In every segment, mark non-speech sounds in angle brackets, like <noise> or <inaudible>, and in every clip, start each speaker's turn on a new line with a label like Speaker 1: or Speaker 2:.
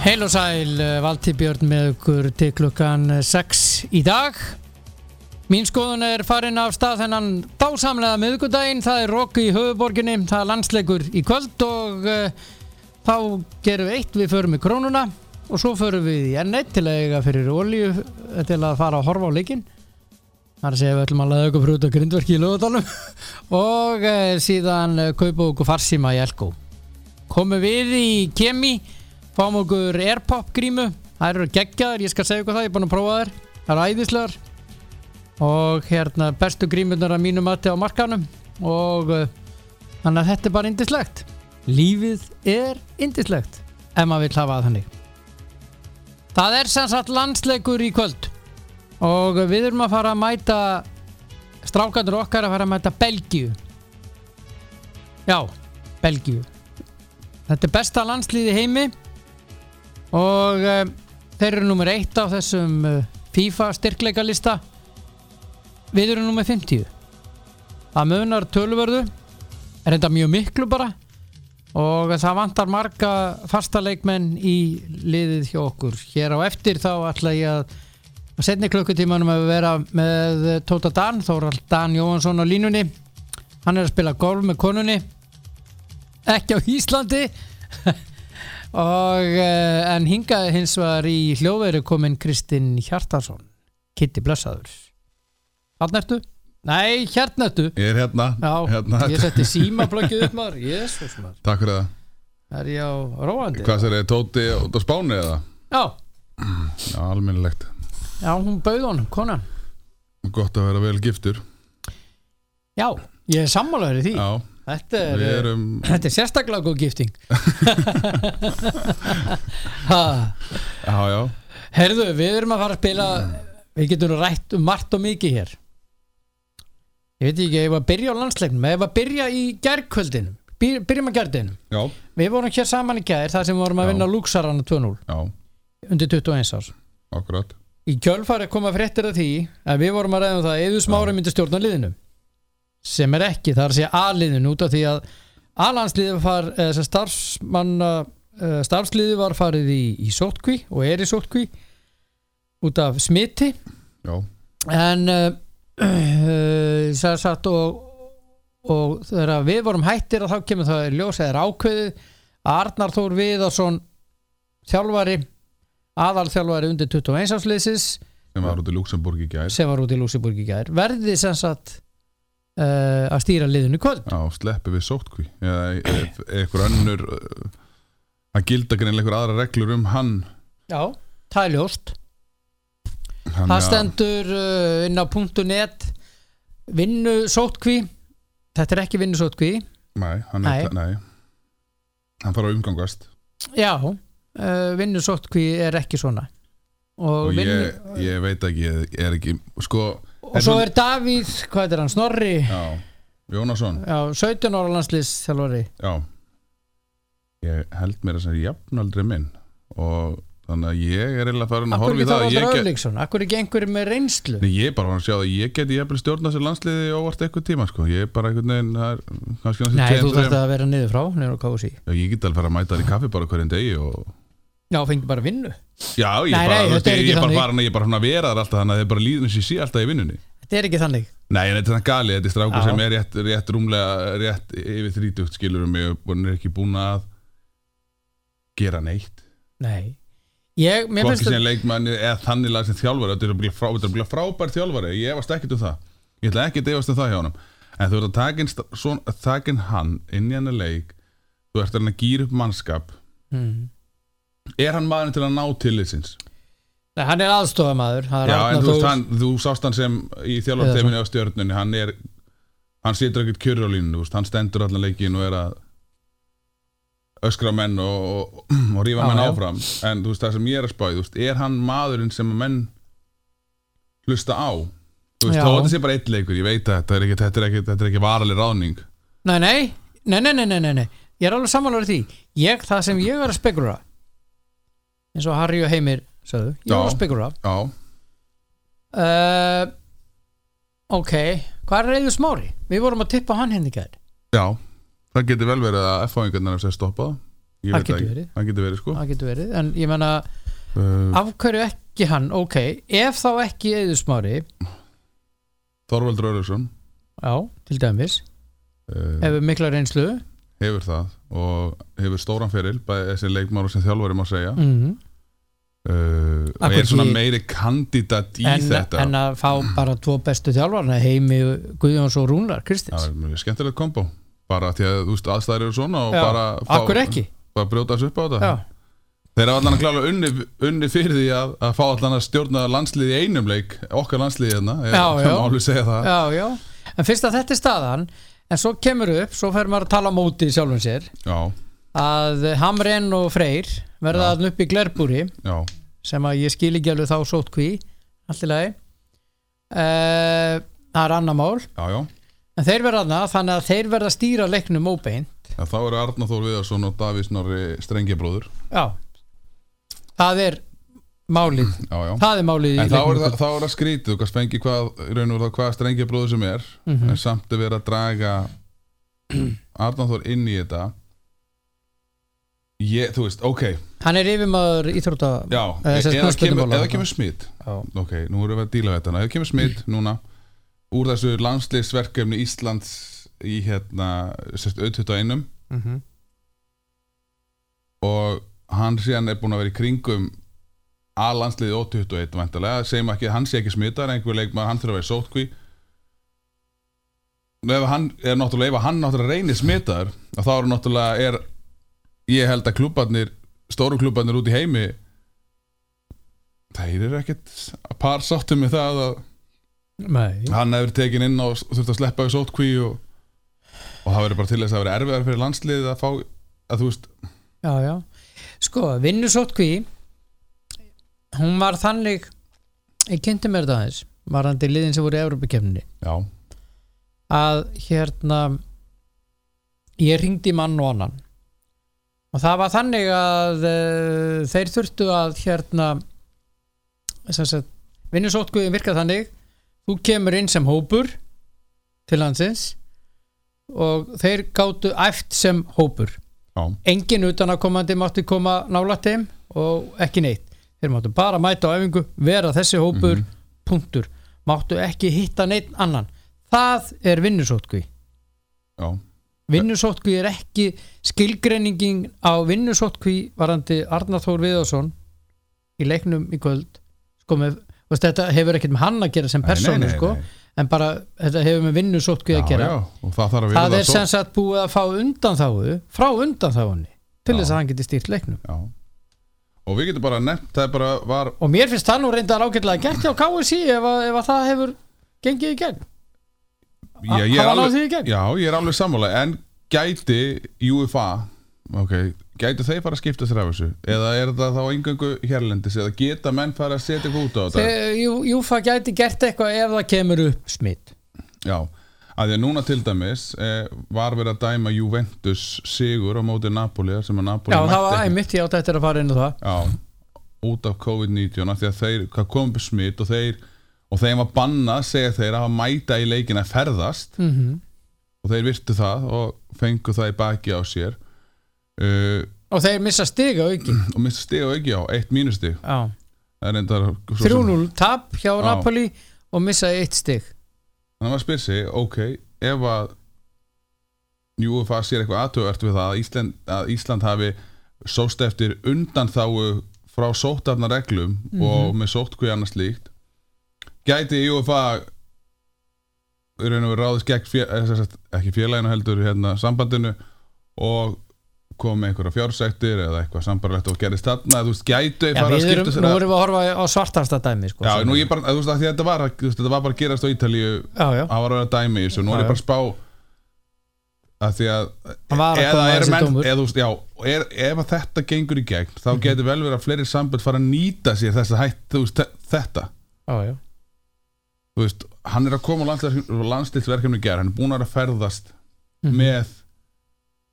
Speaker 1: Heil og sæl, eh, Valtý Björn með okkur til klukkan 6 í dag. Mín skoðun er farin af stað þennan dásamlega miðgudaginn, það er rokk í höfuborginni, það er landsleikur í kvöld og uh, þá gerum við eitt, við förum í krónuna og svo förum við í N1 til að eiga fyrir olíu eh, til að fara að horfa á leikinn. Það er að segja við ætlum að laða okkur frútt á grindverki í lögadalum <laughs> og uh, síðan uh, kaupa okkur farsíma í Elko komum við í kemi fáum okkur airpop grímu það eru geggjaðar, ég skal segja ykkur það, ég er búin að prófa þær það eru æðislegar og hérna bestu grímunar að mínum mati á markanum og uh, þannig að þetta er bara indislegt lífið er indislegt ef maður vill hafa það þannig það er sem sagt landsleikur í kvöld og við erum að fara að mæta strákandur okkar að fara að mæta Belgíu já, Belgíu Þetta er besta landslíði heimi og uh, þeir eru nummer eitt á þessum uh, FIFA styrkleikalista Við erum nummer 50 Það munar tölvörðu er þetta mjög miklu bara og það vantar marga fasta leikmenn í liðið hjá okkur Hér á eftir þá ætla ég að að setni klukkutímanum að vera með eh, Tóta Dan, Þórald Dan Jóhansson á línunni Hann er að spila golf með konunni ekki á Íslandi og uh, en hingað hins var í hljóveru kominn Kristinn Hjartarsson Kitty Blessaður Hérna ertu? Nei, hérna ertu
Speaker 2: Ég er hérna,
Speaker 1: Já,
Speaker 2: hérna.
Speaker 1: ég setti símablöggið upp
Speaker 2: <laughs>
Speaker 1: maður Jésus maður,
Speaker 2: Takk fyrir það
Speaker 1: það er ég á róandi
Speaker 2: Hvað sér þið, Tóti út á Spáni eða?
Speaker 1: Já,
Speaker 2: Já, almennilegt
Speaker 1: já, hún bauð honum, konan
Speaker 2: Gott að vera vel giftur
Speaker 1: Já, ég er sammálaður í því
Speaker 2: Já,
Speaker 1: Þetta er,
Speaker 2: við erum
Speaker 1: þetta er sérstaklega góð
Speaker 2: <laughs>
Speaker 1: gifting <laughs> Ha
Speaker 2: Já, já,
Speaker 1: Herðu, við erum að fara að spila Við getum nú rætt um margt og mikið hér Ég veit ekki, ef að byrja á landsleiknum Ef að byrja í gærkvöldinum byr- Byrjum að gærdinum
Speaker 2: já,
Speaker 1: Við vorum hér saman í gær þar sem við vorum að
Speaker 2: Já.
Speaker 1: vinna Luxarana 2-0
Speaker 2: já,
Speaker 1: undir 21 árs
Speaker 2: akkurat
Speaker 1: Í kjölfari koma fréttir af því að við vorum að ræða um það að Eður Smári myndi stjórna liðinu sem er ekki, það er að segja A-liðinu út af því að A-landsliði var eða sem starfsmanna eh, starfsliði var farið í, í sótkví og er í sótkví út af smiti
Speaker 2: Já,
Speaker 1: en <clears throat> uh, uh, sagt, og, og þegar við vorum hættir að þá kemur það í ljós eða er ákveðið að Arnar Þór Viðarsson þjálfari aðalþjálfari undir 21 áslýsis
Speaker 2: sem var út í Luxemburg í gær
Speaker 1: sem var út í Lúsiburg í gær verði sem sagt uh, að stýra liðinu í kvöld
Speaker 2: Já, sleppi við sótkví Eða e- e- einhver önnur uh, Það gilda greinlega einhver aðra reglur um hann
Speaker 1: já, það er ljóst
Speaker 2: hann
Speaker 1: það stendur uh, inn á .net vinnu sótkví þetta er ekki vinnu sótkví
Speaker 2: Nei, hann
Speaker 1: Nei.
Speaker 2: er, nei Hann þarf að umgangast
Speaker 1: Já, uh, vinnu sóttkví er ekki svona og,
Speaker 2: Og,
Speaker 1: vinnu,
Speaker 2: ég, ég veit ekki, ég er ekki Sko,
Speaker 1: og svo er Davíð hvað er hann, Snorri
Speaker 2: já, Jónasson
Speaker 1: já, 17 ára landslis þjálfari
Speaker 2: Já Ég held mér að það er jafnaldri minn og þannig að ég er eiginlega farin að
Speaker 1: Akkur
Speaker 2: horfa
Speaker 1: ekki
Speaker 2: í það
Speaker 1: það
Speaker 2: að
Speaker 1: aldrei
Speaker 2: ég, get,
Speaker 1: Örlíksson, akkur ekki einhver með reynslu
Speaker 2: Nei, ég er bara var að sjá að ég geti jafnvel stjórnað sér landsliði óvart eitthvað tíma sko. ég er bara einhvern veginn það er, kannski næstu
Speaker 1: Nei, þú
Speaker 2: tveim,
Speaker 1: þarft
Speaker 2: þreim.
Speaker 1: að vera niður frá niður á KFC
Speaker 2: Já, ég get alveg að fara að mæta þér í kaffi bara hverjum degi og...
Speaker 1: Já, fengi bara vinnu
Speaker 2: Já, ég
Speaker 1: Nei,
Speaker 2: er bara,
Speaker 1: nei,
Speaker 2: þú veist,
Speaker 1: þetta er ekki
Speaker 2: ég, ég er bara
Speaker 1: þannig.
Speaker 2: farin að ég er bara svona að vera þar alltaf þannig að það er bara líðin sem ég sé alltaf í vinnunni
Speaker 1: Þetta er ekki þannig
Speaker 2: Nei, en þetta er þannig gali, þetta er strákur
Speaker 1: Já.
Speaker 2: sem er rétt, rétt rúmlega, rétt yfir þrítugt skilur um mig og hann er ekki búin að gera neitt
Speaker 1: Nei Ég, mér
Speaker 2: Hvorki
Speaker 1: finnst
Speaker 2: sem
Speaker 1: það
Speaker 2: leikmanni eða þannig lag sem þjálfari Þetta er örugglega frá, þetta er örugglega frábær þjálfari Ég efast ekkert um það Ég ætla ekki að efast um það hjá honum En þú ert að taka inn sta- svon- að taka inn hann inn í hann leik Þú ert að hann að gýra upp mannskap
Speaker 1: mm.
Speaker 2: Er hann maðurinn til að ná tilitsins?
Speaker 1: Nei, hann er aðstofamaður
Speaker 2: Já, en þú, veist, hann, þú sást hann sem í þjálfartefinni á stjörnunni Hann er Hann situr ekkert kjörur á línu þú veist, Hann stendur allan leikin og er að öskra á menn og, og, og rífa
Speaker 1: Já,
Speaker 2: menn
Speaker 1: já.
Speaker 2: áfram en þú veist það sem ég er að spáði veist, er hann maðurinn sem að menn hlusta á þú veist
Speaker 1: Já.
Speaker 2: þá er þetta sé bara eitt leikur ég veit að þetta er ekki, þetta er ekki, þetta er ekki varaleg ráðning
Speaker 1: Nei, nei, nei, nei, nei, nei, nei, nei. Ég er alveg sammálaður því Ég, það sem ég er að spekulra eins og Harry og Heimir sagðu, ég er
Speaker 2: Já.
Speaker 1: að spekulra
Speaker 2: já,
Speaker 1: uh, Ok, hvað er reyður hérna smári? Við vorum að tippa hann henni gæð
Speaker 2: já það getur vel verið að F-fáingarnar er sér stoppað Ég
Speaker 1: Það
Speaker 2: veit
Speaker 1: getur
Speaker 2: ekki.
Speaker 1: verið.
Speaker 2: Það getur verið sko
Speaker 1: það getur verið en ég menna,
Speaker 2: uh,
Speaker 1: af hverju ekki hann ok, ef þá ekki eðusmári
Speaker 2: Þorvaldur Örlöfsson
Speaker 1: já, til dæmis,
Speaker 2: uh,
Speaker 1: hefur mikla reynslu
Speaker 2: hefur það og hefur stóran feril bæði þessi leikmáru sem þjálfari má segja
Speaker 1: mm
Speaker 2: uh, og
Speaker 1: Akkur
Speaker 2: er svona
Speaker 1: ekki-
Speaker 2: meiri kandidat í
Speaker 1: en,
Speaker 2: þetta
Speaker 1: en að fá bara tvo bestu þjálfarna heimi Guðjóns og Rúnar
Speaker 2: það
Speaker 1: Kristins
Speaker 2: er mjög skemmtilegt kombo bara því að þú veist aðstæðir eru svona og
Speaker 1: Já,
Speaker 2: bara,
Speaker 1: akkur ekki
Speaker 2: bara brjóta þessu upp á þetta
Speaker 1: já,
Speaker 2: þeir hafa allan að klála unni, unni fyrir því að, að fá allan að stjórna landsliði í einum leik okkar landsliði hérna ég
Speaker 1: Já, já.
Speaker 2: má alveg segja það
Speaker 1: já, já en fyrst að þetta er staðan en svo kemur upp, svo fer maður að tala á móti sjálfum sér
Speaker 2: já,
Speaker 1: að Hamren og Freyr verða að upp í Glerbúri
Speaker 2: já,
Speaker 1: sem að ég skil ekki alveg þá sótt kví allt í lagi Eh, það er annar mál
Speaker 2: já, já.
Speaker 1: en þeir verða aðna þannig að þeir verða að stýra leiknum óbein
Speaker 2: Ja, þá eru Arnar Þór Viðarsson og Davís Norri strengjabróður
Speaker 1: já það er málið
Speaker 2: já, já.
Speaker 1: það er málið í
Speaker 2: en þá
Speaker 1: leiknum.
Speaker 2: er, það, þá er það skrítið þú kannst fengi hvað, í raun og þá hvað strengjabróður sem er
Speaker 1: Mhm.
Speaker 2: en samt er verið að draga <clears throat> Arnar Þór inn í þetta ég, þú veist, ok
Speaker 1: hann er yfirmaður íþrótta
Speaker 2: já,
Speaker 1: Eh, sem sagt,
Speaker 2: eða kemur,
Speaker 1: knattspyrnumála.
Speaker 2: eða kemur smitt
Speaker 1: Já.
Speaker 2: ok, nú erum við að díla við þetta eða kemur smitt
Speaker 1: Mm.
Speaker 2: núna úr þessu landsliðsverkefni Íslands í hérna sérst, auðvitað einum og hann síðan er búin að vera í kringum að landsliði O21 væntalega, segjum ekki að hann sé ekki smittar einhver leikmaður, hann þurfa að vera í sótkví og ef hann er náttúrulega, ef hann náttúrulega reynir smittar þá eru náttúrulega er ég held að klubbarnir, stóru klubbarnir út í heimi þeir eru ekkert að par sáttum með það að
Speaker 1: Nei.
Speaker 2: hann hefur tekin inn og þurft að sleppa í sótkví og, og það verður bara til þess að vera erfiðar fyrir landsliðið að fá að þú veist,
Speaker 1: já, já sko, vinnusótt kví hún var þannig ég kynnti mér þetta aðeins varandi liðin sem voru í Evrópakefninni
Speaker 2: já,
Speaker 1: að hérna ég ringdi mann og annan og það var þannig að uh, þeir þurftu að hérna sem sagt, vinnusótkuðin virka þannig þú kemur inn sem hópur til landsins og þeir gáttu æft sem hópur
Speaker 2: já,
Speaker 1: engin utan að komandi mátti koma nálætt þeim og ekki neitt þeir máttu bara mæta á æfingu vera þessi hópur,
Speaker 2: Mhm.
Speaker 1: punktur máttu ekki hitta neitt annan það er vinnusótkví
Speaker 2: já
Speaker 1: vinnusótkví er ekki skilgreiningin á vinnusótkví varandi Arnar Þór Viðarsson í leiknum í kvöld sko með, þú veist, þetta hefur ekkert með hann að gera sem
Speaker 2: Nei, nei,
Speaker 1: persónu
Speaker 2: nei,
Speaker 1: sko
Speaker 2: nei.
Speaker 1: en bara þetta hefur með vinnusótkví að gera
Speaker 2: og það þarf að
Speaker 1: það
Speaker 2: virða
Speaker 1: er sem sagt búið að fá undanþáu frá undanþáunni til
Speaker 2: Já.
Speaker 1: þess að hann geti stýrt leiknum
Speaker 2: Já. og við getum bara nefnt það er bara var
Speaker 1: og mér finnst það nú reyndar ágætlega gert hjá KSI ef, að- ef að það hefur gengið í gegn
Speaker 2: já, ég,
Speaker 1: Hafa náð
Speaker 2: er alveg,
Speaker 1: því í gegn?
Speaker 2: já, ég er alveg sammála en gæti UFA ok, gæti þeir fara að skipta sér af þessu eða er það þá engöngu hérlendis eða geta menn fara að setja eitthvað út á þetta
Speaker 1: Þegar Eh, Jú- Júfa gæti gert eitthvað ef það kemur upp smitt
Speaker 2: já, að því að núna til dæmis eh, var verið að dæma Juventus sigur á móti Napoli þar sem að Napoli
Speaker 1: Já, það
Speaker 2: mætti
Speaker 1: var
Speaker 2: ekki.
Speaker 1: einmitt, ég átti eftir að fara inn á það
Speaker 2: já, út af COVID-19 af því að þeir, hvað kom upp smitt og þeir og þeim var bannað, segja þeir að mæta í leikin að ferðast -hmm. og þeir virtu það og fengu það í baki á sér uh,
Speaker 1: og þeir missa stiga auki
Speaker 2: og mista stig og ekki á, eitt mínustig
Speaker 1: Já.
Speaker 2: það er reyndar svo sem-
Speaker 1: 3-0 tap hjá
Speaker 2: Já.
Speaker 1: Napoli og missa eitt stig
Speaker 2: þannig að maður spyr sig, ok, ef að UFA sér eitthvað aðtöðvert við það að Ísland, að Ísland hafi sóst eftir undan þáu frá sóttarna reglum
Speaker 1: Mhm.
Speaker 2: og með sóttkví annars líkt gæti UFA í raun og veru ráðist gegn fjö, eh, sem sagt, ekki félaginu heldur hérna, sambandinu og komið einhverja fjársektir eða eitthvað sambarlegt og gerist þarna, þú veist, gætu
Speaker 1: Já,
Speaker 2: fara að
Speaker 1: við erum,
Speaker 2: skipta sér
Speaker 1: nú
Speaker 2: að-
Speaker 1: erum við að horfa á svartarsta dæmi sko,
Speaker 2: Já,
Speaker 1: sem-
Speaker 2: nú ég bara, þú veist, að því að þetta var, þú veist, þetta var bara að gerast á Ítalíu
Speaker 1: já, já.
Speaker 2: hann var að vera að dæmi í þessu, nú er
Speaker 1: Já,
Speaker 2: ég bara að spá að því að
Speaker 1: Hann var að
Speaker 2: eða
Speaker 1: koma
Speaker 2: er
Speaker 1: þessi
Speaker 2: menn,
Speaker 1: dómur. Mhm.
Speaker 2: eða, þú veist, já, og er, ef að þetta gengur í gegn, þá getur vel verið að fleiri samböld fara að nýta sér þess að hætt þú veist, þe- þetta,
Speaker 1: Já, já.
Speaker 2: þú veist, hann er að koma á landsliðs- landsliðsverkefni í gerð, hann er búin að vera að ferðast
Speaker 1: Mhm.
Speaker 2: með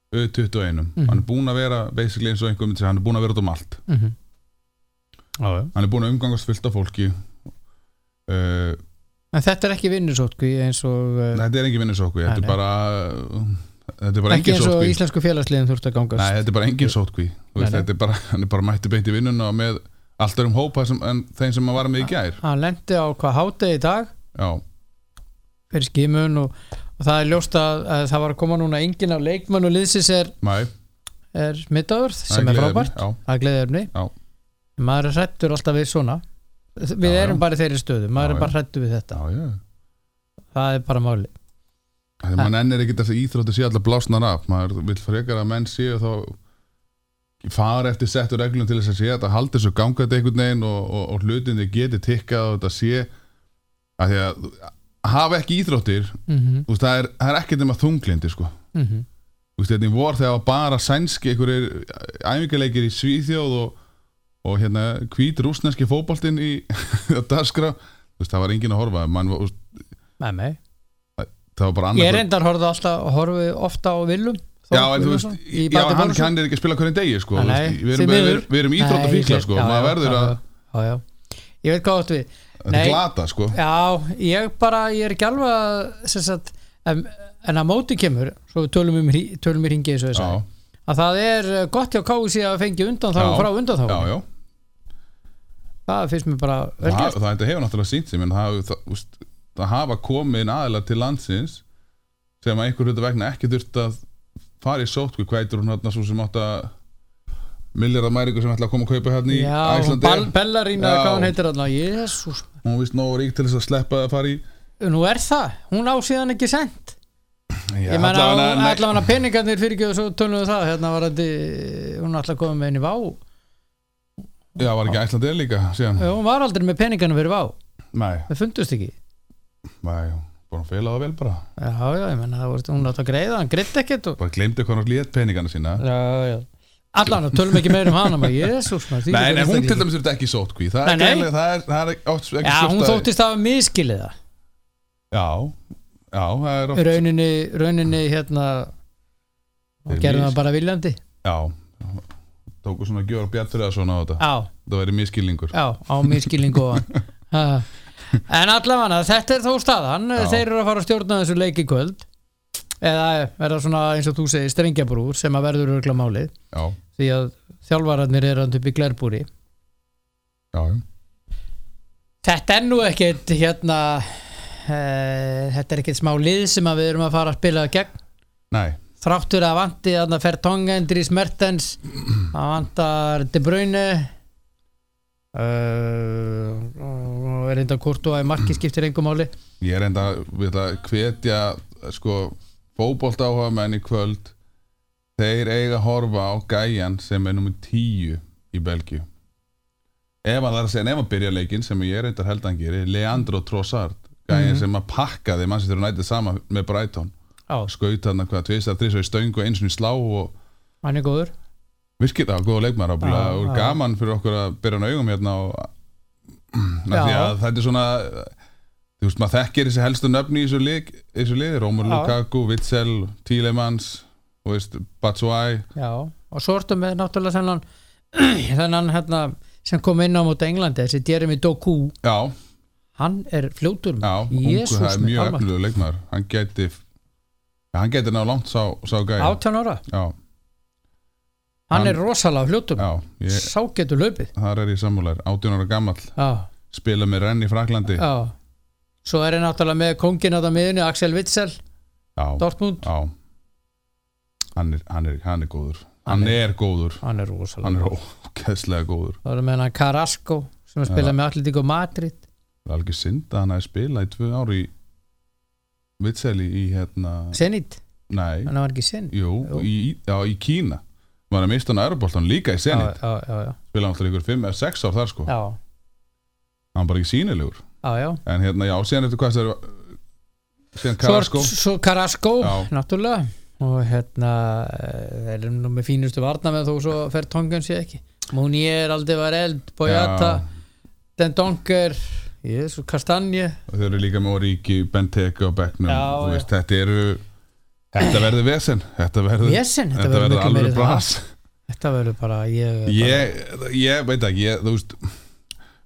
Speaker 2: U21, hann er búin að vera basically eins og einhver myndi segja, hann er búin að vera út um allt
Speaker 1: Mhm. já, já.
Speaker 2: hann er búin að umgangast fullt af fólki uh,
Speaker 1: En þetta er ekki vinnusótkví eins og uh,
Speaker 2: sko. Þetta er engin vinnusóku, þetta
Speaker 1: Nei,
Speaker 2: er
Speaker 1: nei.
Speaker 2: bara uh, þetta er bara
Speaker 1: ekki
Speaker 2: engin
Speaker 1: eins og
Speaker 2: sótkví
Speaker 1: íslensku félagsliðin þurft að
Speaker 2: Nei,
Speaker 1: gangast
Speaker 2: þetta er bara engin sótkví Þú
Speaker 1: Nei,
Speaker 2: veist,
Speaker 1: nei.
Speaker 2: þetta er bara, hann er bara mættu beint í vinnuna og með allt örum hópa sem, en þeim sem hann var með í gær
Speaker 1: hann lendi á hvað hátegi í dag
Speaker 2: Já,
Speaker 1: fyrir skimun og, og það er ljóst að, að það var að koma núna engin af leikmann og liðsins er,
Speaker 2: mæ,
Speaker 1: er mittaður
Speaker 2: Það er
Speaker 1: sem er
Speaker 2: gleðiefni,
Speaker 1: frábært
Speaker 2: já.
Speaker 1: það er gleðiðurni
Speaker 2: Já.
Speaker 1: maður er hrættur alltaf við svona við
Speaker 2: Já,
Speaker 1: erum
Speaker 2: já.
Speaker 1: bara í þeirri stöðu maður
Speaker 2: Já,
Speaker 1: er bara hrættur við þetta
Speaker 2: já, já
Speaker 1: það er bara máli
Speaker 2: Þegar mann ennir ekki þess að íþróttu sé allar blásnar af maður vill frekar að menn séu þá fara eftir settur reglum til þess að sé að þetta haldi þessu gangað einhvern veginn og, og, og hlutinni geti tikkað og þetta sé að því að hafa ekki íþróttir
Speaker 1: mm -hmm.
Speaker 2: þú veist, það, er, það er ekkert nema þunglindi sko.
Speaker 1: Mm
Speaker 2: Þú veist, þetta í vor þegar var bara sænski einhverjir æfingarleikir í Svíþjóð og, og hérna hvít rúsneski fótboltinn í <laughs> á dagskrá, þú veist, það var enginn að horfa Man, var- þú veist,
Speaker 1: Nei, nei.
Speaker 2: það var bara annað
Speaker 1: ég reyndar horfði alltaf horfi ofta á Willum
Speaker 2: Já, en þú veist,
Speaker 1: í
Speaker 2: já,
Speaker 1: Bata
Speaker 2: hann,
Speaker 1: Bónusson.
Speaker 2: hann er ekki að spila hverjum degi sko,
Speaker 1: Nei,
Speaker 2: þú
Speaker 1: nei,
Speaker 2: veist,
Speaker 1: því
Speaker 2: við, erum, við,
Speaker 1: miður.
Speaker 2: við erum íþrótt
Speaker 1: Nei,
Speaker 2: og fíkla
Speaker 1: ég-
Speaker 2: sko,
Speaker 1: já,
Speaker 2: maður
Speaker 1: já,
Speaker 2: verður
Speaker 1: já,
Speaker 2: að
Speaker 1: já, já. ég veit hvað átt við
Speaker 2: þetta
Speaker 1: Nei.
Speaker 2: er glata sko
Speaker 1: Já, ég bara, ég er ekki alveg að sem sagt, en, en að móti kemur svo við tölum, um, hri- tölum í ringi eins og þess
Speaker 2: Já,
Speaker 1: að það er eh, gott hjá KFC að fengja undan þá
Speaker 2: Já.
Speaker 1: frá undan
Speaker 2: já, já,
Speaker 1: það finnst mér bara vel
Speaker 2: það,
Speaker 1: gert
Speaker 2: það, þetta hefur náttúrulega sínt sem en það, hafi- það, úst, það hafa komið inn aðila til landsins sem að einhver hluta vegna ekki þurft að fara í sótku hvað eitir hún hérna svo sem átt að milljarða mæringu sem ætla að koma að kaupa hérna í
Speaker 1: Já, hún
Speaker 2: Æslandi
Speaker 1: ball, Bellarína,
Speaker 2: Já.
Speaker 1: hvað hún heitir alltaf Jésús,
Speaker 2: hún er vist nógu rík til þess að sleppa að fara í
Speaker 1: nú er það hún á síðan ekki sent
Speaker 2: Já,
Speaker 1: Ég meina,
Speaker 2: allavega-
Speaker 1: hún-
Speaker 2: nei,
Speaker 1: allavega peningarnir fyrir ekki og svo tölum við það hérna var þetta, hún ætla að koma með henni vá Já,
Speaker 2: Já, var ekki Æslandi líka síðan
Speaker 1: hún var aldrei með peningarnir fyrir vá
Speaker 2: Nei,
Speaker 1: það fundust ekki
Speaker 2: nei, bara hún feilaði vel bara
Speaker 1: Já, já, ég menna, hún átt að greiða, hann greiði ekkert og
Speaker 2: bara glemdi hvað hann lét peningana sína
Speaker 1: já, já. allan, tölum ekki meira um hana maður, jésús maður, því
Speaker 2: Nei,
Speaker 1: líka
Speaker 2: nei, hún
Speaker 1: einstaklingur.
Speaker 2: til dæmis þurfti ekki í sótkví Það
Speaker 1: Nei,
Speaker 2: er
Speaker 1: nei.
Speaker 2: gæli- það er- það er oft ekki
Speaker 1: já,
Speaker 2: svört
Speaker 1: hún
Speaker 2: að-
Speaker 1: þóttist að miskilið það
Speaker 2: Já, já, það er oft
Speaker 1: rauninni, rauninni hérna
Speaker 2: Þeir
Speaker 1: gerðum
Speaker 2: mis-
Speaker 1: það bara viljandi
Speaker 2: Já Tóku svona Gjörg Bjartfriðarsson á þetta
Speaker 1: já,
Speaker 2: Það væri miskilningur
Speaker 1: já, á miskilingu og
Speaker 2: <laughs>
Speaker 1: Ha. en allavega, þetta er þó staðan
Speaker 2: Já.
Speaker 1: þeir eru að fara að stjórna þessu leik í kvöld eða verða svona eins og þú segir strengjabrúr sem að verður örgla málið
Speaker 2: Já,
Speaker 1: því að þjálfararnir eru hann upp í glerbúri
Speaker 2: já, já.
Speaker 1: Þetta er nú ekkert hérna uh, þetta er ekkert smá lið sem að við erum að fara að spila gegn
Speaker 2: Nei,
Speaker 1: þráttur að vanti að það fer tonga Endrís Mertens að vantar De Bruyne uh, og er enda kort og að marki skiptir engum máli
Speaker 2: ég er enda við ætla að hvetja sko, fótbolt áhuga menn í kvöld Þeir eiga að horfa á gæjan sem er nummer 10 í Belgíu Ef hann þarf að segja, ef hann byrja leikinn sem ég er enda held að hann gerir Leandro Trossard Gæjan
Speaker 1: Mhm.
Speaker 2: sem að pakkaði mann sem þeir nætið sama með Brighton
Speaker 1: á,
Speaker 2: Skaut hann hvað, tvist að þrís og í stöng og eins og í slá og
Speaker 1: hann er góður
Speaker 2: Virkir það, góða leikmaður og bara
Speaker 1: Já,
Speaker 2: úr
Speaker 1: já.
Speaker 2: gaman fyrir okkur að byrja hann augum hérna og <clears throat> Af
Speaker 1: Já.
Speaker 2: því að þetta er svona þú veist maður þekkir þessi helstu nöfni í þessu lið, í þessu lið Rómur
Speaker 1: Já.
Speaker 2: Lukaku, Witzel, Tílemans og veist, Batshuayi
Speaker 1: já. og svo ertu með náttúrulega þennan <clears throat> þennan hérna sem kom inn á móti Englandi þessi Jeremy Doku
Speaker 2: Já,
Speaker 1: hann er fljótur
Speaker 2: já, ungu,
Speaker 1: Jesús
Speaker 2: það er
Speaker 1: minn
Speaker 2: mjög
Speaker 1: almáttugur.
Speaker 2: eflugur leikmaður hann gæti ja, hann gæti ná langt sá, sá gæði
Speaker 1: 18 ára
Speaker 2: Já,
Speaker 1: hann,
Speaker 2: Hann-
Speaker 1: er rosalega fljótur
Speaker 2: já, ég,
Speaker 1: sá getur löpið
Speaker 2: þar er ég sammúlar 18 ára gamall,
Speaker 1: já,
Speaker 2: spila með renn í Fraklandi Já,
Speaker 1: já. svo er ég náttúrulega með kongin á það miðinu, Axel Witzel
Speaker 2: já,
Speaker 1: Dortmund,
Speaker 2: Hann, er, hann, er, hann er góður
Speaker 1: Hann
Speaker 2: Hann er góður
Speaker 1: hann er
Speaker 2: hann
Speaker 1: rosalega
Speaker 2: er ógeðslega góður
Speaker 1: það er með hann Carrasco sem að spila
Speaker 2: Já.
Speaker 1: með Atletico Madrid
Speaker 2: það er alveg synd að hann hafi spilað í tvö ári í Vitseli í hérna
Speaker 1: Zenit,
Speaker 2: nei,
Speaker 1: hann var ekki Zenit
Speaker 2: jú,
Speaker 1: Jú.
Speaker 2: Í, já, í Kína var að mista hann að Euroboltan líka í
Speaker 1: já,
Speaker 2: Zenit
Speaker 1: já, já, já.
Speaker 2: spilaði alltaf ykkur 5 eða 6 ár þar sko
Speaker 1: Já,
Speaker 2: hann var bara ekki sínilegur
Speaker 1: já, já.
Speaker 2: en hérna já, síðan eftir hvað það er síðan
Speaker 1: Svo er-
Speaker 2: Carrasco
Speaker 1: svo Carrasco,
Speaker 2: Já.
Speaker 1: náttúrulega og hérna eh, þeir eru nú með fínustu varna með þó svo fer tongan sér ekki Munier, Aldevarild, Boyata
Speaker 2: Já,
Speaker 1: Den Donker Jésu, Kastanje
Speaker 2: og þau eru líka með Origi, Benteke og Becknum
Speaker 1: Já,
Speaker 2: Þú
Speaker 1: já.
Speaker 2: veist, þetta eru þetta verður vesen þetta verður
Speaker 1: Jésin,
Speaker 2: þetta verður alveg bras
Speaker 1: Þetta verður bara ég,
Speaker 2: ég, ég veit ekki, ég, þú veist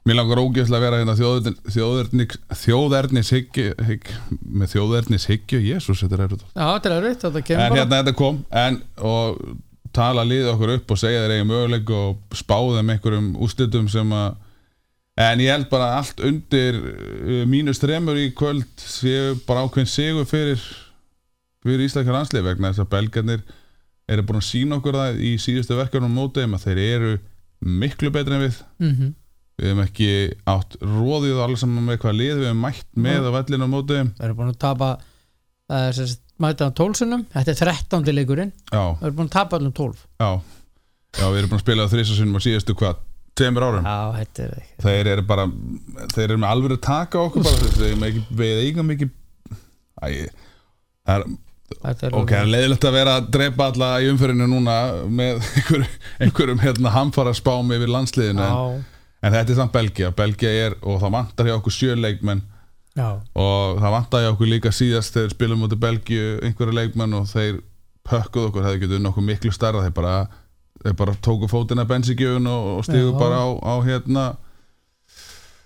Speaker 2: Mér langar ógeðslega að vera hérna þjóðerni, þjóðerni, þjóðernis hyggju hygg, með þjóðernis hyggju, jésús, þetta er erfitt
Speaker 1: Já, þetta er erfitt, þetta kemur
Speaker 2: en
Speaker 1: bara
Speaker 2: hérna þetta kom en, og tala liðið okkur upp og segja þeir eigin möguleik og spá þeim einhverjum úrslitum sem að en ég held bara að allt undir uh, mínus þremur í kvöld séu bara ákveðin sigur fyrir fyrir íslækjar anslið vegna þess að belgarnir eru búin að sína okkur það í síðustu verkefnum mótiðum að þeir eru miklu betri en við
Speaker 1: mm
Speaker 2: við hefum ekki átt róðið og allir saman með hvað lið við hefum mætt með á vellinu á mótiðum
Speaker 1: Það eru búin að tapa það er sérst, mæta á tólsunum þetta er 13. leikurinn,
Speaker 2: já,
Speaker 1: það eru búin að tapa allum 12
Speaker 2: já, já, við erum búin að spila þrísasunum á síðustu hvað, tveimur árum
Speaker 1: Já, þetta er ekki
Speaker 2: þeir eru bara þeir eru með alveg að taka okkur bara, þeir eru með ekki, við eigum ekki Æ, það er,
Speaker 1: þetta er
Speaker 2: ok, það er leiðilegt að vera að drepa alla í umferðinu núna með <laughs> einhver, einhverjum hérna hamfara spám yfir landsliðinu en,
Speaker 1: Já,
Speaker 2: en þetta er samt Belgia, Belgia er og það vantar hjá okkur sjö leikmenn
Speaker 1: já,
Speaker 2: og það vantar hjá okkur líka síðast þegar spilum út í Belgíu einhverju leikmenn og þeir pökkuð okkur, hefði getur nokkuð miklu starra þeir bara, þeir bara tóku fótina bensigjöfun og, og stigu
Speaker 1: Já.
Speaker 2: bara á, á hérna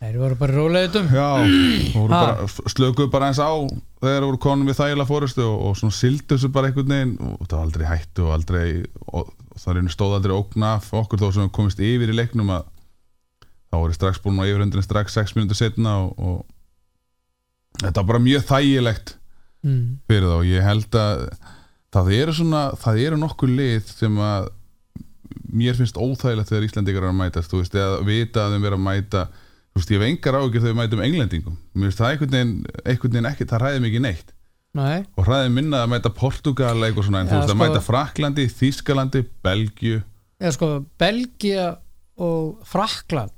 Speaker 1: þeir voru bara rólegðutum
Speaker 2: Já, og voru
Speaker 1: Ha.
Speaker 2: bara, slökuðu bara eins á þegar voru konum við þægilega fórustu og, og svona sildu þessu bara einhvern veginn og það var aldrei hættu og aldrei og, og það reyni stóð aldrei ógna af okkur þó sem við komist yfir í leiknum að þá voru strax búin á yfirhundinni strax 6 mínútur setna og, og þetta var bara mjög þægilegt
Speaker 1: mm.
Speaker 2: fyrir þá ég held að það eru svona, það eru nokkur lið sem að mér finnst óþægilegt þegar Íslandingar eru að mætast þú veist, eða vita að þeim vera að mæta þú veist, ég hef engar ágjör þegar við mætum englendingum mér finnst það einhvern veginn, einhvern veginn ekki það ræði mikið neitt
Speaker 1: Nei,
Speaker 2: og ræði minna að mæta Portugal eða eitthvað svona, en
Speaker 1: Já,
Speaker 2: þú veist,
Speaker 1: sko-
Speaker 2: að mæta Fraklandi Þískalandi, Belgju
Speaker 1: eða sko Belgia og Frakland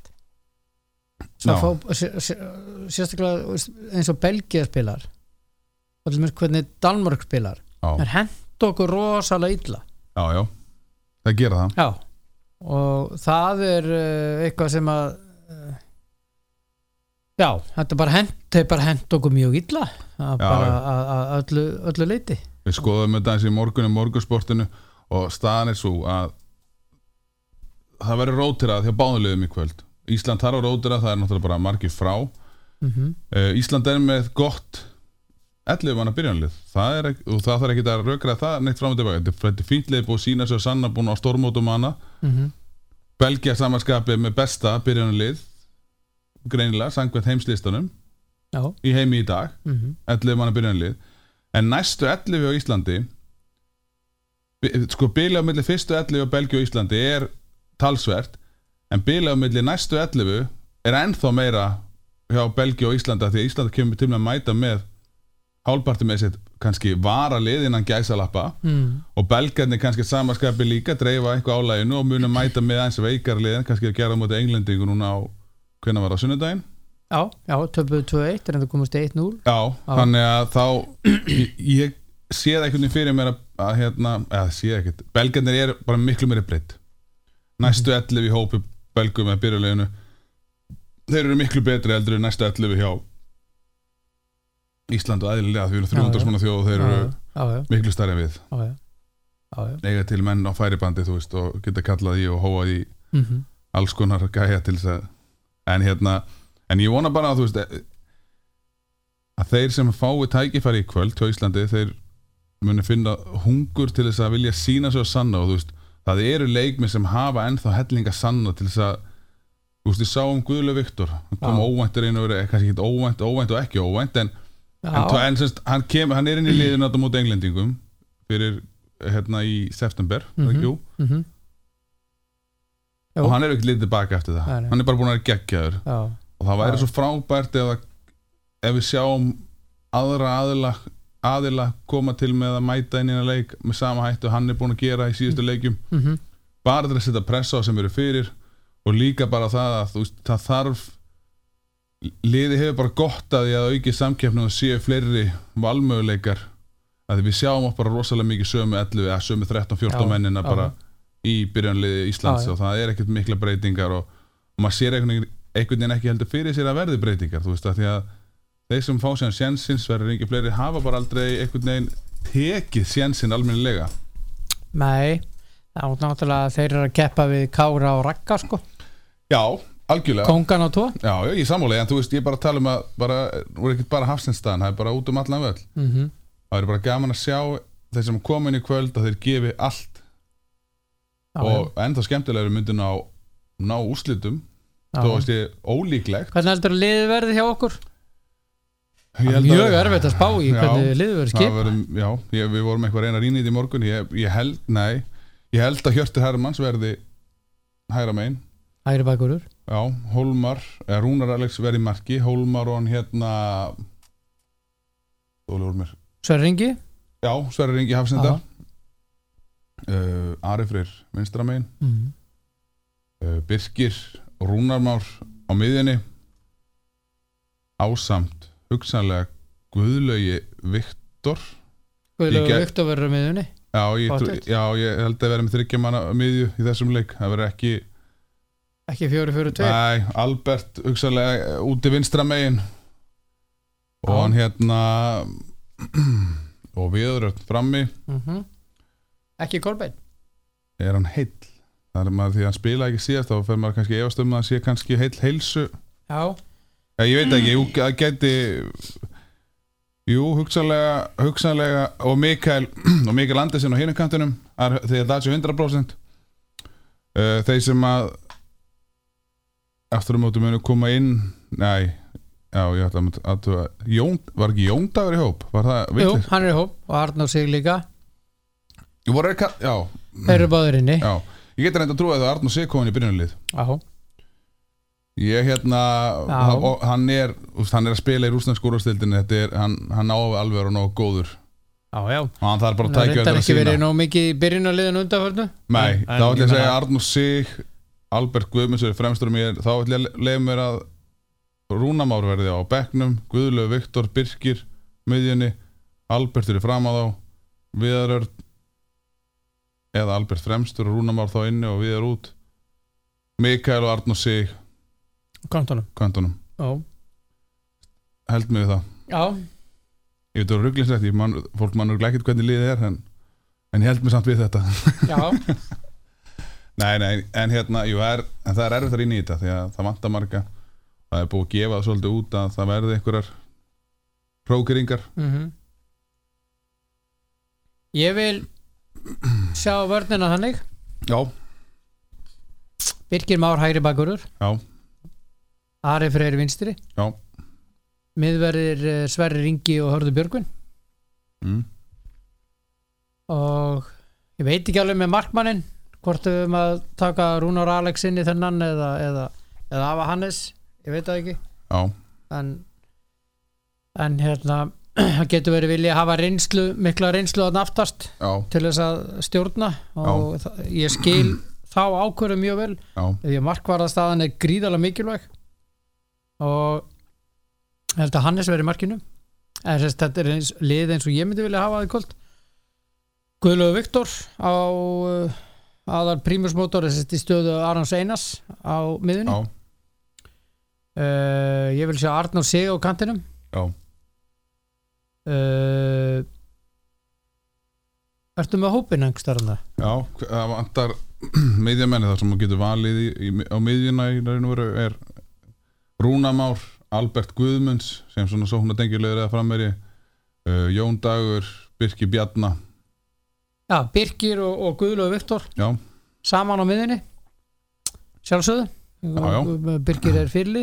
Speaker 2: Já.
Speaker 1: sem fá sér- sér- sérstaklega eins og Belgia spilar og til mér hvernig Danmörk spilar
Speaker 2: já,
Speaker 1: er hent okkur rosalega illa
Speaker 2: já, já, það gera það
Speaker 1: Já og það er uh, eitthvað sem að uh, já, þetta er bara hent þetta er bara hent okkur mjög illa að
Speaker 2: Já,
Speaker 1: bara
Speaker 2: já.
Speaker 1: að- að öllu, öllu leiti
Speaker 2: Við skoðum þetta eins í morgunum morgunsportinu og staðan er svo að það verður rótirað hjá báðulegum í kvöld Ísland þarf að rótira, það er náttúrulega bara margir frá
Speaker 1: mm -hmm.
Speaker 2: uh, Ísland er með gott 11 manna byrjanlið það er, ekki- og það þarf ekki að rökra það neitt fram og tilbaka Þetta er- þetta er fínt leið búið að sína sig og sanna búin á stormótum hana
Speaker 1: Mm -hmm.
Speaker 2: Belgia samanskapið með besta byrjanlið greinilega, sangvært heimslistanum
Speaker 1: Já,
Speaker 2: í heimi í dag
Speaker 1: mm -hmm.
Speaker 2: 11 manna byrjanlið en næstu 11 á Íslandi bi- sko bilið á milli fyrstu 11 á Belgíu og Íslandi er talsvert en bilið á milli næstu 11 er ennþá meira hjá Belgíu og Íslandi af því að Íslandi kemur til með að mæta með hálparti með sitt kannski vara liðinan gæsalappa
Speaker 1: Mm.
Speaker 2: og belgarnir kannski samaskapi líka dreifa eitthvað álæginu og munu mæta með eins veikar liðin kannski að gera á móti englendingu núna á hvernig var það á sunnudaginn
Speaker 1: já, já töpuðu 2-1 en það komast í 1-0
Speaker 2: Já, þannig að þá ég, ég sé það einhvern veginn fyrir mér að, að hérna, eða sé ekkert belgarnir eru bara miklu meiri breytt næstu
Speaker 1: Mhm.
Speaker 2: 11 í hópi belgum eða byrjuleginu þeir eru miklu betri eldur en næstu 11 hjá Ísland og eðlilega því við erum
Speaker 1: Já,
Speaker 2: 300
Speaker 1: já.
Speaker 2: svona þjóð og þeir eru
Speaker 1: já, já,
Speaker 2: miklu starri en við
Speaker 1: já, já, já, já.
Speaker 2: eiga til menn á færibandi þú veist og geta kallað í og hóað í
Speaker 1: Mm
Speaker 2: alls konar gæja til þess að en hérna, en ég vona bara að þú veist að þeir sem fái tækifæri í kvöld hjá Íslandi, þeir muni finna hungur til þess að vilja sína svo sanna og þú veist, það eru leikmi sem hafa ennþá hellinga sanna til þess að þú veist, ég sá um Guðlega Viktor hann kom
Speaker 1: Já.
Speaker 2: óvæntur inn og verið, kannski ekki óvænt óvænt og ekki óvænt, en, en,
Speaker 1: já,
Speaker 2: en semst, hann, kem, hann er inn í liðinu þetta múti englendingum fyrir hérna í september mm
Speaker 1: Mhm.
Speaker 2: -hmm.
Speaker 1: mm -hmm. Jú.
Speaker 2: og hann er ekki litið tilbaka eftir það
Speaker 1: Nei, nei.
Speaker 2: hann er bara búin að vera geggjaður
Speaker 1: já,
Speaker 2: og það væri
Speaker 1: Já.
Speaker 2: svo frábært ef, að, ef við sjáum aðra aðila, aðila koma til með að mæta inn í einu leik með sama hættu hann er búin að gera í síðustu leikjum
Speaker 1: mm
Speaker 2: bara til að setja pressa á sem eru fyrir og líka bara það að þú veist, það þarf liði hefur bara gott að því að auki samkeppnum og séu fleiri valmöguleikar að við sjáum oft bara rosalega mikið sömu 11 eða sömu 13, 14
Speaker 1: Já,
Speaker 2: mennina
Speaker 1: já.
Speaker 2: bara í byrjanliði Íslands
Speaker 1: Já, já.
Speaker 2: og það er ekkert mikla breytingar og, og maður sér einhvern veginn- einhvern veginn ekki heldur fyrir sér að verði breytingar þú veist að því að þeir sem fá sér sjensins verður ekki fleiri hafa bara aldrei einhvern veginn tekið sjensin almennilega
Speaker 1: nei, þá náttúrulega þeir eru að keppa við Kára og Ragga sko
Speaker 2: Já, algjörlega
Speaker 1: kongan á tvo
Speaker 2: Já, já, ég sammála, en þú veist, ég er bara að tala um að bara, nú er ekkert bara hafsinsstaðan, það er bara út um allan völl
Speaker 1: mm
Speaker 2: Það er bara gaman að sjá þeir sem koma inn í kvöld að þeir gefi allt og ennþá skemmtilega myndi ná, ná úrslitum þó veist ég ólíklegt
Speaker 1: Hvernig heldur að liðið verði hjá okkur?
Speaker 2: Ég held að-
Speaker 1: Mjög erfitt að spá í
Speaker 2: Já.
Speaker 1: hvernig liðið verði
Speaker 2: Það
Speaker 1: skip
Speaker 2: verðum, já, ég, við vorum eitthvað að reyna að rýna í því í morgun ég, ég held, nei, ég held að Hjörtur Hermanns verði hægra megin
Speaker 1: Hægri bakurur
Speaker 2: Já, Hólmar, eða Rúnar Alex verði í marki Hólmar og hann hérna Þóli Hólmir
Speaker 1: Sverringi
Speaker 2: Já, Sverri Ringi Hafsenda uh, Ari Freyr, vinstra megin
Speaker 1: mm.
Speaker 2: uh, Birkir, Rúnar Már á miðjunni ásamt hugsanlega Guðlaugi Viktor Ég
Speaker 1: Guðlaugur
Speaker 2: gæ-
Speaker 1: Viktor verður með unni
Speaker 2: Já, ég, trú,
Speaker 1: Pottþétt.
Speaker 2: já, ég held að vera með þryggja manna miðju í þessum leik það verður ekki,
Speaker 1: Ekki fjóri fjóri tvei
Speaker 2: næ, Albert hugsanlega eh, úti vinstra megin og
Speaker 1: Já.
Speaker 2: hann hérna og viður frammi,
Speaker 1: Mhm. Ekki Kolbeinn
Speaker 2: er hann heill það er maður því að hann spila ekki síðast þá fer maður kannski efast um að hann sé kannski heill heilsu
Speaker 1: Já
Speaker 2: Já, ég veit ekki, jú, það geti Jú, hugsanlega, hugsanlega og Mikael, og Mikael Andersen á hinum kantinum er- þegar það sé 100% uh, þeir sem að eftir um áttu munu koma inn nei, já, ég ætla að aðtuga, Jón, var ekki Jóndagur í hóp? Var það
Speaker 1: Jú,
Speaker 2: villir?
Speaker 1: hann er í hóp og Arnóð sig líka
Speaker 2: Jú, voru ekki, já,
Speaker 1: Þeir eru báður inni
Speaker 2: Mm. já Ég geti reynda að trúa það að Arnur sé komin í byrjunlið
Speaker 1: Já,
Speaker 2: Ég hérna,
Speaker 1: Já.
Speaker 2: hann, og hann er úst, hann er að spila í rúsnarsku úrstildinni þetta er, hann, hann á alveg og nóg góður
Speaker 1: já, já
Speaker 2: og hann þarf bara
Speaker 1: Hann
Speaker 2: að
Speaker 1: er
Speaker 2: tækja
Speaker 1: reyndar
Speaker 2: þetta
Speaker 1: ekki
Speaker 2: að
Speaker 1: verið
Speaker 2: sína
Speaker 1: nóg mikið í byrjun og liðin undanförnu
Speaker 2: Nei,
Speaker 1: En-
Speaker 2: þá
Speaker 1: en
Speaker 2: ætlum ég
Speaker 1: ég
Speaker 2: að segja
Speaker 1: meina-
Speaker 2: Arnur Sig Albert Guðmunds er fremstur um ég þá ætlum ég að leiða mér að Rúnamár verði á Becknum, Guðlöf Viktor Birkir, miðjunni Albert er fram að þá Viðarörn eða Albert fremstur og Rúnamár þá inni og Viðar út Mikael og Arnur Sig
Speaker 1: Kontunum
Speaker 2: kantunum,
Speaker 1: Já,
Speaker 2: held mig við það
Speaker 1: já
Speaker 2: Ég veit að rugglislegt, ég man, fólk mannur ekkert hvernig liðið er en, en ég held mig samt við þetta
Speaker 1: Já,
Speaker 2: Nei, nei, en hérna, jú, er, en það er erfitt að rýna í þetta því að það vantar marga það er búið að gefa það svolítið út að það verði einhverjar prókeringar
Speaker 1: mhm Ég vil sjá vörnina þannig
Speaker 2: Já,
Speaker 1: Birgir Már hægri bakurur
Speaker 2: Já.
Speaker 1: Ari Freyr vinstri
Speaker 2: Já.
Speaker 1: Miðverðir eh, Sverri Ringi og Hörður Björgvin
Speaker 2: mm.
Speaker 1: og ég veit ekki alveg með markmannin hvort við höfum að taka Rúnar Alex inn í þennan eða, eða, eða Ava Hannes ég veit það ekki
Speaker 2: já,
Speaker 1: en, en hérna <clears throat> það getur verið vilja að hafa reynslu mikla reynslu að naftast
Speaker 2: já,
Speaker 1: til þess að stjórna og það, ég skil
Speaker 2: <clears throat>
Speaker 1: þá ákvörðu mjög vel
Speaker 2: já
Speaker 1: því að markvarðastaðan er gríðarlega mikilvæg og ég held að Hannes verið markinu en þess, þetta er eins, lið eins og ég myndi vilja hafa það í kvöld Guðlögu Viktor á uh, aðal prímusmótor þessi stöðu Arons Einars á miðunni
Speaker 2: já,
Speaker 1: uh, ég vil sjá Arnór Sig á kantinum
Speaker 2: Já.
Speaker 1: uh, Ertu með hópin engstærna?
Speaker 2: já, hve- það vantar <clears throat> miðjamenni þar sem maður getur valið í, í, á miðjuna í raun og veru er Rúnamár, Albert Guðmunds sem svona sóknar dengjulegur eða frammeri uh, Jón Dagur, Birki Bjarna
Speaker 1: Já, Birgir og, og Guðlögu Viktor
Speaker 2: Já,
Speaker 1: saman á miðinni sjálfsögðu
Speaker 2: Já,
Speaker 1: Birgir er fyrli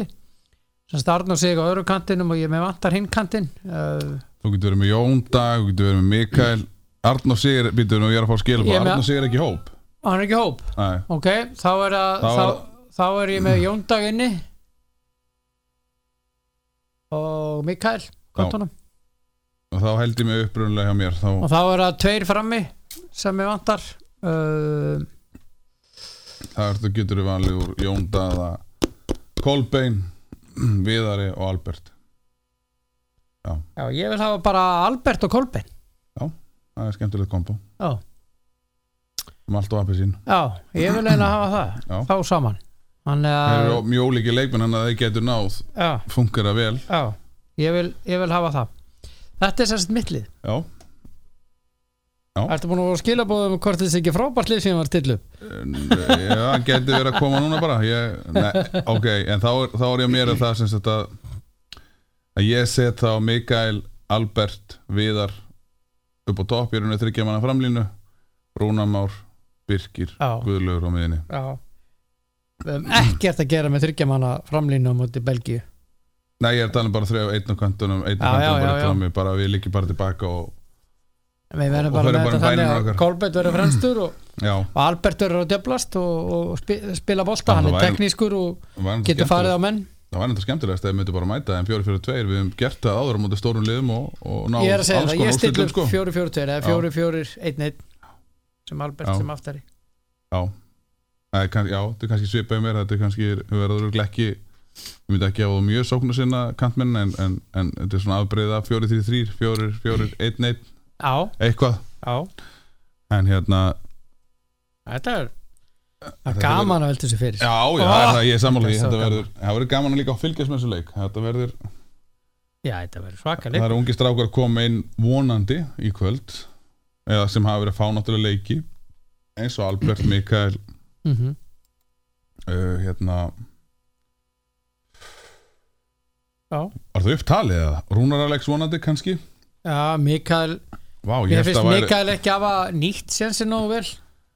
Speaker 1: sem starna sig á öru kantinum og ég með vantar hinn kantin uh,
Speaker 2: þú getur verið með Jón Dag, þú getur verið með Mikael Arnór Sigur, býtum við nú, ég er að fá að skilja
Speaker 1: Ég er með-
Speaker 2: Arnór Sigur er ekki í hóp
Speaker 1: hann er ekki í hóp
Speaker 2: Nei,
Speaker 1: ok, þá er, að,
Speaker 2: Þá
Speaker 1: þá,
Speaker 2: er-
Speaker 1: þá er ég með Jóndag inni og Mikael kantunum
Speaker 2: og þá held ég mig upprunalega hjá mér þá,
Speaker 1: og þá er það tveir frammi sem ég vantar uh,
Speaker 2: það ertu getur við valið úr Jón Daða Kolbein, <clears throat> Viðari og Albert
Speaker 1: já, ég vil hafa bara Albert og Kolbein
Speaker 2: það er skemmtilegt kombo,
Speaker 1: já,
Speaker 2: Malt og Apisín
Speaker 1: já ég vil eina hafa það
Speaker 2: Já.
Speaker 1: þá saman þannig
Speaker 2: það
Speaker 1: að
Speaker 2: eru mjög ólíki leikmenn hann að þeir getur náð
Speaker 1: já,
Speaker 2: funkar það vel,
Speaker 1: já, ég vil, ég vil hafa það þetta er sérst mittlið
Speaker 2: já Já.
Speaker 1: Ertu búin að skila bóðum hvort þessi ekki frábært lið sem var stillu?
Speaker 2: eh, Já, hann geti verið að koma núna bara ég, ne, Ok, en þá er, þá er ég mér að það sem þetta að ég set þá Mikael, Albert, Viðar upp á topp, ég er unni þryggja manna framlínu Rúnamár, Birkir,
Speaker 1: Já.
Speaker 2: Guðlaugur á miðinni
Speaker 1: Já. Við höfum ekkert að gera með þryggja manna framlínu á móti Belgíu.
Speaker 2: Nei, ég er talað bara þrjá einn og kantunum einn og
Speaker 1: Já, já,
Speaker 2: kantunum
Speaker 1: já,
Speaker 2: bara
Speaker 1: já.
Speaker 2: í frammi bara við líkjum bara tilbaka og
Speaker 1: Við verðum
Speaker 2: Og
Speaker 1: bara
Speaker 2: förum
Speaker 1: með
Speaker 2: bara
Speaker 1: þetta
Speaker 2: um
Speaker 1: þannig
Speaker 2: bænirnar
Speaker 1: að
Speaker 2: okkar.
Speaker 1: Kolbett verður fremstur og,
Speaker 2: já,
Speaker 1: og Albert verður að djöblast og, og spi, spila bolta.
Speaker 2: Já,
Speaker 1: Hann
Speaker 2: það
Speaker 1: er
Speaker 2: væri-
Speaker 1: teknískur og
Speaker 2: það var enda
Speaker 1: getur farið
Speaker 2: skemmtilegast
Speaker 1: á menn.
Speaker 2: það var enda skemmtilegast að við myndum bara að mæta en 4-4-2, við hefum gert það áður á móti stórum liðum og, og ná
Speaker 1: Ég er að segja það, ég stillu
Speaker 2: úrslitum, sko.
Speaker 1: upp 4-4-2 eða 4-4-1-1 sem Albert
Speaker 2: Já.
Speaker 1: sem aftari.
Speaker 2: Það er kann, já, þetta er kannski svipaði mér þetta er kannski, við verðum örugglega ekki við myndum ekki hafa þá mjög sóknu sinna kantmenn en, en, en þetta er svona afbreyða 4-3-3, 4-4-1-1
Speaker 1: Já,
Speaker 2: eitthvað,
Speaker 1: já.
Speaker 2: en hérna
Speaker 1: Þetta er
Speaker 2: þetta
Speaker 1: gaman að velta þessu fyrir.
Speaker 2: já, já, það er það, ég er sammála því
Speaker 1: Þetta er
Speaker 2: þetta
Speaker 1: svo
Speaker 2: verður, það verður gaman að líka að fylgjast með þessu leik þetta verður,
Speaker 1: Já, þetta verður svakaleg.
Speaker 2: það eru ungi strákar að koma inn vonandi í kvöld eða sem hafa verið að fá náttúrulega leiki eins og Albert Mikael
Speaker 1: Mm
Speaker 2: uh, hérna
Speaker 1: Já.
Speaker 2: Var það upptalið eða? Rúnar Alex vonandi kannski?
Speaker 1: Já, Mikael,
Speaker 2: Vá, ég
Speaker 1: mér
Speaker 2: held
Speaker 1: finnst
Speaker 2: að væri
Speaker 1: Mikael ekki hafa nýtt sensi nógu vel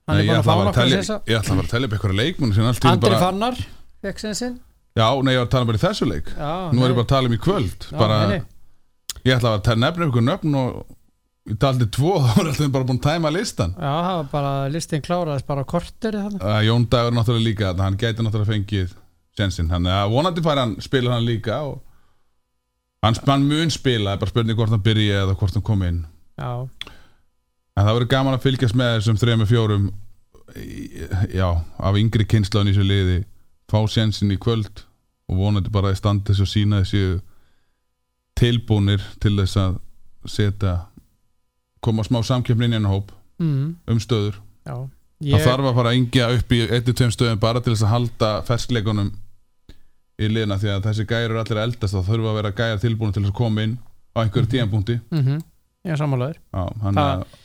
Speaker 1: Hann
Speaker 2: Nei,
Speaker 1: er
Speaker 2: ég
Speaker 1: bara að
Speaker 2: ætla
Speaker 1: fá
Speaker 2: að fara að
Speaker 1: nokkuð
Speaker 2: telja
Speaker 1: sensa
Speaker 2: Ég ætla að fara að telja upp einhverja leikmenn sem allt í einu
Speaker 1: Andri
Speaker 2: bara
Speaker 1: Fannar fekk sensin
Speaker 2: Já, nei, ég var að tala um bara í þessu leik
Speaker 1: Já,
Speaker 2: Nú
Speaker 1: nei.
Speaker 2: er ég bara að tala um í kvöld
Speaker 1: Já,
Speaker 2: bara,
Speaker 1: nei, nei.
Speaker 2: Ég ætla að fara að tala- nefna einhverju nöfn og ég taldi tvo <laughs> þá var alltaf bara búin að tæma listan
Speaker 1: Já, það var bara listin kláraðist bara á korter þannig.
Speaker 2: uh, Jón Dagur náttúrulega líka þarna, hann gæti náttúrulega fengið sjensin hann uh, vonandi fær hann, spila hann líka og hann, hann mun spila það er bara spurning hvort hann byrja eða hvort hann kom inn
Speaker 1: Já,
Speaker 2: en það verður gaman að fylgjast með þessum þrejum og fjórum í- já, af yngri kynslaun í þessu liði fá sjensin í kvöld og vonandi bara að standa þessu og sína þessu tilbúnir til þess að setja koma smá samkeppni inn í hennar hóp
Speaker 1: mm,
Speaker 2: um stöður
Speaker 1: já
Speaker 2: Það
Speaker 1: Ég,
Speaker 2: þarf að fara að yngja upp í 1-2 stöðum bara til þess að halda ferskleikunum í liðina því að þessi gæri eru allir að eldast þá þurfa að vera gæjar tilbúin til þess að koma inn á einhverjum tíðanpunkti
Speaker 1: mm ég er sammálaður
Speaker 2: Já, hann
Speaker 1: Það-
Speaker 2: að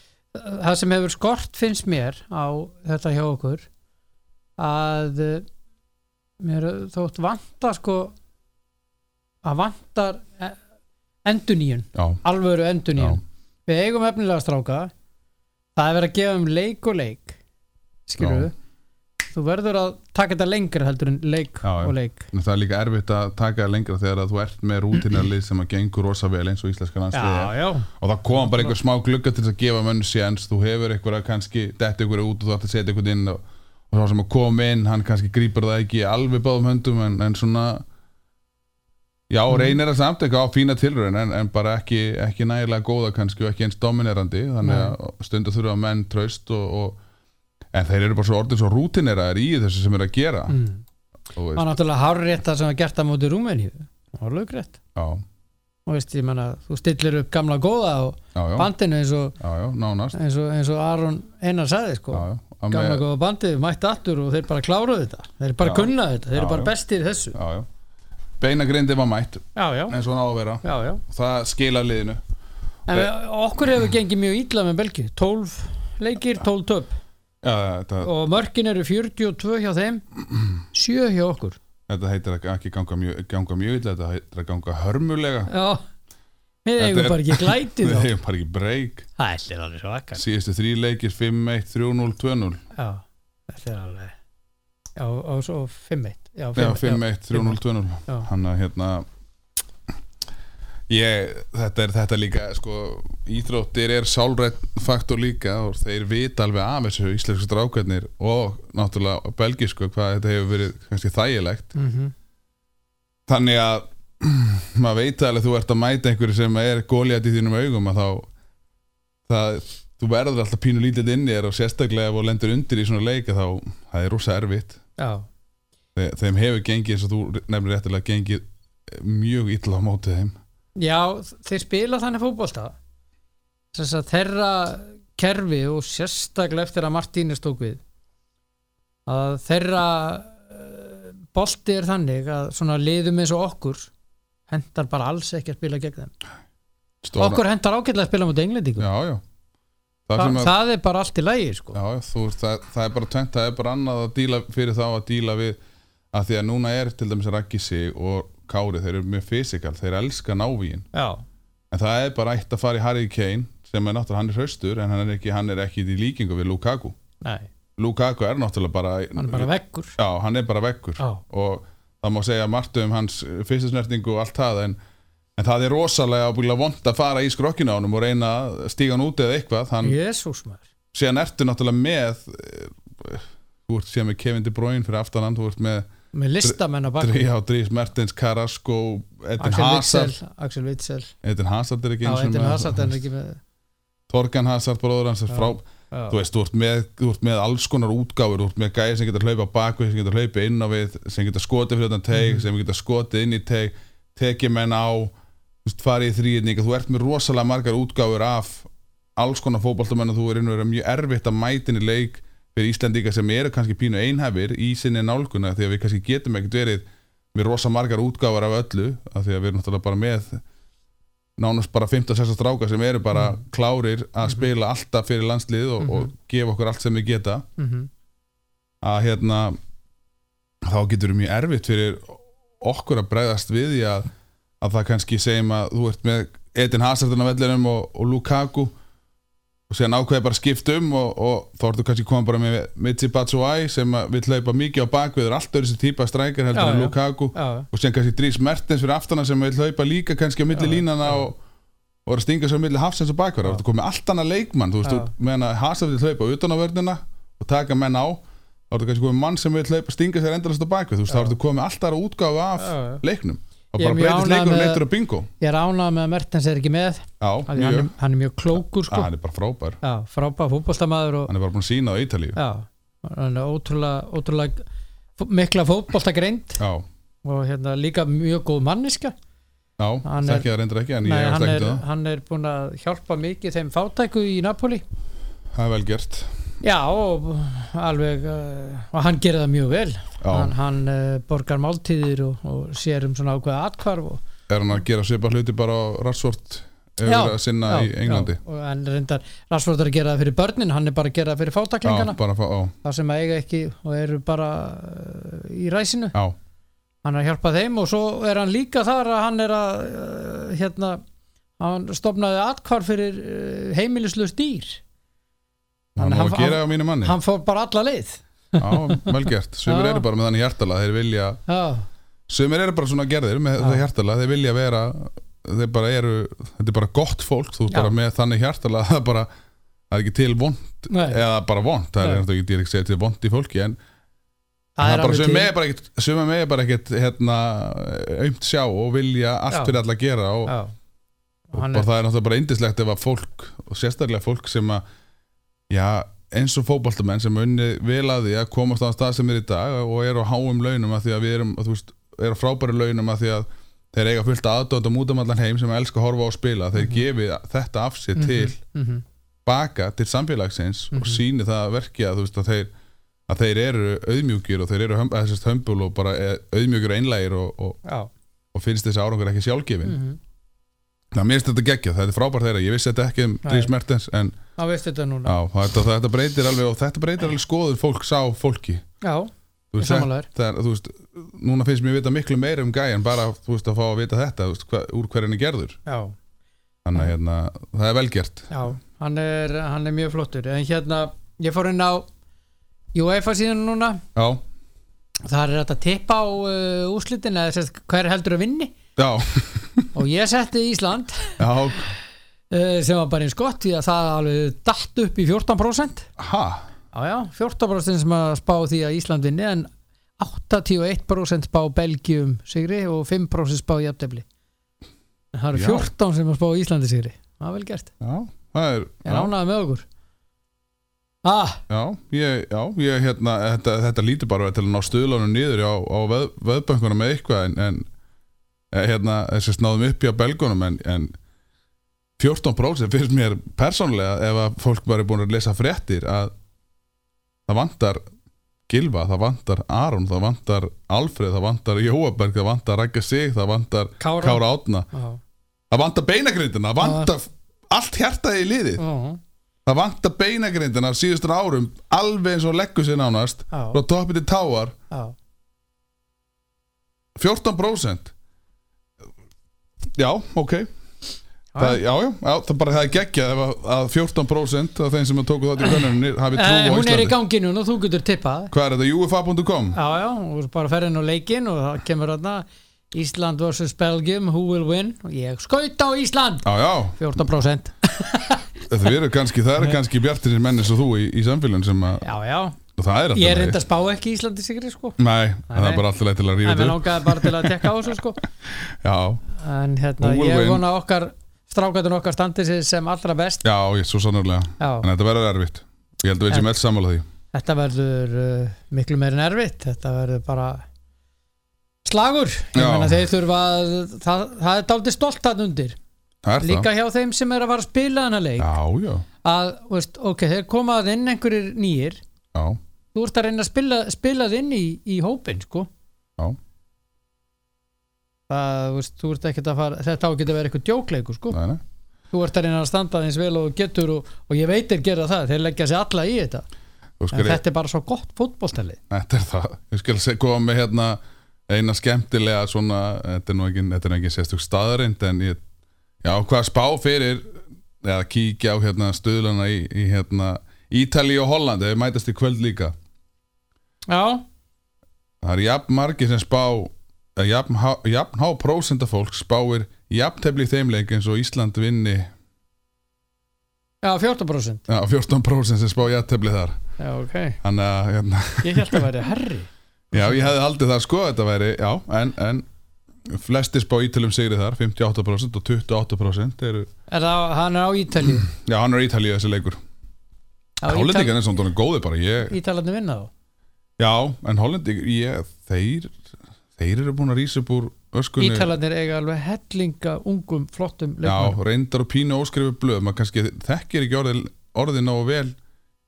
Speaker 1: Það sem hefur skort finnst mér á þetta hjá okkur að eh, mér þótt vanta sko að vantar eh, endurnýjun,
Speaker 2: Já,
Speaker 1: alvöru
Speaker 2: já,
Speaker 1: endurnýjun við eigum efnilega stráka það er verið að gefa um leik og leik skilur við þú verður að taka þetta lengra heldur en leik
Speaker 2: Já, já.
Speaker 1: og leik
Speaker 2: En það er líka erfitt að taka það lengra þegar að þú ert með rútinarlið sem að gengur rosa vel eins og íslenska landsliði
Speaker 1: já,
Speaker 2: og það koma bara einhver smá glugga til þess að gefa mönn séns, þú hefur einhverja kannski detti einhverja út og þú ætti að setja einhvern inn og, og svo sem að koma inn, hann kannski grýpar það ekki alveg báðum höndum en, en svona Já, reynir að samt eitthvað á fína tilraun en, en bara ekki, ekki nægilega góða kannski og ekki eins dominerandi þannig að stundu þurfa menn traust og, og, en þeir eru bara svo orðin svo rútineraðir í þessu sem eru að gera
Speaker 1: Mm.
Speaker 2: og
Speaker 1: það er
Speaker 2: veist,
Speaker 1: náttúrulega hárrétt það sem er gert að móti Rúmeníu það var lögrétt
Speaker 2: já,
Speaker 1: og veist, ég menna, þú stillir upp gamla góða og
Speaker 2: já, já,
Speaker 1: bandinu eins og,
Speaker 2: já, já, nánast
Speaker 1: eins og, eins og Aron Einar sagði sko
Speaker 2: já, já, að
Speaker 1: gamla
Speaker 2: með-
Speaker 1: góða bandið, mætti aftur og þeir bara kláruðu þetta þeir bara
Speaker 2: Já.
Speaker 1: kunnaðu þetta, þeir
Speaker 2: Já,
Speaker 1: eru bara
Speaker 2: já.
Speaker 1: bestir í þessu
Speaker 2: já, já. beina grindin var mætt
Speaker 1: já, já,
Speaker 2: eins og hann á að vera
Speaker 1: já, já.
Speaker 2: það skila liðinu
Speaker 1: En við, okkur hefur gengið mjög illa með Belgíu 12 leikir, 12 töp
Speaker 2: já, þetta,
Speaker 1: og mörkin eru 42 hjá þeim 7 hjá okkur
Speaker 2: þetta heitir að ekki ganga mjög, ganga mjög illa þetta heitir að ganga hörmulega
Speaker 1: Já, við
Speaker 2: Þetta
Speaker 1: eigum
Speaker 2: er-
Speaker 1: bara ekki glæti
Speaker 2: <laughs> við
Speaker 1: þá
Speaker 2: hefum bara ekki breyk
Speaker 1: Það er alveg svo akkar
Speaker 2: síðustu þrý leikir 5-1, 3-0, 2-0
Speaker 1: Já, þetta er alveg Já, og svo 5-1 Já,
Speaker 2: Já,
Speaker 1: 5-1
Speaker 2: 5-1, 3-0, 2-0
Speaker 1: Já.
Speaker 2: hann að hérna ég, þetta er þetta líka sko, íþróttir er sálrætt faktor líka og þeir vita alveg af þessu íslensku strákarnir og náttúrulega belgisku hvað þetta hefur verið kannski þægilegt
Speaker 1: Mhm.
Speaker 2: þannig að <clears throat> maður veit alveg að þú ert að mæta einhverju sem er góliðat í þínum augum að þá það, þú verður alltaf pínu lítið inn í þér og sérstaklega ef þú lendur undir í svona leika þá það er rosa erfitt
Speaker 1: Já,
Speaker 2: Þe, þeim hefur gengið eins og þú nefnir réttilega gengið mjög illa á mótið þeim
Speaker 1: Já, þeir spila þannig fótbolta þess að þeirra kerfi og sérstaklega eftir að Martínez tók við að þeirra uh, bolti er þannig að svona liðum eins og okkur hendar bara alls ekki að spila gegn þeim
Speaker 2: Stóra-
Speaker 1: okkur hendar ágætlega að spila mútið englendingum
Speaker 2: já, já. það, sem
Speaker 1: Þa,
Speaker 2: að,
Speaker 1: það er bara allt í lægi sko.
Speaker 2: Já, þú veist, það, það er bara tvennt, það er bara annað að díla fyrir þá að díla við að því að núna er til dæmis Raggi sig og Kári, þeir eru mjög fysikal, þeir elska návíin
Speaker 1: Já,
Speaker 2: en það er bara eitt að fara í Harry Kane sem er náttúrulega, hann er hraustur en hann er ekki, hann er ekki í líkingu við Lukaku
Speaker 1: nei,
Speaker 2: Lukaku er náttúrulega bara,
Speaker 1: hann er bara vekkur
Speaker 2: Já, hann er bara vekkur
Speaker 1: Já.
Speaker 2: og það má segja margt um hans fyrstu snertingu og allt það en, en það er rosalega ábyggilega vond að fara í skrokkinu á honum og reyna að stíga hann út eða eitthvað hann,
Speaker 1: Jésús maður
Speaker 2: síðan ertu náttúrulega með eh, þú ert síðan með Kevin De Bruyne fyrir aftan hann, þú ert með
Speaker 1: með listamenn að baka
Speaker 2: Dríhá, Drís, Mertens, Carrasco Edin
Speaker 1: Axel
Speaker 2: Hazard
Speaker 1: Witzel, Axel Witzel
Speaker 2: Edin Hazard er ekki
Speaker 1: Já,
Speaker 2: einu sinni
Speaker 1: Edin
Speaker 2: með-
Speaker 1: Hazard en ekki með
Speaker 2: Torgan Hazard, bróður hans er
Speaker 1: Já.
Speaker 2: frá
Speaker 1: já.
Speaker 2: þú veist, þú ert, með, þú ert með alls konar útgáfur þú ert með gæði sem getur hlaupa bakvið sem getur hlaupa inn á við, sem getur skotið fyrir utan teig, sem getur skotið inn í teig tekið menn á þú veist, farið í þrýðning, þú ert með rosalega margar útgáfur af alls konar fótboltamenn og þú er innverið mjög erfitt að mæta inn í leik fyrir Íslandíka sem eru kannski pínu einhæfir í sinni nálguna því að við kannski getum ekkert verið með rosa margar útgáfar af öllu af því að við erum náttúrulega bara með nánast bara 15-16 stráka sem eru bara klárir að spila alltaf fyrir landslið og, og gefa okkur allt sem við geta
Speaker 1: Mhm.
Speaker 2: að hérna þá getur við mjög erfitt fyrir okkur að bregðast við því að, að það kannski segjum að þú ert með Edin Hazardin á vellinum og, og Lukaku og síðan ákveði bara skipt um og, og þá ertu kannski komið bara með Mitsi Batshuayi sem að vill hlaupa mikið á bakvið er alltaf þessi típa strækir heldur
Speaker 1: Já,
Speaker 2: en
Speaker 1: já.
Speaker 2: Lukaku
Speaker 1: Já,
Speaker 2: og síðan kannski Dries Mertens fyrir aftana sem vil hlaupa líka kannski á milli
Speaker 1: Já,
Speaker 2: línana
Speaker 1: já.
Speaker 2: og, og er að stinga sér á milli hafsins og bakvara
Speaker 1: Já.
Speaker 2: og þú komið allt annað leikmann þú veist,
Speaker 1: Já.
Speaker 2: þú meðan að Hazard vil hlaupa utan á vörnina og taka menn á þá ertu kannski komið mann sem vil hlaupa stinga sér endalast á bakvið þú
Speaker 1: Já.
Speaker 2: veist, þá ertu komið allt aðra útgáfa af
Speaker 1: Já, já.
Speaker 2: leiknum og
Speaker 1: Ég er
Speaker 2: bara
Speaker 1: mjög
Speaker 2: breytist
Speaker 1: ánægð
Speaker 2: leikunum
Speaker 1: með-
Speaker 2: eittur og bingo
Speaker 1: ég er ánað með að Mertens er ekki með
Speaker 2: já,
Speaker 1: af því hann,
Speaker 2: mjög,
Speaker 1: er- hann er mjög klókur
Speaker 2: Að,
Speaker 1: sko.
Speaker 2: hann er bara frábær
Speaker 1: já, frábæð fótboltamaður og
Speaker 2: hann er bara búin að sína á Ítalíu
Speaker 1: já, hann er ótrúlega, ótrúlega fó- mikla fótboltagreind
Speaker 2: já,
Speaker 1: og hérna líka mjög góð manniska
Speaker 2: já,
Speaker 1: Hann er-
Speaker 2: þekki það reyndir ekki en
Speaker 1: Nei,
Speaker 2: ég
Speaker 1: hann,
Speaker 2: eftir
Speaker 1: er,
Speaker 2: ekki það,
Speaker 1: hann er búin að hjálpa mikið þeim fátæku í Napoli
Speaker 2: það er vel gert
Speaker 1: já, og alveg uh, og hann gerir það mjög vel hann,
Speaker 2: já,
Speaker 1: hann uh, borgar máltíðir og, og sér um svona ákveða atkvarf og,
Speaker 2: er hann að gera svipa hluti bara á rassvort
Speaker 1: Já,
Speaker 2: hefur að sinna
Speaker 1: já,
Speaker 2: í Englandi
Speaker 1: já, og hann reyndar, Rashford er að gera það fyrir börnin hann er bara að gera það fyrir
Speaker 2: já,
Speaker 1: fátaklingana
Speaker 2: bara að fá, já,
Speaker 1: það sem að eiga ekki og eru bara uh, í ræsinu
Speaker 2: já
Speaker 1: hann er að hjálpa þeim og svo er hann líka þar að hann er að uh, hérna, hann stopnaði atkvar fyrir uh, heimilislaust dýr
Speaker 2: hann
Speaker 1: Þannig
Speaker 2: má
Speaker 1: hann-
Speaker 2: að gera á mínu manni
Speaker 1: hann fór bara alla leið
Speaker 2: já, vel gert, sumir
Speaker 1: Já.
Speaker 2: eru bara með þannig hjartala þeir vilja,
Speaker 1: já,
Speaker 2: sumir eru bara svona gerðir með
Speaker 1: Já.
Speaker 2: það hjartala, þeir vilja vera þeir bara eru, þetta er bara gott fólk þú ert
Speaker 1: Já.
Speaker 2: bara með þannig hjartala <laughs> það er bara, það er ekki til vond
Speaker 1: nei,
Speaker 2: eða bara vond, það er
Speaker 1: Nei.
Speaker 2: náttúrulega ekki ég er ekki að segja til vond í fólki en
Speaker 1: það er
Speaker 2: bara,
Speaker 1: alveg
Speaker 2: sumir
Speaker 1: til
Speaker 2: megi bara ekkit, sumir megi bara ekkit hérna, aumt sjá og vilja
Speaker 1: Já.
Speaker 2: allt fyrir alla að gera og,
Speaker 1: já. Og
Speaker 2: og
Speaker 1: hann
Speaker 2: bara
Speaker 1: er,
Speaker 2: það er náttúrulega bara indislegt ef að fólk og sérstaklega fólk sem að já, eins og fótballtamenn sem unni vel að því að komast á þann stað sem er í dag og eru á háum launum að því að við erum þú veist, eru á frábæri launum að því að þeir eiga fullt aðdóðum út um allan heim sem elska að horfa á að spila, þeir gefi þetta af sér til
Speaker 1: mhm,
Speaker 2: baka til samfélagsins og síni það að verki að þú veist að þeir að þeir eru auðmjúkir og þeir eru hömb, að þessast hömbul og bara eh, auðmjúkir og einlægir og, og,
Speaker 1: já,
Speaker 2: og finnst þessi árangur ekki sjálfgefin
Speaker 1: mhm.
Speaker 2: Já, mér finnst þetta geggjað, þetta er frábært þeirra, ég vissi þetta ekki um
Speaker 1: Nei.
Speaker 2: Dries Mertens en
Speaker 1: þá veist þetta núna
Speaker 2: já, þetta, þetta breytir alveg og þetta breytir alveg skoður fólk sá fólki
Speaker 1: já,
Speaker 2: Þú
Speaker 1: ég
Speaker 2: þetta,
Speaker 1: samanlegar
Speaker 2: er, þú veist, núna finnst mér vita miklu meira um gæjan bara þú veist, að fá að vita þetta, þú veist, hva, úr hverjan er gerður
Speaker 1: já
Speaker 2: þannig að hérna, það er velgert
Speaker 1: Já, hann er, hann er mjög flottur en hérna, ég fór inn á UEFA síðan núna
Speaker 2: Já,
Speaker 1: þar er þetta tippa á uh, úrslitin eða sérst, hver heldur að vinni
Speaker 2: já,
Speaker 1: og ég setti Ísland
Speaker 2: já,
Speaker 1: uh, sem var bara eins gott því að það alveg datt upp í 14%
Speaker 2: ha
Speaker 1: Já, já, 14% sem að spá því að Ísland vinni en 81% spá Belgium sigri og 5% spá jafntefli En Það
Speaker 2: Já.
Speaker 1: eru 14 sem að spá Íslandi sigri Það er vel gert,
Speaker 2: Já, það er,
Speaker 1: ég er
Speaker 2: já,
Speaker 1: ánægði með okkur Ah,
Speaker 2: já, ég, já, ég hérna, þetta, þetta lítur bara til að ná stuðlunum niður á, á veð, veðbönkunum með eitthvað en, en eh, hérna, þess að snáðum upp hjá belgunum en, en 14% finnst mér persónlega ef að fólk væri búin að lesa fréttir að það vantar Gilva, það vantar Aron, það vantar Alfreð, það vantar Jóaberg, það vantar Rækja Sig, það vantar
Speaker 1: Kára,
Speaker 2: Kára Átna,
Speaker 1: Já.
Speaker 2: það vantar beinagrindina, það vantar allt hjartaði í liðið
Speaker 1: Já,
Speaker 2: Það vantar beinagrindina af síðustur árum alveg eins og leggur sér nánast
Speaker 1: Já.
Speaker 2: frá toppi til táar
Speaker 1: já,
Speaker 2: 14% Já, ok Það, já, já, já, það bara það er geggjað ef að- að 14% af þeim sem tóku
Speaker 1: <laughs>
Speaker 2: þátt í könnuninni hafi
Speaker 1: Eh,
Speaker 2: trú á
Speaker 1: hún er
Speaker 2: Íslandi.
Speaker 1: í gangi núna og þú getur tippað
Speaker 2: Hvað er þetta? UFA.com?
Speaker 1: já, já, og bara ferðin á leikin og það kemur þarna Ísland vs. Belgium, who will win og ég skaut á Ísland
Speaker 2: Já, já,
Speaker 1: 14%
Speaker 2: þetta eru kannski, það eru kannski bjartinir menni svo þú í, í samfélagin sem að,
Speaker 1: já, já,
Speaker 2: og það er alltaf
Speaker 1: ég er
Speaker 2: lagi.
Speaker 1: reynd að spá ekki Íslandi sigri sko
Speaker 2: Nei, það
Speaker 1: nei.
Speaker 2: er bara alltaf leið til að rífa
Speaker 1: en mér
Speaker 2: þetta upp.
Speaker 1: langaði bara til að tekka á þessu sko
Speaker 2: Já,
Speaker 1: en hérna,
Speaker 2: Who will
Speaker 1: ég
Speaker 2: win?
Speaker 1: vona okkar strákatun okkar standi sig sem allra best
Speaker 2: já, ég, svo sannarlega
Speaker 1: Já.
Speaker 2: En þetta verður erfitt Ég held að við
Speaker 1: En-
Speaker 2: sem öll sammála því
Speaker 1: þetta verður uh, miklu meira en erfitt þetta verður bara slagur ég
Speaker 2: Já.
Speaker 1: meina þeir þurfa að það, það er dálítið stolt hann undir
Speaker 2: Það er
Speaker 1: líka
Speaker 2: það
Speaker 1: hjá þeim sem er að fara að spila hana leik
Speaker 2: Já, já,
Speaker 1: að, þú veist, ok, þeir koma að inn einhverjir nýjir
Speaker 2: já,
Speaker 1: þú ert að reyna að spila, spila það inn í, í hópin sko
Speaker 2: Já.
Speaker 1: það, þú veist, þú ert ekkert að fara þetta á að geta verið eitthvað djókleiku sko
Speaker 2: það er það
Speaker 1: þú ert að reyna að standa þeins vel og þú getur og, og ég veit þeir gera það, þeir leggja sig alla í þetta
Speaker 2: Þú
Speaker 1: en
Speaker 2: skil,
Speaker 1: þetta er bara svo gott fótboltalið
Speaker 2: Þetta er það Ég skal se- koma með hérna eina skemmtilega svona Þetta er nú ekki, þetta er nú ekki sérstök staðarind En ég, já, hvað spá fyrir eða kíkja á hérna stöðlana í, í hérna Ítali og Hollandi, þau mætast í kvöld líka
Speaker 1: já,
Speaker 2: Það er jafn margir sem spá eða jafn, há- jafn há prósenda fólk spáir jafn tefli í þeim leik eins og Ísland vinni
Speaker 1: já 14%
Speaker 2: já, 14% sem spá jafn tefli þar
Speaker 1: já, ok,
Speaker 2: Þannig að, hérna,
Speaker 1: ég held að væri herri
Speaker 2: já, ég hefði aldrei það sko þetta væri, já, en, en flestir spá ítalum sigri þar, 58% og 28% eru,
Speaker 1: er það, hann er á Ítalíu
Speaker 2: já, hann er ítalið þessi leikur
Speaker 1: Á
Speaker 2: Hollendingan er svona góði bara, ég
Speaker 1: Ítalarnir vinna þá
Speaker 2: já, en Hollendingan, ég þeir, þeir eru búin að rísa upp úr öskunni
Speaker 1: Ítalarnir eiga alveg hellinga ungum flottum
Speaker 2: Já,
Speaker 1: leikmannum
Speaker 2: reyndar og pínu óskrifu blöð maður kannski þekkir ekki orðið, orðið nógu vel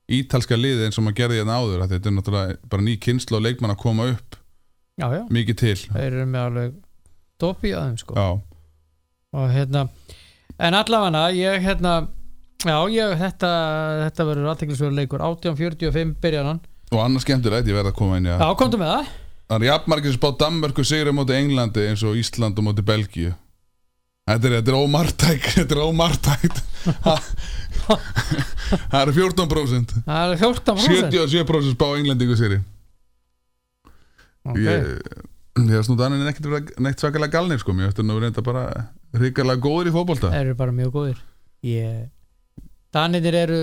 Speaker 2: ítalska liði eins og maður gerði hérna áður af því þetta er náttúrulega bara ný kynslu og leikmann að koma upp
Speaker 1: já, já,
Speaker 2: mikið til
Speaker 1: þeir eru með alveg dopi á þeim sko
Speaker 2: Já,
Speaker 1: og hérna en allavega ég hérna já ég þetta þetta verður aðteklisverður leikur 18.45 byrjanan
Speaker 2: og annars skemmtilegt ég verð að koma inn í að
Speaker 1: já komdu með það
Speaker 2: Það er jafnmargir sem spá Danmörku sigri á móti Englandi eins og Ísland á móti Belgíu Þetta er, þetta er ómartæk <laughs> Þetta er ómartæk Það eru 14%
Speaker 1: það er 14%
Speaker 2: 77% spá Englendingu sigri
Speaker 1: Ok.
Speaker 2: Ég, ég hef snútt annað en ekkert verið neitt svakalega galnir sko, mér eftir nú reynda bara hrikalega góður í fótbolta
Speaker 1: þeir eru bara mjög góðir ég Danir eru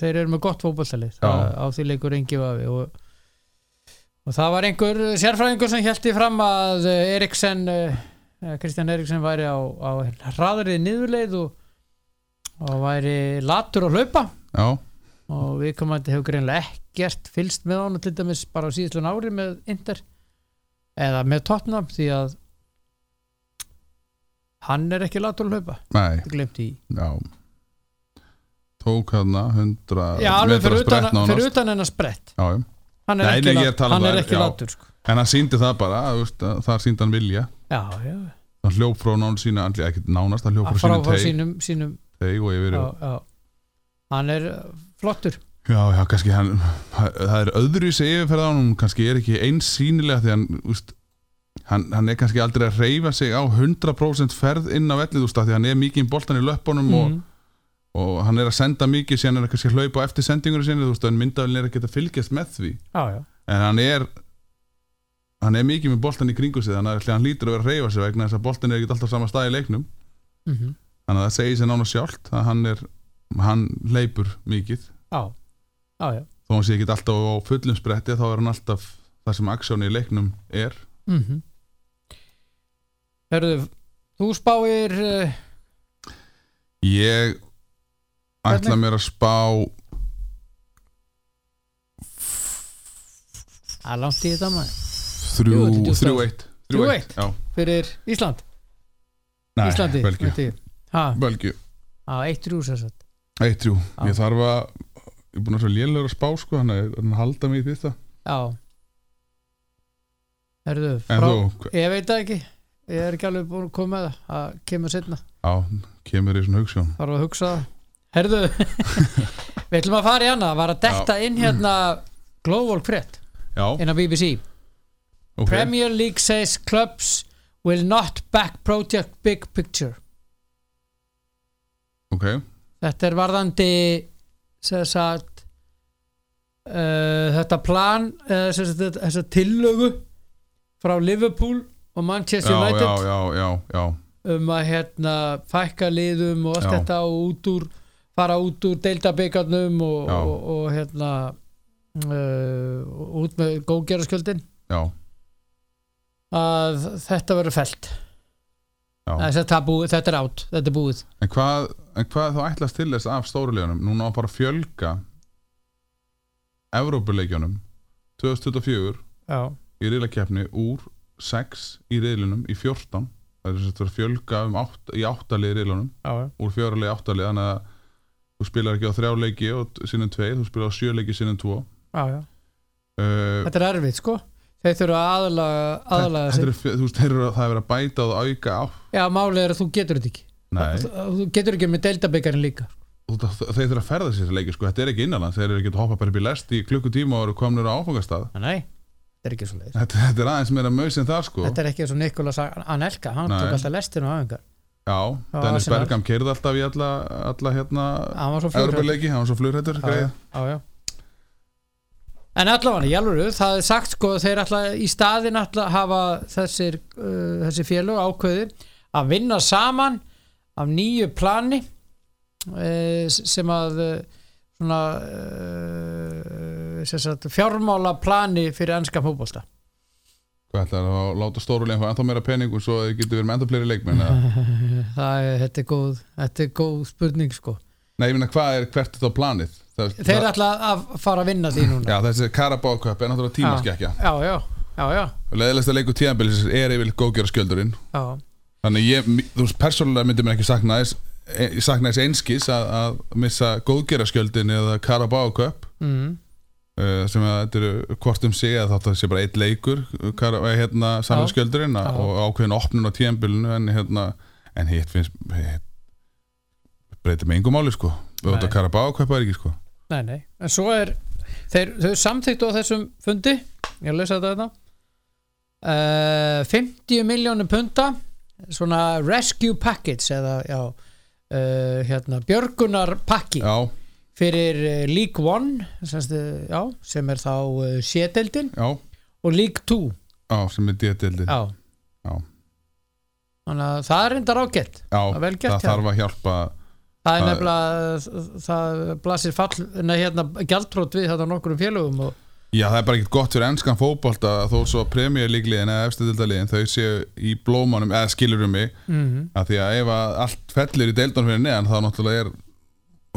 Speaker 1: þeir eru með gott fótballtalið
Speaker 2: Já.
Speaker 1: á því leikur engi vafi og, og það var einhver sérfræðingur sem held í fram að Eriksen eh, Kristján Eriksen væri á, á hraðrið niðurleið og, og væri latur að hlaupa
Speaker 2: Já,
Speaker 1: og við komandi hefur greinlega ekkert fylst með honum til dæmis bara á síðustlun ári með Inder eða með Tottenham því að hann er ekki latur að hlaupa
Speaker 2: nei,
Speaker 1: Ég glemt í
Speaker 2: já Tók hérna 100
Speaker 1: Já, alveg
Speaker 2: metra
Speaker 1: fyrir utan,
Speaker 2: sprett nánast.
Speaker 1: fyrir utan hennar sprett
Speaker 2: Já, já.
Speaker 1: Hann er
Speaker 2: Nei,
Speaker 1: ekki,
Speaker 2: nei, ég er að
Speaker 1: lat,
Speaker 2: tala um
Speaker 1: hann er
Speaker 2: það,
Speaker 1: ekki
Speaker 2: já.
Speaker 1: latur sko.
Speaker 2: En hann síndi það bara, að, þú veist, að það síndi hann vilja
Speaker 1: Já, já,
Speaker 2: hann hljóf frá nánast sína, andli, ekki nánast hann hljóf
Speaker 1: að
Speaker 2: frá
Speaker 1: frá
Speaker 2: sína
Speaker 1: frá
Speaker 2: teig,
Speaker 1: sínum, sínum
Speaker 2: teig og yfir
Speaker 1: já,
Speaker 2: já.
Speaker 1: já. Hann er uh, flottur
Speaker 2: já, já, kannski hann það er öðru í sig yfirferð á hann hún kannski er ekki eins sínilega því hann, úst, hann, hann er kannski aldrei að reyfa sig á 100% ferð inn á vellið úst, því hann er mikið í boltan í löppunum og
Speaker 1: mm.
Speaker 2: og hann er að senda mikið síðan er hann kannski að hlaupa á eftir sendingur sinni þú veist, en myndavlin er ekki að fylgjast með því
Speaker 1: Já, já,
Speaker 2: en hann er hann er mikið með boltan í kringu sig þannig að hann lítur að vera að reyfa sig vegna þess að boltan er ekki alltaf sama stað í leiknum
Speaker 1: mm
Speaker 2: þannig að það segir sér nána sjálft að hann er hann leipur mikið
Speaker 1: já. já, já.
Speaker 2: þó hann sé ekki alltaf á fullum spretti þá er hann alltaf það sem aksjónu í leiknum er
Speaker 1: Mm -hmm. Hörðu, þú spáir uh,
Speaker 2: ég ætla mér að spá
Speaker 1: að langt í þetta maður Jú, þetta er djúpt
Speaker 2: 3-1
Speaker 1: 3-1.
Speaker 2: 3-1 já.
Speaker 1: fyrir Ísland
Speaker 2: Nei,
Speaker 1: Íslandi,
Speaker 2: Belgíu.
Speaker 1: meinti ég. Ha,
Speaker 2: Belgíu
Speaker 1: á eitt rús þess að
Speaker 2: Eitt, þrjú,
Speaker 1: Já.
Speaker 2: ég þarf að ég er búin að vera svo lélegur að spá sko þannig að þannig að halda mig í þetta
Speaker 1: Já Hörðu,
Speaker 2: en
Speaker 1: frá
Speaker 2: þú, hve-
Speaker 1: Ég veit það ekki Ég er ekki alveg búin að koma með það Það kemur setna
Speaker 2: já, kemur í svona hugsun
Speaker 1: þarf að hugsa það
Speaker 2: <laughs>
Speaker 1: Herðu, við ætlum að fara í hana Var að detta inn hérna Global frétt
Speaker 2: Já,
Speaker 1: inn á BBC
Speaker 2: ok
Speaker 1: Premier League says clubs will not back project big picture
Speaker 2: Ok,
Speaker 1: Þetta er varðandi sem sagt uh, þetta plan uh, sem sagt, þetta- þessa tillögu frá Liverpool og Manchester
Speaker 2: já,
Speaker 1: United
Speaker 2: já, já, já, já
Speaker 1: um að hérna fækka liðum og allt
Speaker 2: Já.
Speaker 1: þetta og út úr fara út úr deildabyggarnum og,
Speaker 2: Já.
Speaker 1: og, og hérna uh, út með góðgerðaskjöldin
Speaker 2: Já,
Speaker 1: að þetta verður felt
Speaker 2: já
Speaker 1: þetta, búið, þetta er átt, þetta er búið
Speaker 2: En hvað, en hvað þá ætlast til þess af stórulegunum? Núna á bara að fjölga Evrópuleikjunum 2024
Speaker 1: já,
Speaker 2: í riðlakeppni úr 6 í riðlunum í 14 það er sem sagt verið að fjölga um 8, í 8 lið í riðlunum
Speaker 1: já,
Speaker 2: úr 4 lið í 8 lið þannig að þú spilar ekki á 3 leiki og t- sinnum 2 þú spilar á 7 leiki sinnum 2 uh,
Speaker 1: já, já.
Speaker 2: þetta,
Speaker 1: þetta er erfitt sko þeir þurfa að aðlaga, aðlaga
Speaker 2: þetta er, f- þú veist, þeir eru- það er verið að bæta og auka á
Speaker 1: já, málið er að þú getur þetta ekki
Speaker 2: Nei,
Speaker 1: þú, þú getur ekki með deildabyggarinn líka
Speaker 2: þú- þú- þeir þurfa að ferða sér leiki sko, þetta er ekki innanlands, þeir eru ekki að hoppa bara upp í lest í klukkutíma og eru komnur á áfangastað
Speaker 1: nei, þetta er ekki svo leiðis
Speaker 2: þetta, þetta er aðeins meira maus en það sko
Speaker 1: þetta er ekki eins og Nikolas Anelka hann
Speaker 2: Nei.
Speaker 1: tók alltaf lestin og aðingar
Speaker 2: Já,
Speaker 1: Já,
Speaker 2: Dennis
Speaker 1: Arsenal.
Speaker 2: Bergam keirði alltaf í alla, alla hérna
Speaker 1: hann var svo fjórhjóð
Speaker 2: Evrópuleiki, hann var svo flugrættur
Speaker 1: Já, já, já, já. En allavega, í alvöru, það er sagt sko þeir alltaf í staðin alltaf hafa þessir, uh, þessi félög ákveði að vinna saman af nýju plani uh, sem að uh, svona uh, sem sagt, fjármála plani fyrir ennska fótbolta
Speaker 2: Hvað ætlar það að láta stórulegin fá ennþá meira pening og svo þið getur verið með ennþá fleiri leikmenn
Speaker 1: <laughs>
Speaker 2: eða?
Speaker 1: það er, þetta er góð þetta er góð spurning sko
Speaker 2: Nei, ég meina hvað er, hvert er þá planið? Það,
Speaker 1: þeir alltaf að fara að vinna því núna
Speaker 2: Já, þessi Karabáköp er náttúrulega tímaskekja
Speaker 1: já, já, já, já,
Speaker 2: Leðilegsta leiku tíðanbils er yfir góðgjöra skjöldurinn
Speaker 1: já.
Speaker 2: Þannig ég, þú veist, persónulega myndi mér ekki sakna þess e- ég sakna þess einskis að, að missa góðgjöra skjöldin eða Karabáköp
Speaker 1: Mm.
Speaker 2: uh, sem að þetta eru hvort um sig að þetta sé bara eitt leikur uh, kar, eh, hérna, samfélskjöldurinn
Speaker 1: Já.
Speaker 2: og ákveðin opnun á tíðanbylinu en, hérna, en hitt finnst hitt, breytir með yngum máli sko við
Speaker 1: Nei.
Speaker 2: áttu að kara bá hvað bara ekki sko
Speaker 1: Nei, nei, en svo er þeir, þau samþyktu á þessum fundi ég lesa þetta hérna. þetta uh, 50 miljónu punta svona rescue package eða já uh, hérna björgunar pakki
Speaker 2: já,
Speaker 1: fyrir uh, League One semst, uh, já, sem er þá uh, sételdin
Speaker 2: já,
Speaker 1: og League Two
Speaker 2: já, sem er dietildi já,
Speaker 1: já.
Speaker 2: Já.
Speaker 1: þannig að það er reyndar ágætt það er vel gert
Speaker 2: það
Speaker 1: hjá
Speaker 2: þarf að hjálpa
Speaker 1: það er
Speaker 2: það-
Speaker 1: nefnilega það blasir fall, nei, hérna, gjaldtrótt við þetta nokkrum félögum og
Speaker 2: já, það er bara ekkert gott fyrir ennskan fótbolta að þó svo premjörlíkliðin eða efstudildaliðin þau séu í blómanum eða skilurum mig
Speaker 1: mm
Speaker 2: að því að ef að allt fellur í deildan fyrir neðan þá náttúrulega er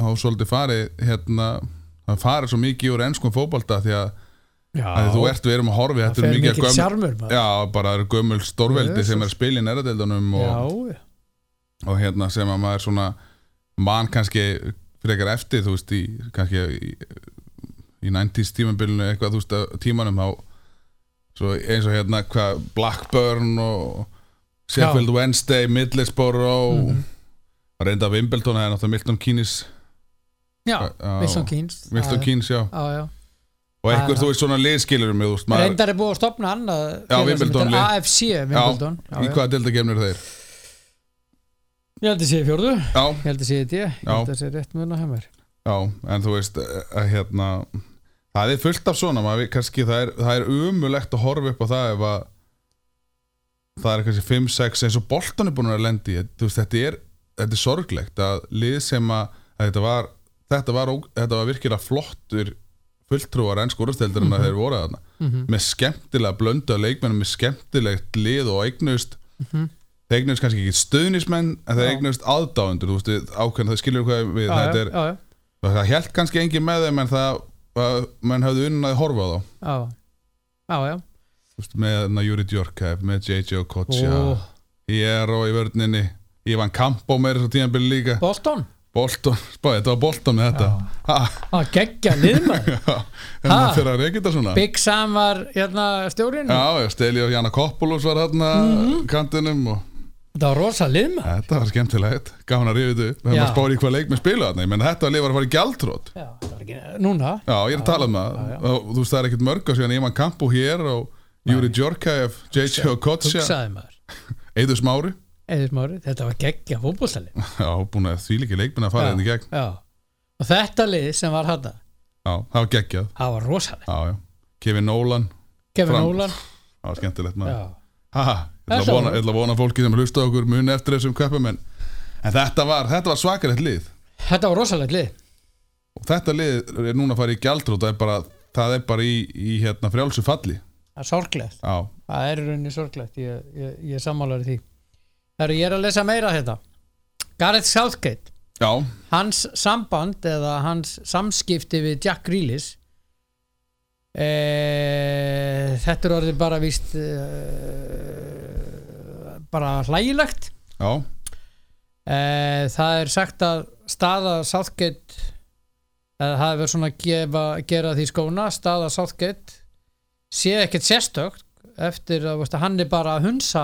Speaker 2: þá er svolítið farið hérna það farið svo mikið úr ennskum fótbolta því að, að þú ert við erum að horfi þetta
Speaker 1: það
Speaker 2: er
Speaker 1: fer
Speaker 2: mikið
Speaker 1: mikið
Speaker 2: gömul
Speaker 1: sjarmur maður.
Speaker 2: já, bara eru gömul stórveldi
Speaker 1: Jesus.
Speaker 2: sem er að spila í næradeildunum og,
Speaker 1: já,
Speaker 2: og hérna sem að maður svona mann kannski frekar eftir þú veist í kannski í, í 90s tímabilinu eitthvað þú veist að tímanum þá svo eins og hérna hvað Blackburn og Sheffield Wednesday, Middlesbrough mm
Speaker 1: Mhm.
Speaker 2: reynda Wimbledon það er náttúrulega Milton Keynes
Speaker 1: já.
Speaker 2: Já,
Speaker 1: Wilson Keynes
Speaker 2: Milton
Speaker 1: Já,
Speaker 2: Keynes, já
Speaker 1: já, já.
Speaker 2: og einhver
Speaker 1: Já,
Speaker 2: þú veist svona liðskilurum þú veist maður
Speaker 1: reyndar er búið að stopna hann
Speaker 2: Já, Wimbledon lið.
Speaker 1: AFC Wimbledon já,
Speaker 2: í
Speaker 1: já.
Speaker 2: hvaða dildakefnir þeir
Speaker 1: ég held að sé í fjórðu ég
Speaker 2: já,
Speaker 1: held að sé í D ég held að sé rétt mun á hemmar
Speaker 2: já, en þú veist eh, að hérna það er fullt af svona maður, við- kannski það er, það er umulegt að horfa upp á það ef að það er kannski 5-6 eins og boltan er búin að lendi þú veist þetta er, þetta er sorglegt að lið sem að, að þetta var þetta var, ó- þetta var virkilega flottur fulltrúar enn skórasteldurinn
Speaker 1: Mhm.
Speaker 2: mm -hmm. að þeir voru þarna með skemmtilega blöndu að leikmennum með skemmtilegt lið og eignust
Speaker 1: Mhm.
Speaker 2: þeir eignust kannski ekki stuðnismenn en þeir
Speaker 1: Já.
Speaker 2: eignust aðdáendur þú veist, við- ákveðan það skilur hvað við
Speaker 1: já,
Speaker 2: þetta
Speaker 1: já,
Speaker 2: er,
Speaker 1: já, já.
Speaker 2: það held kannski engin með þeim en það, að, menn hafði unna að horfa á þá,
Speaker 1: já, já, já.
Speaker 2: þú veist, með na, Júri Djorkaef, með JJ Okocha
Speaker 1: Ó,
Speaker 2: Jero í vörninni Ivan Kampo meira svo tíðanbili líka
Speaker 1: Bolton
Speaker 2: Bolton, spáði, þetta var Bolton með þetta ha,
Speaker 1: að geggja liðmann
Speaker 2: <laughs> já, en
Speaker 1: Ha.
Speaker 2: það fyrir að reykja þetta svona
Speaker 1: Big Sam var hérna stjórinn Mhm.
Speaker 2: Já, já, Steli og Janna Koppulus var hérna mm kantinum og
Speaker 1: Þetta var rosa liðma
Speaker 2: Þetta var skemmtilegt, gaman að rifið upp
Speaker 1: Já.
Speaker 2: Við maður spáði í hvað leik með spilu þarna Ég menn þetta var lið var að fara í gjaldrót
Speaker 1: Já, þetta var ekki, núna
Speaker 2: Já, ég er að tala um það
Speaker 1: já, já.
Speaker 2: Og Þú veist það er ekkert mörg og síðan Iman Kampu hér og Júri Djorkaev, JJ Okocha
Speaker 1: hugsaði maður
Speaker 2: Eidur Smári
Speaker 1: Eður Mári, þetta var geggja fótbollstalið
Speaker 2: Já, búin að því líki leikminn að fara þetta í gegn
Speaker 1: já. Og þetta lið sem var hann
Speaker 2: Já, það var geggjað
Speaker 1: það var rosalegt
Speaker 2: Já, já, Kevin Nolan
Speaker 1: Kevin
Speaker 2: Fram-
Speaker 1: Ólan
Speaker 2: Það var skemmtilegt maður
Speaker 1: Já,
Speaker 2: Haha, ég
Speaker 1: Það er
Speaker 2: ætla að vona,
Speaker 1: svo.
Speaker 2: ég ætla að vona að fólki sem hlusta á okkur muni eftir þessum köpum en, en þetta var, þetta var svakarlegt lið
Speaker 1: Þetta var rosalegt lið
Speaker 2: og þetta lið er núna að fara í gjaldrót það er bara, það er bara í, í hérna, frjálsu falli
Speaker 1: Það er sorglegt
Speaker 2: Já,
Speaker 1: Það er í rauninni sorglegt Ég, ég, ég sammálaði því Herru, ég er að lesa meira þetta Gareth Southgate
Speaker 2: já,
Speaker 1: Hans samband eða hans samskipti við Jack Grealish eh, Þetta er orðið bara víst eh, bara hlægilegt
Speaker 2: já,
Speaker 1: Eh, það er sagt að staða Southgate eða það hefur svona gefa, gera því skóna staða Southgate sé ekkert sérstökt eftir að veist, hann er bara að hunsa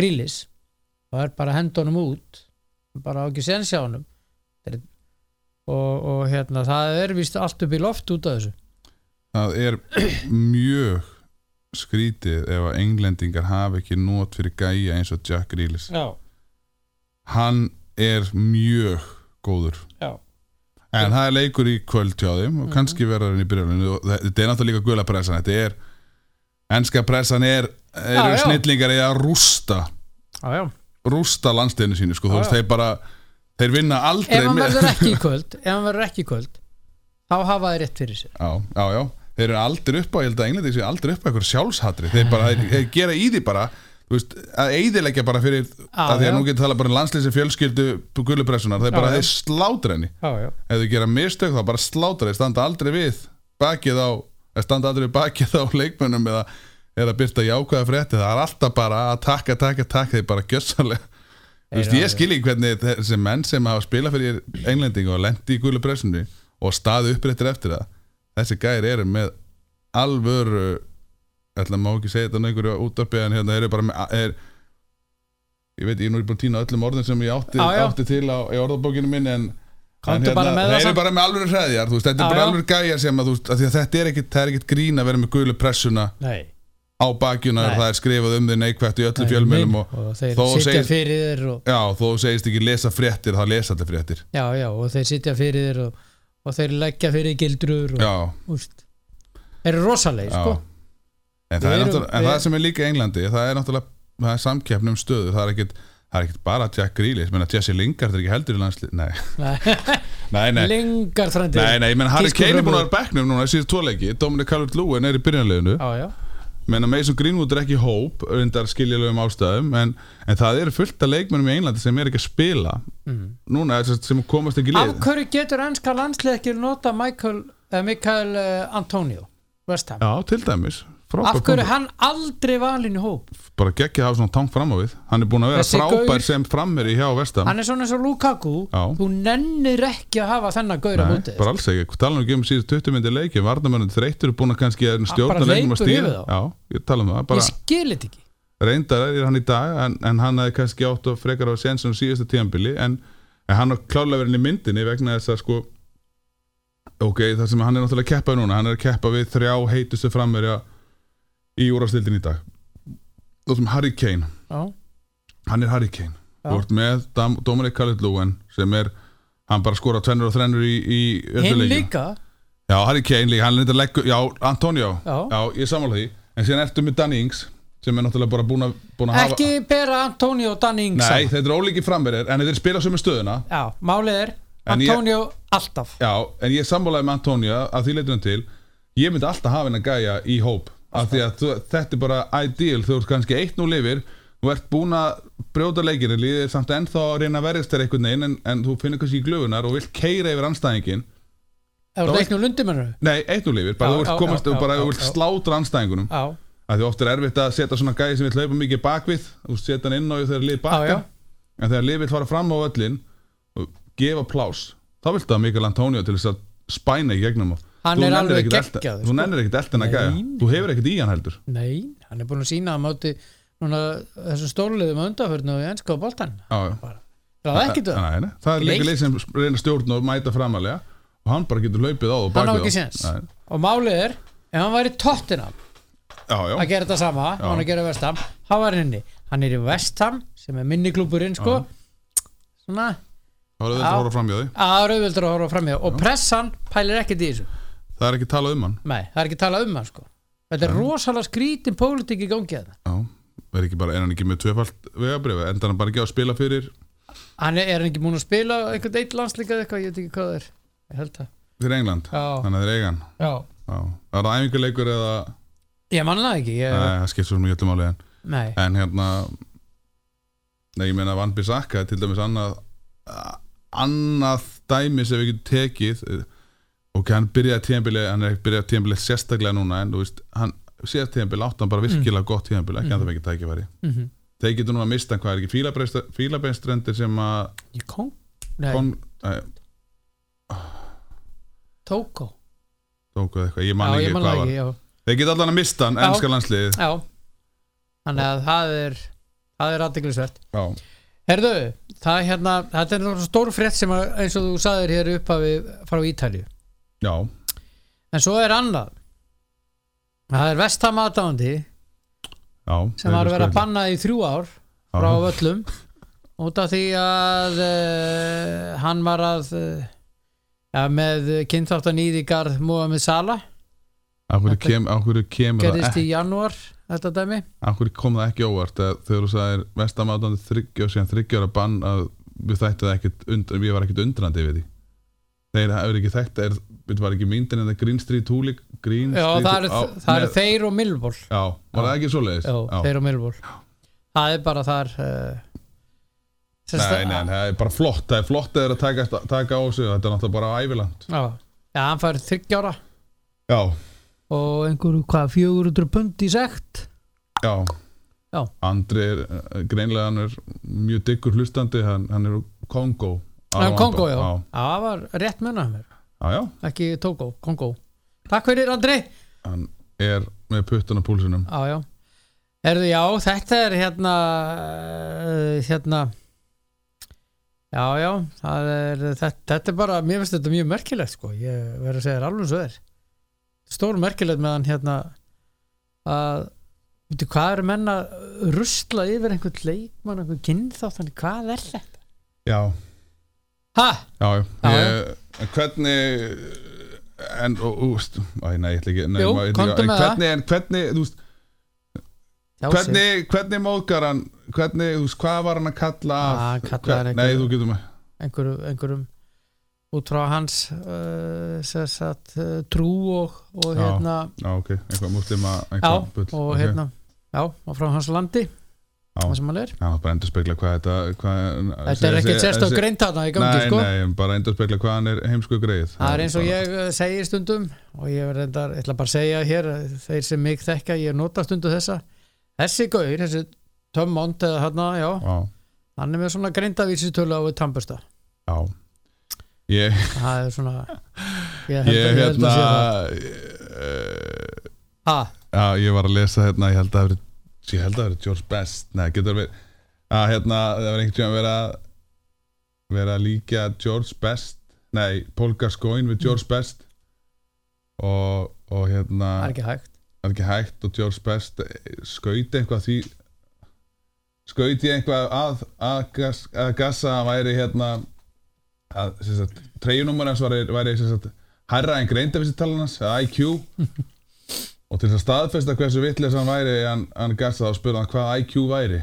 Speaker 1: grílis og er bara að henda honum út bara á ekki sensja honum Þetta er- og, og hérna það er vist allt upp í loft út af þessu
Speaker 2: það er <clears throat> mjög skrítið ef að englendingar hafa ekki nót fyrir gæja eins og Jack Grealish
Speaker 1: já,
Speaker 2: Hann er mjög góður
Speaker 1: já, Mhm.
Speaker 2: En það er leikur í kvöld hjá þeim og kannski verður hann í byrjuninu og þe- þetta er náttúrulega líka gula pressan þetta er, enska pressan er eru
Speaker 1: já.
Speaker 2: snillingar í að rústa
Speaker 1: já, já.
Speaker 2: rústa landsteginu sínu sko,
Speaker 1: Já,
Speaker 2: þú veist,
Speaker 1: já.
Speaker 2: þeir bara þeir vinna aldrei
Speaker 1: ef hann
Speaker 2: með-
Speaker 1: verður ekki í kvöld ef hann verður ekki í kvöld þá hafa þið rétt fyrir sér
Speaker 2: já, já, já, þeir eru aldrei upp á ég held að englandi séu aldrei upp á eitthvað sjálfshatri þeir bara, þeir, þeir gera í því bara þú veist, að eiðilegja bara fyrir að því
Speaker 1: já.
Speaker 2: að nú getur talað bara um landslýsi fjölskyldu gulupressunar, þeir bara,
Speaker 1: já.
Speaker 2: þeir slátra henni
Speaker 1: já, já,
Speaker 2: ef þau gera mistök þá bara slátra þeir standa aldrei við bakið á eða standa aldrei við bakið á leikmönnum eða, eða byrta jákvæða frétti það er alltaf bara að taka, taka, taka þeir bara gjössanlega Þú veist, ég skil ekki hvernig þessi menn sem hafa spilað fyrir englendingu og lendi í gula pressunni og staði uppréttir eftir það þessi gæri eru með alvöru ætla má ekki segja þetta á einhverju útdöpi en hérna eru bara með er, ég veit, ég er nú búin að týna öllum orðin sem ég átti,
Speaker 1: Já, já.
Speaker 2: átti til á, í orðabókinu minn en en hérna,
Speaker 1: Komdu bara með það
Speaker 2: þeir eru
Speaker 1: samt.
Speaker 2: bara með alvöru hreðjar þú veist, þetta
Speaker 1: Já,
Speaker 2: er bara
Speaker 1: já.
Speaker 2: alvöru gæjar sem að, þú veist, að að þetta er ekkit, það er ekkit grín að vera með gulu pressuna
Speaker 1: nei
Speaker 2: á bakjuna
Speaker 1: Nei.
Speaker 2: það er skrifað um þau neikvætt í öllum fjölmjölum og,
Speaker 1: og þeir
Speaker 2: þó þú
Speaker 1: sitja
Speaker 2: segir-
Speaker 1: fyrir þér og,
Speaker 2: Já, þú segist ekki lesa fréttir, þá lesa allir fréttir
Speaker 1: já, já, og þeir sitja fyrir þér og, og þeir leggja fyrir gildrur og,
Speaker 2: Já,
Speaker 1: úst, þeir eru rosalegi
Speaker 2: já
Speaker 1: sko.
Speaker 2: En, það,
Speaker 1: Við
Speaker 2: er
Speaker 1: erum-
Speaker 2: náttúrulega- en
Speaker 1: við-
Speaker 2: það sem er líka í Englandi það er náttúrulega það er samkeppni um stöðu það er ekkit, það er ekkit bara Jack Grealish menna Jesse Lingard er ekki heldur í landslið Nei, <laughs>
Speaker 1: <laughs>
Speaker 2: nei, nei, nei,
Speaker 1: lengar þrændi
Speaker 2: nei, nei menn Harry
Speaker 1: Tísku
Speaker 2: Kane er búin
Speaker 1: framlög.
Speaker 2: að vera á bekknum núna síðan tvoleiki, Dominic Calvert-Lewin er í byrjanleginu
Speaker 1: já, já,
Speaker 2: menna Mason Greenwood er ekki í hóp undar skiljulegum ástæðum en, en það eru fullt af leikmennum í Englandi sem er ekki að spila
Speaker 1: Mhm.
Speaker 2: núna sem- sem komast ekki í
Speaker 1: af
Speaker 2: lið
Speaker 1: hverju getur ennska landslið ekki nota Michael, eh, Mikael eh, Antonio West Ham,
Speaker 2: Já, til dæmis Frábær
Speaker 1: af hverju
Speaker 2: punktur.
Speaker 1: hann aldrei valin í hóp,
Speaker 2: bara geggja að hafa svona tank fram á við hann er búin að vera
Speaker 1: Þessi
Speaker 2: frábær
Speaker 1: gaur-
Speaker 2: sem frammeri hjá Vestam
Speaker 1: hann er svona eins og Lukaku
Speaker 2: Já.
Speaker 1: þú nennir ekki að hafa þennan gauðra
Speaker 2: Nei,
Speaker 1: mútið
Speaker 2: bara alls ekki, tala nú ekki um síðan 20 myndir leiki varnamörnum þreytur búin að kannski að stjórna
Speaker 1: bara
Speaker 2: leiknum að
Speaker 1: hleypur
Speaker 2: stýra
Speaker 1: yfir þá.
Speaker 2: já, ég tala um það, bara
Speaker 1: ég skil þetta ekki
Speaker 2: reyndar er hann í dag en, en hann hefði kannski átt að frekar á senst á síðasta tíðanbili en, en hann er klálega verið í myndinni vegna þess að sko ok, það sem hann er náttúrulega að keppa núna hann er að keppa við þrjá heitustu framverja í úrastildin í dag þá sem Harry Kane
Speaker 1: já,
Speaker 2: hann er Harry Kane
Speaker 1: Já.
Speaker 2: þú ert með Dam- Dominic Calvert-Lewin sem er, hann bara skora tvennur og þrennur í, í öllu
Speaker 1: hinn
Speaker 2: leikjum.
Speaker 1: líka
Speaker 2: já, Harry Kane líka, hann er þetta leggur já, Antonio,
Speaker 1: Já.
Speaker 2: ég sammála því en síðan ertu með Danny Ings sem er náttúrulega bara búin að, búin að hafa
Speaker 1: ekki bera Antonio Danning
Speaker 2: nei, þetta er ólíki framverðir en þetta er spila sömu stöðuna
Speaker 1: Já, málið er
Speaker 2: En ég-
Speaker 1: Antonio alltaf
Speaker 2: já, en ég sammálaði með Antonio að því leitunum til ég myndi alltaf hafa henn að gæja í hóp af því að þú, þetta er bara ideal þú ert kannski eitt nú lifir þú ert búin að brjóta leikinu líðið samt ennþá að reyna að verðist þér einhvern veginn en, en þú finnir kannski í glöfunar og vilt keira yfir anstæðingin
Speaker 1: Það
Speaker 2: Þá-
Speaker 1: var leiknum lundumennur
Speaker 2: nei, eitt nú lifir, bara
Speaker 1: Já,
Speaker 2: þú
Speaker 1: já,
Speaker 2: vilt komast
Speaker 1: já,
Speaker 2: og bara
Speaker 1: já,
Speaker 2: þú vilt
Speaker 1: já.
Speaker 2: slátra anstæðingunum
Speaker 1: Já,
Speaker 2: að því oft er erfitt að setja svona gæði sem vil hlaupa mikið bakvið og setja hann inn á því þegar lið bakka
Speaker 1: Já, já.
Speaker 2: en þegar lið vil fara fram á öllin og gefa plás þá vilt það Mikael Antonio til þess að spæna í gegnum á
Speaker 1: Hann
Speaker 2: Þú
Speaker 1: er
Speaker 2: nennir
Speaker 1: alveg
Speaker 2: ekkert elta-
Speaker 1: geggjaður,
Speaker 2: þú
Speaker 1: sko.
Speaker 2: nennir ekkert eldan að gæja,
Speaker 1: Nei.
Speaker 2: þú hefur ekkert í hann heldur
Speaker 1: nei, hann er búin að sína að móti núna, þessu stórliðum undaförnu í ennska á boltan
Speaker 2: já, já.
Speaker 1: það er ekkit það
Speaker 2: Nei, nei, það er
Speaker 1: Leikt.
Speaker 2: leikilegt sem reyna stjórn og mæta framalega og hann bara getur laupið á og
Speaker 1: Hann á
Speaker 2: bakið
Speaker 1: ekki
Speaker 2: á.
Speaker 1: séns.
Speaker 2: Nei,
Speaker 1: og málið er, ef hann væri tóttina
Speaker 2: Já, já,
Speaker 1: að gera þetta sama,
Speaker 2: Já.
Speaker 1: hann að gera vestam hann var inni, hann er í vestam sem er minni klúburinn sko svona,
Speaker 2: þá er þetta að
Speaker 1: Já.
Speaker 2: horfa fram í því
Speaker 1: að rauðvildur að horfa framjá og pressan pælir ekkit í þessu
Speaker 2: Það er ekki talað um hann
Speaker 1: Nei, það er ekki talað um hann sko Þetta er rosalega skrítin pólitík í gangi að það
Speaker 2: Já, er ekki bara, er hann ekki með tvöfalt vegabrifa, enda hann bara ekki á að spila fyrir
Speaker 1: Hann er, er hann ekki múin að spila einhvern eitt landslíkað eitthvað, ég veit ekki hvað það er Ég held það
Speaker 2: fyrir England,
Speaker 1: Já,
Speaker 2: þannig að það er eigan
Speaker 1: já
Speaker 2: Já, það er það æfingarleikur eða Nei,
Speaker 1: Ég manna það ekki, ég,
Speaker 2: það skiptir svo mjög máli en,
Speaker 1: nei
Speaker 2: en hérna Nei, ég meina Van Bissaka er til dæmis annað a- annað dæmi sem við getum tekið ok, hann byrjaði tíðanbili hann er ekki byrjaði tíðanbili sérstaklega núna en þú veist, hann síðast tíðanbili átti hann
Speaker 1: Mhm.
Speaker 2: bara virkilega gott tíðanbili, ekki mm. að það ekki tækifæri
Speaker 1: mm
Speaker 2: þeir getur núna að mista hann, hvað er ekki fílabreist- fílabeinstrendir sem að
Speaker 1: Ég kom Nei,
Speaker 2: kon, eh,
Speaker 1: Tóko
Speaker 2: tóku eða eitthvað, ég
Speaker 1: Já,
Speaker 2: man
Speaker 1: ég
Speaker 2: ekki
Speaker 1: manna
Speaker 2: hvað
Speaker 1: það
Speaker 2: var
Speaker 1: ekki, já
Speaker 2: Þeir geta allan að mista hann,
Speaker 1: Já.
Speaker 2: ennska landsliðið
Speaker 1: Já Þannig að það er Það er aðdeglisvert
Speaker 2: Já,
Speaker 1: Herðu, það er hérna Þetta er náttúrulega stór frétt sem að, eins og þú sagðir hér upphafi frá Ítalju
Speaker 2: já,
Speaker 1: En svo er annað Það er vestam aðdáandi
Speaker 2: já
Speaker 1: sem var verið að banna í þrjú ár frá völlum út af því að uh, hann var að uh, ja, með kynþáttan í því garð Mohamed Salah
Speaker 2: Akkur kem, af hverju kemur það
Speaker 1: gerðist
Speaker 2: ekki
Speaker 1: í janúar þetta dæmi
Speaker 2: Akkur kom það ekki óvart að þegar þú sagðir vestamátandi þryggja og síðan þryggja ára bann að við þættu það ekkit undrandi, ég var ekkit undrandi við því Þeir hefur ekki þekkt er, við var ekki myndin en það Green Street Hoolig Green
Speaker 1: Já,
Speaker 2: Street
Speaker 1: það eru
Speaker 2: á,
Speaker 1: það eru
Speaker 2: með-
Speaker 1: þeir og Milból
Speaker 2: Já, var það ekki svoleiðis?
Speaker 1: Já, þeir og Milból það er bara þar uh,
Speaker 2: Nei, nei, nei, það er bara flott, það er flott að þeir að taka, taka á sig þetta er náttúrulega bara æviland
Speaker 1: Já, já, hann fær þryggjára
Speaker 2: Já,
Speaker 1: og einhverju hvað 400 pund í sekt
Speaker 2: Já,
Speaker 1: Já.
Speaker 2: Andri er eh, greinlega hann er mjög diggur hlustandi hann, hann er úr Kongo
Speaker 1: hann Kongo, já,
Speaker 2: Já,
Speaker 1: Já, það var rétt munna mér,
Speaker 2: já, já.
Speaker 1: ekki Tókó, Kongo Takk fyrir Andri
Speaker 2: hann er með puttun á púlsunum
Speaker 1: Já, já. Erðu, já, þetta er hérna, eh, hérna, já, já, það er, þetta, þetta er bara, mér finnst þetta mjög merkilegt, sko, ég verður að segja þér alveg svo er. Stór merkilegt með hann hérna að, veitu, hvað eru menn að rusla yfir einhvern leikmann, einhvern kynþáttan, hvað er þetta?
Speaker 2: Já,
Speaker 1: Ha?
Speaker 2: já,
Speaker 1: Já, já.
Speaker 2: Ég, en hvernig en, og, úst, æ, nei, ég ætla ekki nei,
Speaker 1: Jú,
Speaker 2: maður- ég ætla
Speaker 1: komdu
Speaker 2: ekki- en
Speaker 1: með það.
Speaker 2: hvernig, en hvernig, þú veist
Speaker 1: Já, Sig.
Speaker 2: hvernig, hvernig móðgar hann hvernig, þú veist, hvað var hann að kalla að
Speaker 1: Ah, hann kallaði hann
Speaker 2: nei,
Speaker 1: eitthvað.
Speaker 2: þú getur með
Speaker 1: Einhverju, einhverjum út frá hans, uh, sér satt, uh, trú og, og
Speaker 2: Já.
Speaker 1: hérna,
Speaker 2: já, ok, eitthvað múslima
Speaker 1: Já,
Speaker 2: eitthvað bull,
Speaker 1: og
Speaker 2: ok.
Speaker 1: hérna Já, og frá hans landi
Speaker 2: Já.
Speaker 1: Það sem hann er
Speaker 2: Já, bara endur spekla hvað þetta hvað,
Speaker 1: Þetta er ekkert sérst á
Speaker 2: þessi-
Speaker 1: greint þarna í gangi
Speaker 2: nei,
Speaker 1: sko
Speaker 2: nei, en bara endur spekla hvað hann er heimsku greið
Speaker 1: Það er eins og
Speaker 2: bara-
Speaker 1: ég eh, segi stundum og ég er reyndar, ég ætla bara að segja hér eh, þeir sem mig þekka, ég nota stundu þessa Þessi gaur, þessi Tom Mont eða hérna, já,
Speaker 2: Já,
Speaker 1: hann er með svona greindavísitölu á við Tambusta
Speaker 2: já Ég,
Speaker 1: <laughs> Það er svona Ég held að,
Speaker 2: ég
Speaker 1: ég held
Speaker 2: hérna
Speaker 1: að sé það
Speaker 2: eh,
Speaker 1: Ha,
Speaker 2: Já, ég var að lesa hérna ég held að það verið ég held að það verið George Best Nei, getur verið að hérna, það var einhvern tímann verið að verið að líka George Best Nei, Paul Gascoigne við George Best og, og hérna
Speaker 1: það er ekki hægt
Speaker 2: það er ekki hægt og George Best skauti eitthvað því skauti eitthvað að að, gas, að gassa væri hérna að sem sagt, treyjunúmer hans væri, væri sem sagt, hærra en greindafísitalan hans eða IQ
Speaker 1: <laughs>
Speaker 2: og til þess að staðfesta hversu vitleis hann væri hann, hann gassa þá spurði hann hvað IQ væri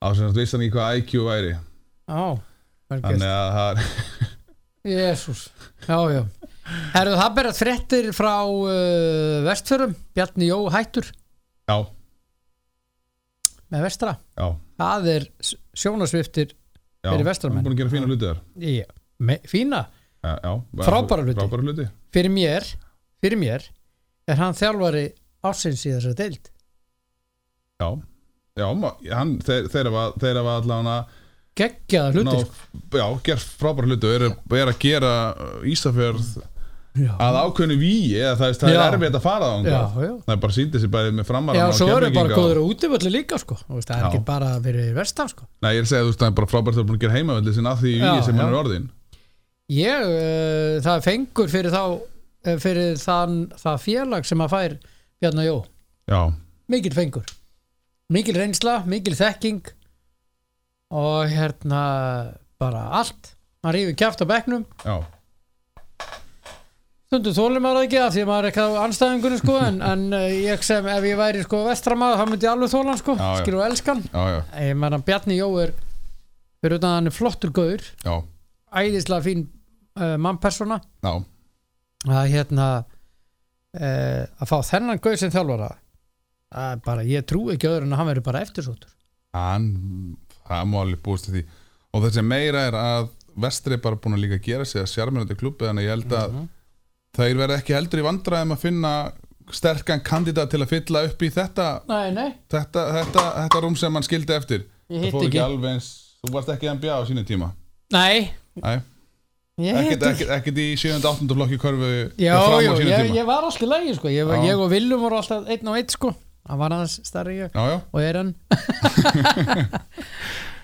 Speaker 2: á sem sagt vissi hann ekki hvað IQ væri
Speaker 1: Á, verður
Speaker 2: þannig að það er <laughs>
Speaker 1: Jésús, já, já Herðu, það berað fréttir frá uh, Vestfjörum, Bjarni Jó hættur
Speaker 2: já,
Speaker 1: með vestra
Speaker 2: já,
Speaker 1: það er s- sjónasviftir
Speaker 2: já,
Speaker 1: Fyrir
Speaker 2: hann
Speaker 1: vestramenn.
Speaker 2: er búin að gera fína hluti þar
Speaker 1: í, me, fína
Speaker 2: Já, já,
Speaker 1: Frábæra hluti.
Speaker 2: frábæra hluti.
Speaker 1: fyrir mér, fyrir mér er hann þjálfari ásins í þessari deild
Speaker 2: Já, já ma- hann, þeir, þeirra var, þeirra var allavega
Speaker 1: geggjaða hluti
Speaker 2: ná-
Speaker 1: sko.
Speaker 2: Já, gerð frábæra hluti og eru er að gera uh, Ísafjörð
Speaker 1: Já.
Speaker 2: að ákveðinu víi eða það, það er
Speaker 1: Já.
Speaker 2: erfitt að fara á
Speaker 1: Já, já.
Speaker 2: það er bara síndið sér bæði með framarann
Speaker 1: Já,
Speaker 2: og
Speaker 1: svo eru bara
Speaker 2: Keflvíkinga og-
Speaker 1: góður á útivöldu líka sko Þú veist, Það er
Speaker 2: Já.
Speaker 1: ekki bara fyrir vestan sko
Speaker 2: Nei, ég er að segja, þú veist, það er bara frábært að búin að gera heimavöldi sinna að því
Speaker 1: Já,
Speaker 2: víi sem
Speaker 1: já.
Speaker 2: hann er orðin
Speaker 1: Ég, uh, það er fengur fyrir þá eh, fyrir þann, það félag sem að fær Bjarnar Jó,
Speaker 2: Já,
Speaker 1: mikil fengur mikil reynsla, mikil þekking og hérna bara allt maður rífur kjæft á bekknum
Speaker 2: já,
Speaker 1: stundum þólum maður það ekki að því að maður er ekki á anstæðingunum sko en, en eh, ég sem ef ég væri sko vestramaður þá myndi ég alveg þólan sko,
Speaker 2: Já, já.
Speaker 1: skilur og elskan
Speaker 2: já, já,
Speaker 1: ég meðan að Bjarni Jó er fyrir utan að hann er flottur gaur
Speaker 2: já,
Speaker 1: æðislega fín uh, mannpersona
Speaker 2: já,
Speaker 1: að hérna uh, að fá þennan gaur sem þjálfara að bara ég trú ekki öðru en að hann verður bara eftirsóttur
Speaker 2: hann, það má alveg búist til því og það sem meira er að vestri er bara búin að líka gera sig að sjarmirandi klubbi þannig að ég held að þeir verða ekki heldur í vandræðum að finna sterkan kandidat til að fylla upp í þetta
Speaker 1: Nei, nei,
Speaker 2: þetta, þetta, þetta rúm sem hann skildi eftir
Speaker 1: Ég
Speaker 2: það
Speaker 1: hitt
Speaker 2: fór ekki
Speaker 1: ekki.
Speaker 2: alveg eins þú varst ekki í NBA á sínu tíma
Speaker 1: nei
Speaker 2: Nei,
Speaker 1: ég
Speaker 2: ekkert,
Speaker 1: hitt ekki
Speaker 2: ekkert, ekkert í 7. 8. flokki körfu
Speaker 1: Já,
Speaker 2: hjá Fram á
Speaker 1: já,
Speaker 2: sínum
Speaker 1: ég,
Speaker 2: tíma.
Speaker 1: ég var alltaf lægi sko. ég,
Speaker 2: Já.
Speaker 1: ég og Willum voru alltaf einn og einn sko. hann var aðeins starri ég
Speaker 2: já, já,
Speaker 1: og er
Speaker 2: <laughs>
Speaker 1: hann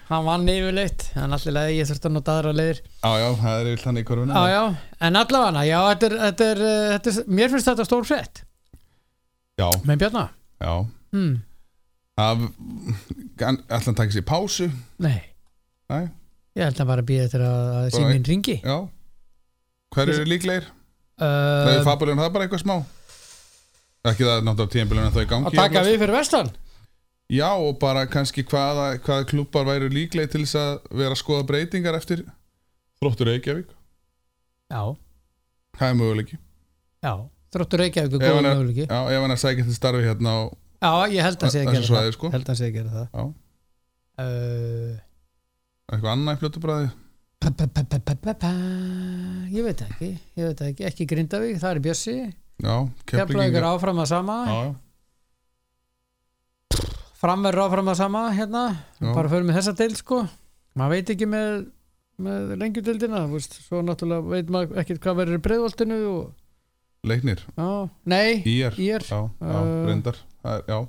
Speaker 1: hann vann yfirleitt hann allir leiði, ég þurfti að nota aðra leiðir
Speaker 2: já, já, það er yfir þannig í körfuna
Speaker 1: já, já, en allavega já, þetta er, þetta er, uh, þetta er, mér finnst þetta stór frétt
Speaker 2: já,
Speaker 1: með Bjarnar,
Speaker 2: já.
Speaker 1: hmm,
Speaker 2: Af, hann- ætli hann takið sér pásu
Speaker 1: nei
Speaker 2: Nei.
Speaker 1: ég held að bara býða eftir að, að síminn ringi
Speaker 2: já hver eru líklegir? það er
Speaker 1: uh,
Speaker 2: fabulegum, það er bara eitthvað smá ekki það er náttúrulega tíðanbílun en það er í gangi
Speaker 1: að taka
Speaker 2: eflaust.
Speaker 1: við fyrir vestan
Speaker 2: Já, og bara kannski hvaða, hvaða klubbar væru líklega til þess að vera að skoða breytingar eftir Þróttur Reykjavík,
Speaker 1: já,
Speaker 2: það er möguleiki
Speaker 1: já, þróttur Reykjavík er
Speaker 2: Ef
Speaker 1: góð
Speaker 2: hann er-
Speaker 1: möguleiki
Speaker 2: Já, ef hann er að sækja til starfi hérna á
Speaker 1: já, ég held að sé að
Speaker 2: þessu
Speaker 1: gera það
Speaker 2: svæði, sko
Speaker 1: held að sé að gera
Speaker 2: Já.
Speaker 1: það uh,
Speaker 2: Eitthvað annað í fljótu bræði
Speaker 1: Pa, pa, pa, pa, pa, pa, pa. Ég veit það ekki, ég veit það ekki, ekki Grindavík, það er Bjössi,
Speaker 2: Já,
Speaker 1: Keflavík er
Speaker 2: Keflingingar
Speaker 1: áfram að sama,
Speaker 2: Já, já,
Speaker 1: framverður áfram að sama hérna,
Speaker 2: Já.
Speaker 1: bara förum við þessa deild sko, maður veit ekki með, með lengjudeildina, þú veist, svo náttúrulega veit maður ekkert hvað verður í breiðvoltinu og,
Speaker 2: leiknir,
Speaker 1: já, nei,
Speaker 2: ír Já,
Speaker 1: ír, já,
Speaker 2: já,
Speaker 1: Uh.
Speaker 2: reyndar það er, Já,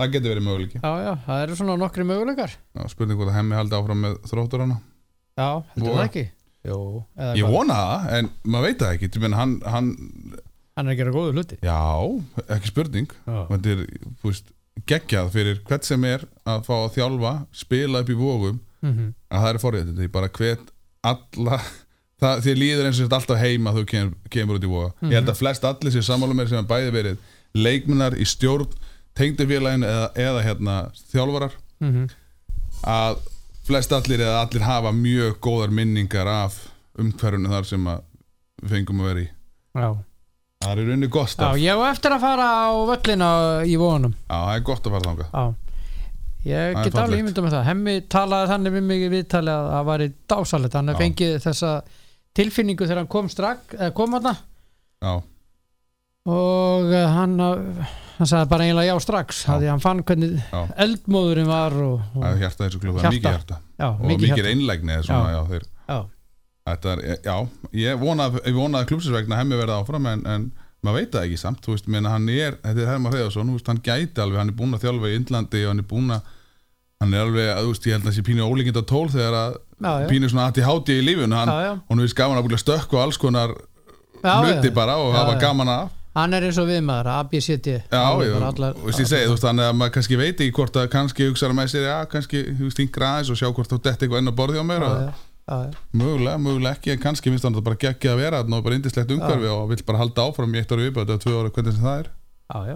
Speaker 2: það getur verið möguleiki
Speaker 1: já, það eru svona nokkri möguleikar,
Speaker 2: Já, spurning hvort að hemmi haldi áfram með þróttur hana
Speaker 1: já, heldur
Speaker 2: Voga.
Speaker 1: það ekki, jú, eða
Speaker 2: Ég
Speaker 1: hvað,
Speaker 2: vona það, en maður veit það ekki Ég menn, hann, hann,
Speaker 1: hann er að gera góðu hluti,
Speaker 2: já, ekki spurning
Speaker 1: já,
Speaker 2: þetta er, þú veist, geggjað fyrir hvert sem er að fá að þjálfa spila upp í vogum,
Speaker 1: mhm,
Speaker 2: að það er forréttindi ég bara hvet alla það, þér líður eins og þetta alltaf heima þú kem, kemur út í voga, ég
Speaker 1: Mhm.
Speaker 2: held að flest allir sér sammála mér sem hafa bæði verið leikmennar í stjórn, tengdufélagin eða, eða hérna þjálfarar
Speaker 1: mhm,
Speaker 2: að flest allir eða allir hafa mjög góðar minningar af umhverfunu þar sem að við fengum að vera í
Speaker 1: já,
Speaker 2: það er unni gott
Speaker 1: já,
Speaker 2: stað, já,
Speaker 1: ég á eftir að fara á völlina í vonum,
Speaker 2: það er gott að fara þangað
Speaker 1: Já, ég
Speaker 2: Það er
Speaker 1: get
Speaker 2: fallegt.
Speaker 1: alveg ímyndum með það Hemmi talaði þannig við mig í viðtali að það væri dásalett, hann
Speaker 2: Já.
Speaker 1: fengið þessa tilfinningu þegar hann kom strak eða kom hann
Speaker 2: já,
Speaker 1: og eh, hann, eh, hann sagði bara eiginlega já strax
Speaker 2: Já.
Speaker 1: af því hann fann hvernig
Speaker 2: Já.
Speaker 1: eldmóðurinn var og, og
Speaker 2: það er hjarta í þessu klubba, það er mikið
Speaker 1: Hjarta.
Speaker 2: hjarta
Speaker 1: já,
Speaker 2: og
Speaker 1: mikið
Speaker 2: mikið
Speaker 1: hjart
Speaker 2: einlægni eða svona, já. þeir,
Speaker 1: já.
Speaker 2: þetta er, já, ég vonaði ég vonaði klúpsins vegna hemmi verða áfram en, en maður veit það ekki samt, þú veist, menn hann er þetta er Herma Hreðarsson, þú veist, hann gæti alveg hann er búin að þjálfa í Indlandi og hann er búin að hann er alveg, að, þú veist, ég held að það sé pínu ólíkind á tól þegar að
Speaker 1: Já, já.
Speaker 2: pínu svona aðti háti í lífun, hann,
Speaker 1: Já, já.
Speaker 2: hún veist gaman að búin að stökku alls konar
Speaker 1: Já,
Speaker 2: hluti
Speaker 1: já.
Speaker 2: bara og
Speaker 1: Já,
Speaker 2: hafa
Speaker 1: já.
Speaker 2: gaman af
Speaker 1: hann er eins og við maður, ABCD
Speaker 2: Já,
Speaker 1: Alveg
Speaker 2: já,
Speaker 1: bara allar-
Speaker 2: þú veist ég segi, þú veist, þannig að maður kannski veit ekki hvort að kannski hugsaður með sér, já, kannski, þú veist, hingra aðeins og sjá hvort þú detti eitthvað enn á borði á mér
Speaker 1: já,
Speaker 2: og
Speaker 1: já, já, já.
Speaker 2: Mögulega, mögulega ekki, en kannski finnst hann þetta bara geggja að vera þannig og bara indislegt umhverfi og vill bara halda áfram í eitt ári viðbæð eða tvö ára, hvernig sem það er
Speaker 1: já, já,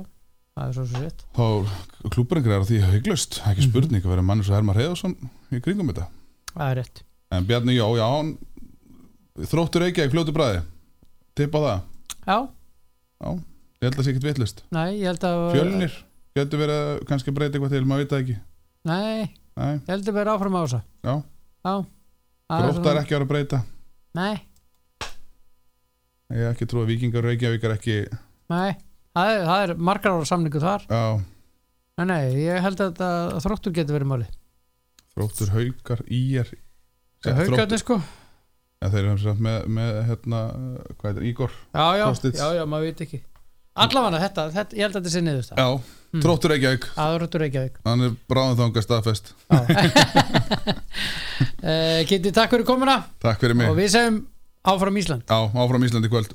Speaker 1: það er svo svo rétt
Speaker 2: þá klúburengur er á því hauglust ekki spurning að vera mann eins og Hermar Heiðarsson í kringum þetta,
Speaker 1: það er rétt
Speaker 2: en Bjarni Jó, já hann, þróttur ekki í fljótu bræði tippa það,
Speaker 1: já,
Speaker 2: já, ég held að það sé ekkit vitlust
Speaker 1: nei, ég held að
Speaker 2: Fjölnir, getur verið að kannski breyta eitthvað til maður veit það ekki,
Speaker 1: nei,
Speaker 2: nei,
Speaker 1: ég held að vera áfram á þessa
Speaker 2: Já.
Speaker 1: já Það er
Speaker 2: gróttar ekki að vera að breyta
Speaker 1: Nei,
Speaker 2: ég hef ekki trú að vikingar og reykjavíkar ekki
Speaker 1: nei, það er, það er margar ára samningu þar
Speaker 2: já,
Speaker 1: Nei, nei, ég held að, að þróttur getur verið máli
Speaker 2: þróttur haukar, ír
Speaker 1: Haukarnir sko
Speaker 2: en þeir eru sem sagt með, með hérna, hvað heitir, Ígor
Speaker 1: Já, já,
Speaker 2: Kostið.
Speaker 1: já, já, maður veit ekki Allavega þetta, þetta, ég held að þetta sé niður það
Speaker 2: Já, Tróttur Reykjavík,
Speaker 1: Aðróttur Reykjavík
Speaker 2: hann er bráðum þangað staðfest
Speaker 1: uh, Kitty, takk fyrir komuna
Speaker 2: Takk fyrir
Speaker 1: og
Speaker 2: mig,
Speaker 1: við segjum áfram Ísland
Speaker 2: já, áfram Íslandi kvöld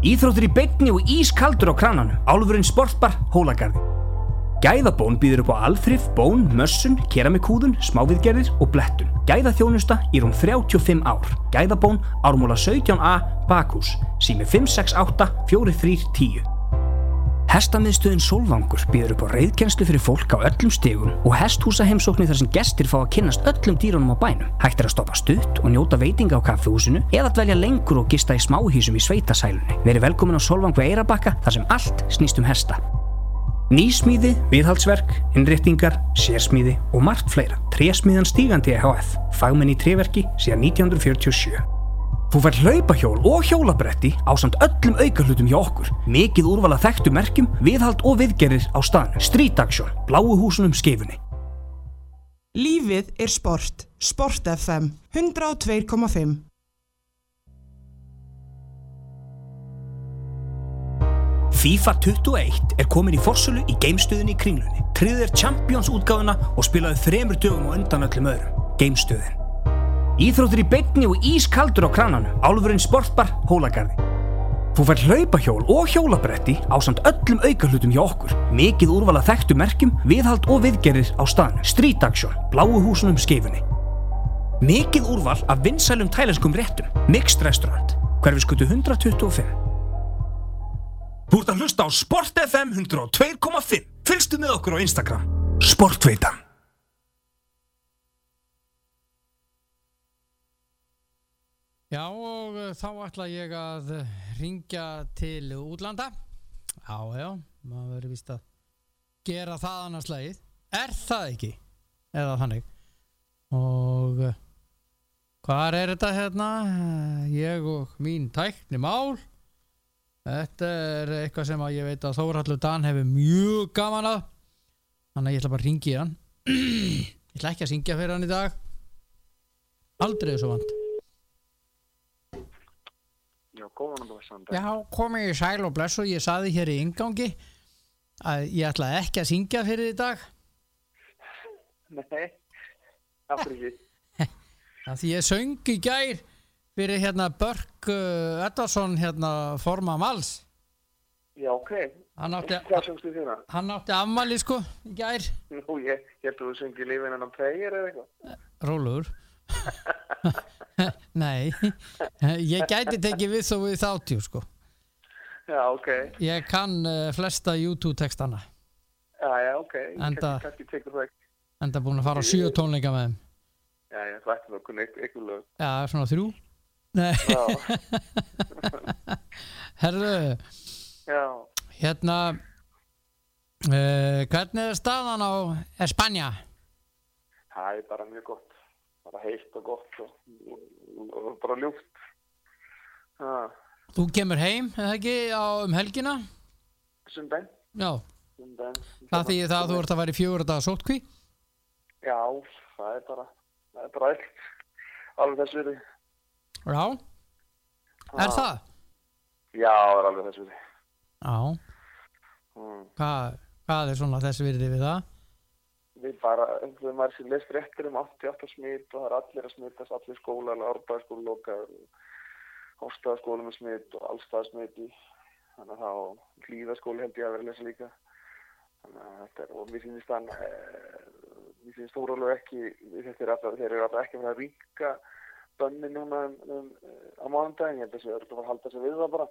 Speaker 3: Íþróttir í beinni og ískaldur á krananum. Álfurinn Sportbar, Hólagarði. Gæðabón býður upp á alþrif, bón, mössun, keramikúðun, smáviðgerðir og blettun. Gæðaþjónusta í rúm 35 ár. Gæðabón, ármúla 17a, bakhús, sími 568 4310. Hestamiðstöðin Solvangur býður upp á reyðkjenslu fyrir fólk á öllum stigum og hesthúsaheimsóknir þar sem gestir fá að kynnast öllum dýrunum á bænum. Hægt er að stoppa stutt og njóta veitinga á kaffihúsinu eða dvelja lengur og gista í smáhísum í sveitasælunni. Verið velkomin á Solvang við Eirabakka þar sem allt snýst um hesta. Nýsmíði, viðhaldsverk, innréttingar, sérsmíði og margt fleira. Trésmíðan stígandi EHF, fagmenn í tréverki síðan 1947. Þú fær hlaupahjól og hjólabretti á samt öllum aukahlutum hjá okkur. Mikið úrval að þekktu merkjum, viðhald og viðgerir á staðnum. Street Action, bláu húsunum skifunni.
Speaker 4: Lífið er sport. Sport FM 102,5.
Speaker 3: FIFA 21 er komin í forsölu í geimstöðinni í kringlunni. Tryggðu þér Champions útgáfuna og spilaðu þremur dögum og undan öllum öðrum. Geimstöðin. Íþróttir í beinni og ískaldur á krananum. Álfurinn Sportbar, Hólagarði. Þú fær hlaupahjól og hjólabretti á samt öllum aukahlutum hjá okkur. Mikið úrval að þekktu merkjum, viðhald og viðgerir á staðnum. Street Action, bláu húsunum skifunni. Mikið úrval af vinsælum tælenskum réttum. Mixed Restaurant, hverfiskutu 125. Þú ert að hlusta á Sport FM 102.5 Fylgstu með okkur á Instagram Sportveitan
Speaker 1: Já og uh, þá ætla ég að ringja til útlanda Já, já, maður verður vist að gera það annars lagið Er það ekki? Eða þannig Og uh, hvar er þetta hérna? Eh, Ég og mín tækni mál Þetta er eitthvað sem að ég veit að Þóraldur Dan hefur mjög gaman að Þannig að ég ætla bara að ringi hann <clears throat> Ég ætla ekki að syngja fyrir hann í dag Aldrei þessu vant
Speaker 5: Já, góðan og blessan dag.
Speaker 1: Já, komið í sæl og blessu, ég saði hér í ingangi að ég ætla ekki að syngja fyrir því dag
Speaker 5: Nei, af hverju ekki?
Speaker 1: að því ég söng í gær fyrir hérna Börk uh, Eddarsson hérna forma vals
Speaker 5: Já, ok.
Speaker 1: hann átti,
Speaker 5: Hvað söngstu þér það?
Speaker 1: hann átti afmæli sko í gær,
Speaker 5: Nú, ég held að þú söngi lifin hennan pegir eða eitthvað.
Speaker 1: rólur <laughs> nei ég gæti tekið við þó við þáttjú sko
Speaker 5: Já, ok.
Speaker 1: ég kann uh, flesta YouTube textana
Speaker 5: Já, já, ok. Ég
Speaker 1: Enda-
Speaker 5: kannski- Kannski tekur það ekki.
Speaker 1: enda búin að fara á sjö tónleika með þeim
Speaker 5: Já, já, þú ætti nú að kunna eit- eitthvað lög.
Speaker 1: já, svona þrjú nei,
Speaker 5: Já,
Speaker 1: <laughs> herðu
Speaker 5: já.
Speaker 1: Hérna uh, Hvernig er staðan á Espanja?
Speaker 5: Það er bara mjög gott. Bara heitt og gott og, og, og bara ljúft. Já,
Speaker 1: Þú kemur heim, eða ekki, á, um helgina?
Speaker 5: sundan.
Speaker 1: Já,
Speaker 5: Sundan.
Speaker 1: það því það að þú ert að vera í fjögur dagar sótkví
Speaker 5: Já, það er bara, það er bara allt. Alveg þess verið.
Speaker 1: Já, er það?
Speaker 5: Já, það er alveg þess verið.
Speaker 1: Já,
Speaker 5: Mm.
Speaker 1: hvað, hvað er svona þessi virði við það?
Speaker 5: við bara, einhvern maður sem les fréttir um 88 smitt og það er allir að smittast, allir skólar, árbæðarskóla lokaður, hóstaðaskóla með smitt og allstaðar smitt í, þannig að þá hlýðaskóli held ég að vera að lesa líka. Þannig að þetta er, og mér finnst þann, eh, mér finnst Þórólu ekki, þetta er alltaf, þeir eru alltaf ekki að fara að ríka bönni núna um, um, eh, á mánudaginn, ég held að þessu öll að fara að halda sig við það bara.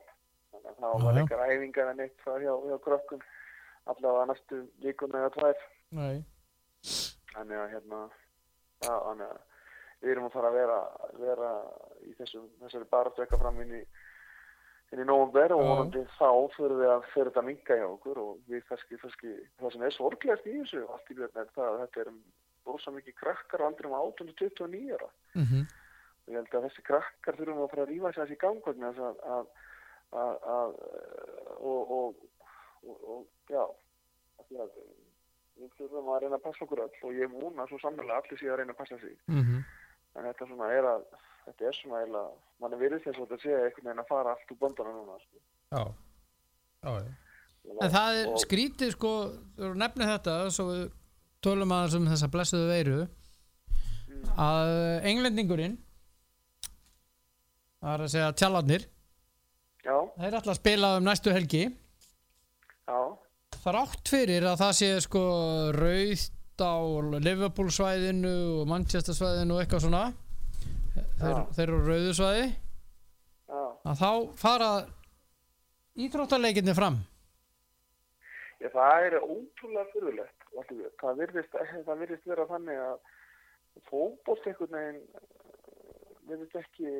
Speaker 5: Þannig að þá var
Speaker 1: Já.
Speaker 5: eitthvað æfingar en eitt frá hjá, hjá krökkum, allavega næstu vikuna eða tvær
Speaker 1: Nei
Speaker 5: þannig að hérna já, þannig að við erum að fara að vera, vera í þessum, þessari baráttu eitthvað fram inn í inn í nóvumber og
Speaker 1: Já.
Speaker 5: vonandi þá fyrir við að fyrir þetta minga hjá okkur og við kannski, kannski það sem er sorglegast í þessu allt í björn er það að þetta er um rosa mikið krakkar á aldrinum 18 og 29 ára
Speaker 1: mm
Speaker 5: Þetta og ég held að þessi krakkar þurfum að fara að rífa sér þessi gangvagn að, að, að, að og, og, og, og já af því að við þurfum að reyna að passa okkur öll og ég vona svo samlega allir sé að reyna að passa sig
Speaker 1: mm
Speaker 5: en þetta svona er að þetta er svona eiginlega, mann er virðið þess að þetta sé einhvern veginn að fara allt úr bandana núna sko.
Speaker 6: já, já, já.
Speaker 1: En það er
Speaker 5: Og-
Speaker 1: skrítið sko, nefni þetta, svo við tölum aðeins um þessa blessuðu veiru,
Speaker 5: Mm.
Speaker 1: að englendingurinn, það er að segja tjallarnir,
Speaker 5: já,
Speaker 1: þeir ætla að spila um næstu helgi,
Speaker 5: já,
Speaker 1: þrátt fyrir að það sé sko rauðt á Liverpool svæðinu og Manchester svæðinu og eitthvað svona, þeir,
Speaker 5: Já.
Speaker 1: þeir eru á rauðu svæði,
Speaker 5: já
Speaker 1: að þá fara íþróttarleikinni fram.
Speaker 5: Já, það er ótrúlega fyrirlegt. Það virðist, <laughs> það virðist vera þannig að fótbolt einhvern veginn eh, virðist ekki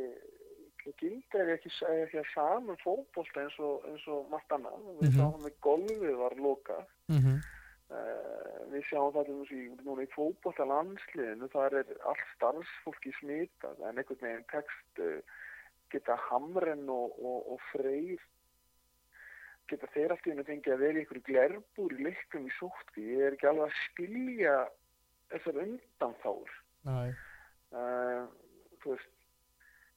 Speaker 5: gildar ekki, ekki að saman fótbolt eins og, eins og margt annað. Við
Speaker 1: Mhm.
Speaker 5: sáum að golfið var lokað.
Speaker 1: Mm -hmm.
Speaker 5: Eh, Við sjáum það til dæmis í, núna í fótbolta landsliðinu. Það er allt starfsfólki smitað en einhvern veginn text geta Hamren og, og, og Freyr geta þeir allt í henni fengið að vera í einhverju glerbúr í leikum í sótki. Ég er ekki alveg að skilja þessar undanþáur.
Speaker 1: Næ.
Speaker 5: Uh, þú veist,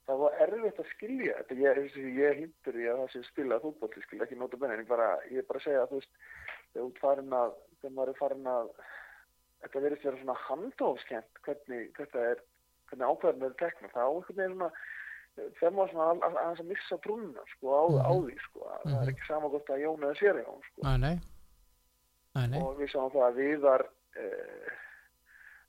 Speaker 5: það var erfitt að skilja þetta. Ég, eins og ég hindur í að það sem spilað fútboll, ég skilja ekki nota benni, en ég bara, ég er bara að segja að þú veist, þegar út farin að, þegar maður er farin að, þetta verðist vera svona handofskent, hvernig þetta er, hvernig ákveðan verður tekna. Það á einhvern veginn svona, þegar maður svona að- að- aðeins að missa brúnna, sko, á, á því, sko. Það er ekki sama gott að Jón eða sér Jón, sko
Speaker 1: Næ, nei. Næ, nei.
Speaker 5: og við sjáum það að Viðar eh,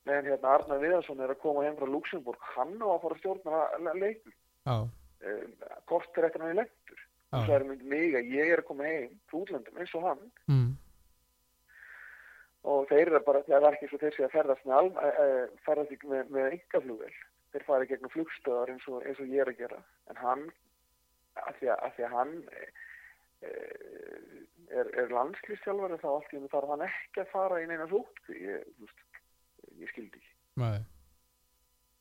Speaker 5: meðan hérna Arnar Viðarsson er að koma heim frá Luxemburg hann á að fara að stjórna leikum
Speaker 6: Já,
Speaker 5: eh, kort er eftir hann í lengur
Speaker 6: Já.
Speaker 5: og svo er mynd mig að ég er að koma heim frá útlöndum eins og hann
Speaker 1: Mm.
Speaker 5: og þeir eru bara, það er ekki eins og þeir sé að ferðast með, alm, eh, eh, ferðast ekki með, með engaflugvel þeir fara í gegnum flugstöðar eins og, eins og ég er að gera en hann af því að, af því að hann eh, eh, er, er landslýstjálfari þá allt í henni þarf hann ekki að fara í neina sótt ég, þú veist, ég skildi ekki
Speaker 6: nei,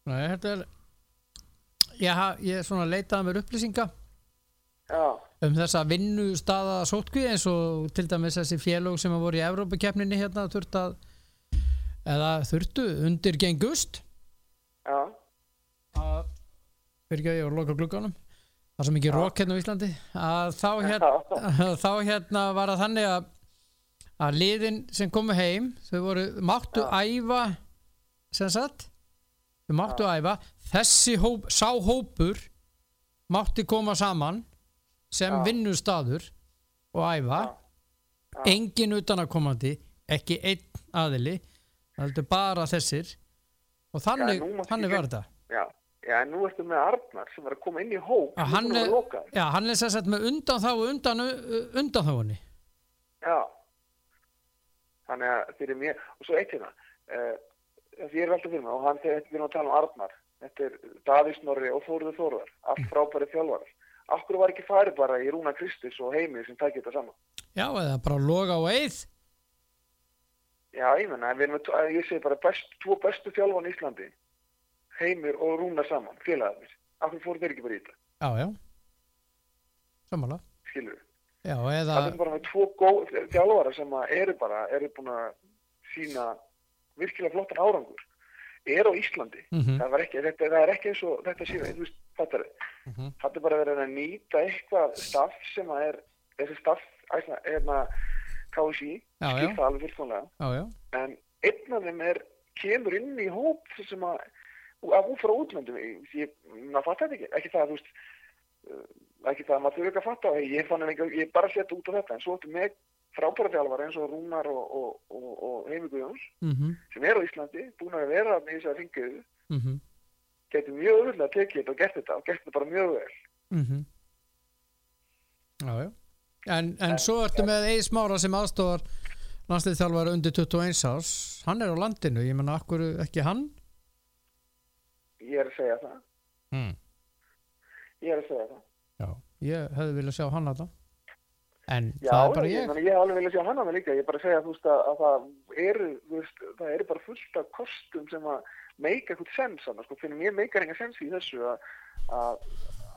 Speaker 1: Nei, þetta er ég, ha- ég svona leitaði mér upplýsinga
Speaker 5: já,
Speaker 1: um þessa vinnu staða sótkví eins og til dæmis þessi félög sem að voru í Evrópukeppninni hérna þurft að eða þurftu undir gengust
Speaker 5: já,
Speaker 1: að fyrir ég að loka glugganum það er svo mikið rók hérna á Íslandi að þá hérna, þá hérna var það þannig að að liðin sem komu heim þau voru, máttu æfa sem sagt þau máttu æfa, þessi hóp, sá hópur mátti koma saman sem
Speaker 5: Já.
Speaker 1: vinnustadur og æfa engin utanakomandi ekki einn aðili heldur bara þessir og þannig,
Speaker 5: nú mátti ekki
Speaker 1: þannig var
Speaker 5: gegn-
Speaker 1: þetta
Speaker 5: já já, en nú ertu með Arnar sem er að koma inn í hóp
Speaker 1: Já, hann er,
Speaker 5: er lokaður.
Speaker 1: já, hann er sem sagt með undan þá undan, uh, undan þáunni
Speaker 5: Já. Þannig að fyrir mér, og svo eitt hérna, uh, því ég er velta fyrir mig og hann þegar við erum að tala um Arnar, þetta er Davís Norri og Þóruður Þóruðar, allt frábæri þjálfarar. Akkur var ekki farið bara í Rúna Kristus og heimið sem tækir þetta saman?
Speaker 1: Já, eða bara loga á eið
Speaker 5: Já, ég menna, við erum með, t- ég segi bara best, tvo bestu þjálfan í Íslandi, heimir og Rúna saman, félagarnir. Akkur fóru þeir ekki bara í þetta,
Speaker 1: Já, já Sammála
Speaker 5: skilur við?
Speaker 1: Já, eða,
Speaker 5: Það er bara með tvo góð þjálfara sem að eru bara, eru búin að sína virkilega flottan árangur. Er á Íslandi.
Speaker 1: Mhm.
Speaker 5: Það var ekki, þetta, það er ekki eins og þetta sé, þú veist, þetta er, mm
Speaker 1: Mhm.
Speaker 5: þetta er bara verið að nýta eitthvað staff sem að er, þessi staff, ætla, hérna, KSI,
Speaker 1: Já, já.
Speaker 5: skil það alveg fullkomlega.
Speaker 1: já, já
Speaker 5: En einn af þeim er, kemur inn í hóp sem að, að hún frá útlöndum, ég, ég- maður fattar þetta ekki, ekki það, þú veist, uh, ekki það, maður þurfi ekki að fatta, hey, ég fann hann ekki, ég er bara að setja út á þetta, en svo ertu með frábæra þjálfara eins og Rúnar og, og, og, og Heimi Guðjóns,
Speaker 1: mm -hmm,
Speaker 5: sem er á Íslandi, búin að vera með þess að ringiðu,
Speaker 1: mm -hmm,
Speaker 5: getur mjög öðvöldlega að tekið þetta og gert þetta og gert þetta bara mjög vel.
Speaker 1: mhm. Já, já En, en svo ertu með Eið Smára sem aðstofar landsliðþjálfara undir 21 árs Hann er á landinu, ég menna akkur ekki hann
Speaker 5: Ég er að segja það.
Speaker 6: Hmm.
Speaker 5: Ég er að segja það.
Speaker 1: Já, ég hefði viljað sjá hann að En
Speaker 5: Já,
Speaker 1: það er bara
Speaker 5: ég,
Speaker 1: ég
Speaker 5: meina, ég hef alveg vilja sjá hana með líka. Ég er bara að segja þú veist, að, að það, eru, þú veist, það eru bara fullt af kostum sem að meika eitthvað sens annars, sko, fyrir mér meikar enga sens í þessu að, að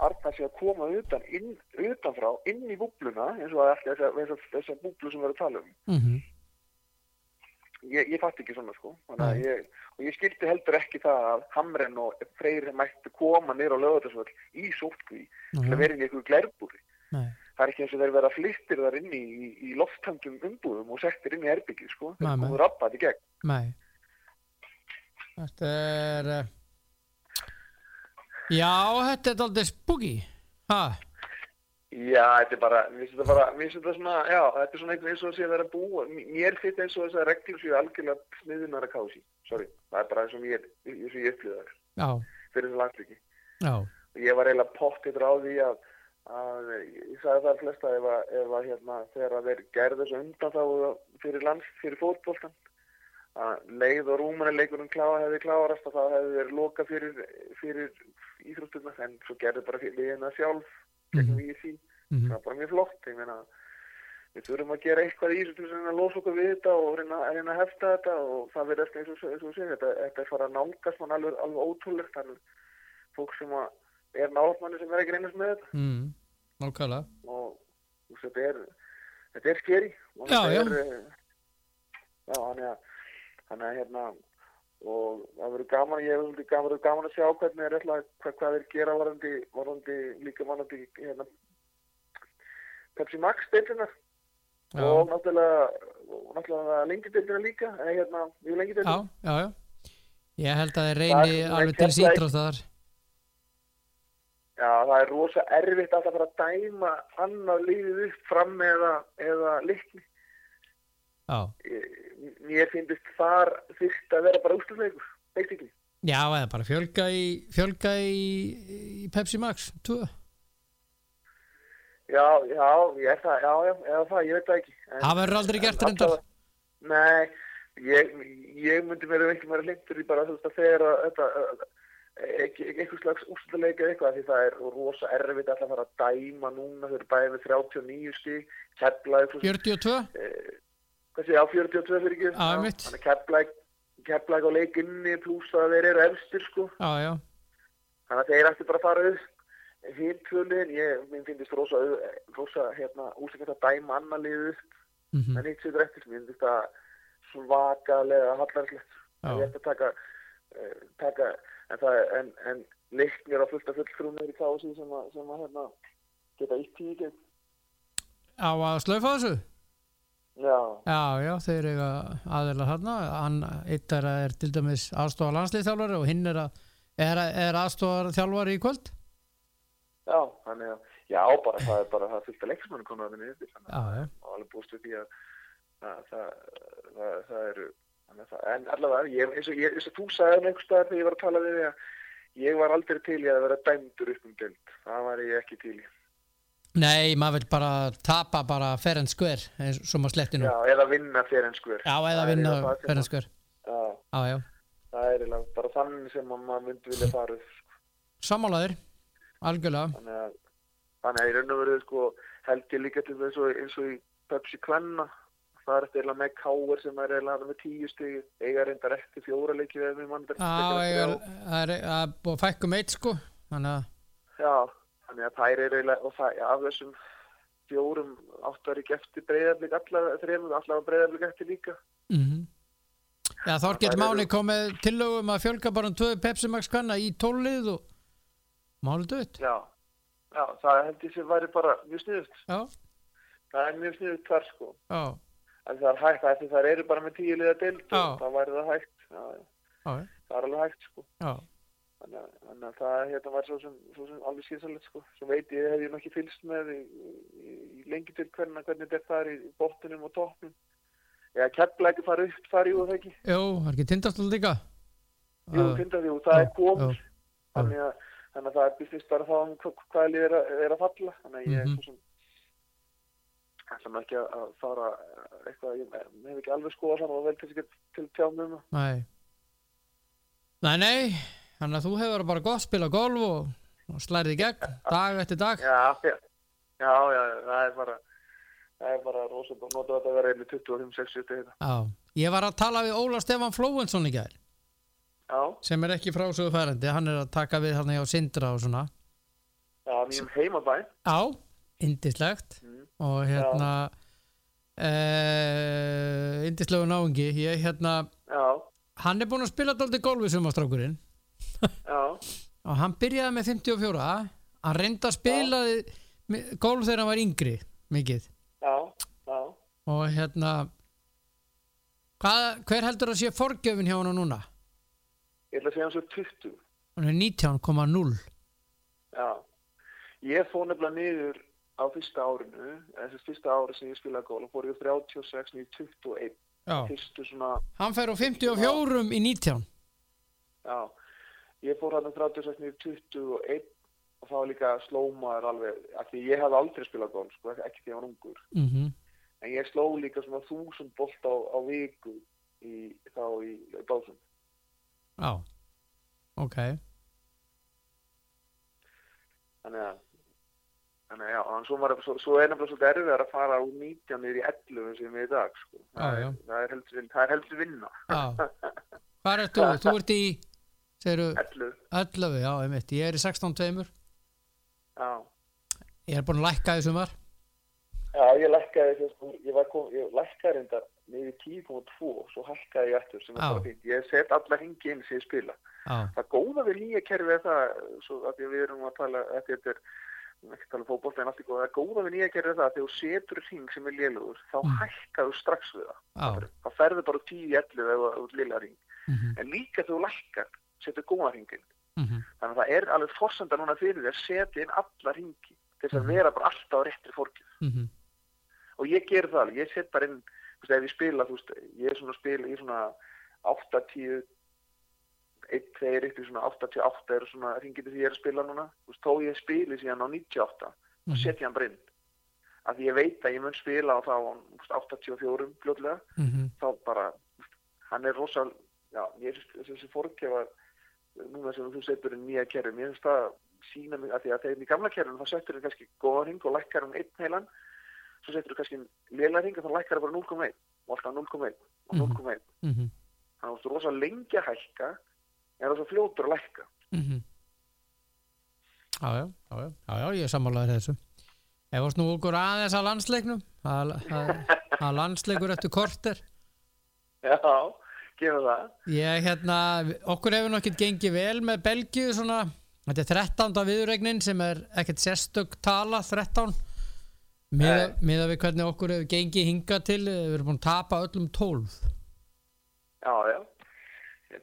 Speaker 5: Arnar sé að koma utan, inn, utanfrá, inn í búbluna, eins og að alltaf þessa, þessa, þessa búblu sem við erum að tala um.
Speaker 1: Mhm.
Speaker 5: Ég, ég fatt ekki svona, sko. Þannig að
Speaker 1: Nei.
Speaker 5: ég, og ég skildi heldur ekki það að Hamren og Freyri mættu koma nýra á lögutarsvöld í sótkví, til að
Speaker 1: Nei.
Speaker 5: vera í einhverju glerbúri.
Speaker 1: Nei.
Speaker 5: Það er ekki eins og þeir vera flýttir þar inni í, í loftangum umbúðum og settir inn í herbyggið, sko.
Speaker 1: Nei,
Speaker 5: Þeir
Speaker 1: nei.
Speaker 5: komu rappað í gegn.
Speaker 1: Nei Þetta er eh, Já, þetta er daldið spooky Ha,
Speaker 5: Já, þetta er bara, mér finnst þetta bara, mér finnst þetta svona, já, þetta er svona einhvern eins og það sé að vera að búa, mér finnst eins og þess að reglur séu algjörlega sniðunar að kási, sorry, það er bara eins og mér, eins og ég upplýði það
Speaker 1: já,
Speaker 5: fyrir þessu landlíki.
Speaker 1: já
Speaker 5: Ég var eiginlega pottið á því að, að, ég sagði það flest að ef að, ef að hérna, þegar að þeir gerðu þessu undan þá fyrir lands, fyrir fótboltan, að leið og rúmunileikurum klára hefði klárast að það hefði verið loka fyrir, fyrir íþrótturnar, en svo gerðu bara fyrir liðina sjálf, gegnum mm -hmm
Speaker 1: mhm,
Speaker 5: það er bara mjög flott ég meina við þurfum að gera eitthvað í þessu til þess að reyna að losa okkur við þetta og reyna, reyna að hefta þetta og það verður eftir eins og- eins og þú segir þetta, þetta er fara að nálgast mann alveg, alveg ótrúlegt þannig fólk sem að er nálgmanni sem er ekki reynast með þetta
Speaker 1: mm, Nákvæmlega
Speaker 5: og þú veist, þetta er þetta er skeri og
Speaker 1: Já, já.
Speaker 5: þetta er eh, já, þannig að þannig að hérna og það verður gaman, ég verður svolítið gaman, verður gaman að sjá hvernig er alltaf hvað, hvað þeir gera varandi, varandi líka varandi hérna Pepsi Max deildina
Speaker 1: Já,
Speaker 5: og náttúrulega, og náttúrulega lengjadeildina líka eða hérna, við
Speaker 1: já,
Speaker 5: lengjadeildina
Speaker 1: já, já Ég held að þeir reyni
Speaker 5: Það er-
Speaker 1: alveg til
Speaker 5: það er
Speaker 1: sítrótt þar
Speaker 5: já, það er rosa erfitt alltaf að fara að dæma annað liðið upp fram eða, eða likni
Speaker 1: Já,
Speaker 5: mér finnst þar fyrst að vera bara úrstuðleikur basically,
Speaker 1: já, eða bara fjölga í fjölga í, í Pepsi Max 2
Speaker 5: já, já, ég er það já, já, eða það, ég veit það ekki en,
Speaker 1: Það verður aldrei gert
Speaker 5: en
Speaker 1: reyndar
Speaker 5: allavega- Nei, ég, ég myndi mér ekki mér lindur í bara þú veist að þegar að e-, þetta eitthvað slags úrstæðleika eða eitthvað því það er rosa erfitt alltaf að fara að dæma núna þau eru bæðið með 39 stík keflaði,
Speaker 1: 42,
Speaker 5: hvað sé ég á 42 fyrir ekki
Speaker 1: Já, einmitt.
Speaker 5: þannig keflaði keflaði á leikinni pluss að þeir eru efstir sko
Speaker 1: já, já
Speaker 5: þannig að þeir ættu bara að fara upp hittfjölin, ég minn finnist rosa, au- rosa hérna, úsækjast að dæma annar liðu
Speaker 1: mhm,
Speaker 5: en eitt sér eftir mér finnst það svakalega hallarslegt
Speaker 1: Já.
Speaker 5: ég ætti að taka, uh, taka en, það, en, en leiknir á fullt af fulltrúnir í kási sem að, sem að hérna, geta ítt í gegn
Speaker 1: Á að slaufa þessu?
Speaker 5: já,
Speaker 1: Já, já, þeir eiga aðeila þarna hann, eitt er að er til dæmis aðstofar landslýþjálfari og hinn er að er, er aðstofar þjálfari í kvöld
Speaker 5: já, þannig að já, bara það er bara það er fullt af leiksmannu konar að vinna yfir þannig
Speaker 1: Já, já,
Speaker 5: að alveg búst við því að að það, það, það eru þannig að það- en allavega, ég, eins, og, ég, eins og þú sagði um einhvers staðar þegar ég var að tala við því að ég var aldrei til í að vera dæmdur upp um dild það var ég ekki til í
Speaker 1: nei, maður vil bara tapa bara fair and square eins og maður sletti nú,
Speaker 5: Já,
Speaker 1: já,
Speaker 5: eða vinna fyrir en skver.
Speaker 1: eða vinna fair and square,
Speaker 5: Já,
Speaker 1: já, já
Speaker 5: það er eiginlega bara þannig sem að maður myndi vilja fara upp. sko.
Speaker 1: sammálaður, algjörlega
Speaker 5: Þannig að, þannig að í raun og veru, sko, held ég líka til þess og eins og í Pepsi Kvenna, það er þetta eiginlega með káir sem er eiginlega með tíu stegi, eiga reyndar eftir fjóra leiki við mér mann.
Speaker 1: Já, ég er, það er það er búið að fækkum eitt sko þannig að,
Speaker 5: Já, þannig að þær eru eiginlega, og það, af þessum fjórum áttar ekki eftir breyðarblik allavega, þremur allavega breyðarblik eftir líka.
Speaker 1: mhm Já, Þorgett
Speaker 5: þær eru-
Speaker 1: Máni kom með tillögum að fjölga bara um tvö Pepsi Max kanna í tólið og málið dött,
Speaker 5: Já, já, það held ég sem væri bara mjög sniðut.
Speaker 1: já,
Speaker 5: Það er mjög sniðut þar, sko.
Speaker 1: já
Speaker 5: En það er hægt, það, er- það eru bara með tíu liða dild
Speaker 1: Já.
Speaker 5: og það væri það hægt. Já,
Speaker 1: Já,
Speaker 5: það er alveg hægt, sko.
Speaker 1: já,
Speaker 5: Þannig að, þannig að það hérna var svo sem, svo sem alveg síðanlega, sko. Svo veit ég, hef ég nú ekki fylgst með í, í, í lengi til hvernig, hvernig þetta er í bóttunum og toppnum. Já, kepla ekki fara upp, fara í og það ekki.
Speaker 1: Jú, það er ekki tindastóð líka
Speaker 5: Jú,
Speaker 1: Já,
Speaker 5: finna því og það
Speaker 1: Ah.
Speaker 5: er
Speaker 1: já,
Speaker 5: komið. Þannig að, þannig að það er business bara þá um hva- hvaða lið er, að- er að falla. Þannig að ég
Speaker 1: Mhm.
Speaker 5: svo sem ætla nú ekki að- að fara eh, eitthvað, ég ég hef ekki alveg skoða saman og vel kannski ekki til tjáum um það.
Speaker 1: Nei Nei, nei Þannig að þú hefur bara gott spila golf og, og slærið í gegn, dag eftir dag
Speaker 5: Já, já, já, já, það er bara það er bara rosa, bara nota þetta að vera einu 25, 60 þetta.
Speaker 1: Já, ég var að tala við Óla Stefán Flóvensson í gær
Speaker 5: já,
Speaker 1: sem er ekki frásögufærandi, hann er að taka við hann hjá Sindra og svona
Speaker 5: já, mínum heimabæ
Speaker 1: á, indislegt
Speaker 5: Mm.
Speaker 1: og hérna uh, indislegu náungi ég hérna,
Speaker 5: já,
Speaker 1: hann er búinn að spila dálítið golfi sumastrákurinn
Speaker 5: já,
Speaker 1: og hann byrjaði með 54 hann reyndi að spila golf þegar hann var yngri mikið
Speaker 5: já, já
Speaker 1: og hérna hvað, hver heldur að sé forgjöfin hjá hann núna?
Speaker 5: ég ætla að segja hans og 20
Speaker 1: hann er 19,0
Speaker 5: já, ég fór nefnilega niður á fyrsta árinu eða þessi fyrsta ári sem ég spilaði gól og fór ég úr 36 niður í 21
Speaker 1: Já.
Speaker 5: fyrstu svona,
Speaker 1: hann fer á 54 í 19
Speaker 5: já ég fór hann 36 niður í 21 og það var líka slómaður alveg af því ég hafði aldrei spilað gól sko, ekki því ég var ungur
Speaker 1: mm -hmm.
Speaker 5: en ég sló líka svona þúsund bolt á, á viku í, þá í, í básum
Speaker 1: já, ok
Speaker 5: þannig að þannig að já, en svo, var, svo, svo er nefnilega svolítið erfið að fara úr 19 niður í 11 sem við í dag sko.
Speaker 1: Já, já.
Speaker 5: það er heldur, vin- það er heldur vinna
Speaker 1: já. hvað er þú? þú ert í segiru,
Speaker 5: 11,
Speaker 1: 11, já, einmitt, ég er í 16 tveimur
Speaker 5: já
Speaker 1: ég er búinn að lækka í sumar
Speaker 5: Já, ég lækkaði, sem sko, ég var kom, ég lækkaði reyndar niður í 10.2 svo halkaði ég eftir sem er
Speaker 1: Já.
Speaker 5: bara fínt. Ég set alla hengi inn sem ég spila.
Speaker 1: já,
Speaker 5: Það góða við nýja kerfi er það, svo að því að við erum að tala, að þetta er, við erum ekki að tala um fótbolta en allt í góða, það góða við nýja kerfi er það að þegar þú setur hring sem er lélugur, þá
Speaker 1: Mm.
Speaker 5: hækkaðu strax við það.
Speaker 1: já,
Speaker 5: Það ferður bara úr 10 í 11 ef þú ert lilla hring.
Speaker 1: mhm,
Speaker 5: En líka þegar þú lækkar, setur góða hringin.
Speaker 1: mhm,
Speaker 5: Þannig að það er alveg forsenda núna fyrir því að setja inn alla hringi til þess að
Speaker 1: Mhm.
Speaker 5: vera bara alltaf á réttri fórgjum
Speaker 1: mhm,
Speaker 5: og ég ger það alveg, ég set bara inn þú veist, ef ég spila, þú veist, ég er svona að spila í svona 80 1, 2, upp í svona 88 eru svona ringið því ég er að spila núna þú veist, þó ég spili síðan á 98
Speaker 1: Mhm.
Speaker 5: og set ég hann bara inn af því ég veit að ég mun spila á þá á, þú veist, 84 fljótlega
Speaker 1: mhm,
Speaker 5: þá bara, þú veist, hann er rosa já, ég finnst þessi- þessi fórkefa núna sem þú setur inn nýja kerfum ég finnst það sína mig, af því að þegar í gamla kerfum þá setur þú kannski góðan ring og lækkar hann einn heilan, svo setur þú kannski lélega ring og þá lækkar það bara 0,1 og alltaf 0,1 og
Speaker 1: Mhm.
Speaker 5: 0,1
Speaker 1: mhm,
Speaker 5: þannig að þú ert rosa lengi að hækka en rosa fljótur að lækka
Speaker 1: mhm. já, já, já, já, já, já, ég er sammálaður þessu ef þú snú okkur aðeins að landsleiknum að, að, að landsleikur eftir korter
Speaker 5: já, gera það
Speaker 1: ég, hérna, okkur hefur nokkert gengið vel með Belgíu svona þetta er 13. viðuregnin sem er ekkert sérstök tala, 13 miða, miða við hvernig okkur hefur gengið hingað til, eh, við erum búin að tapa öllum 12
Speaker 5: já, já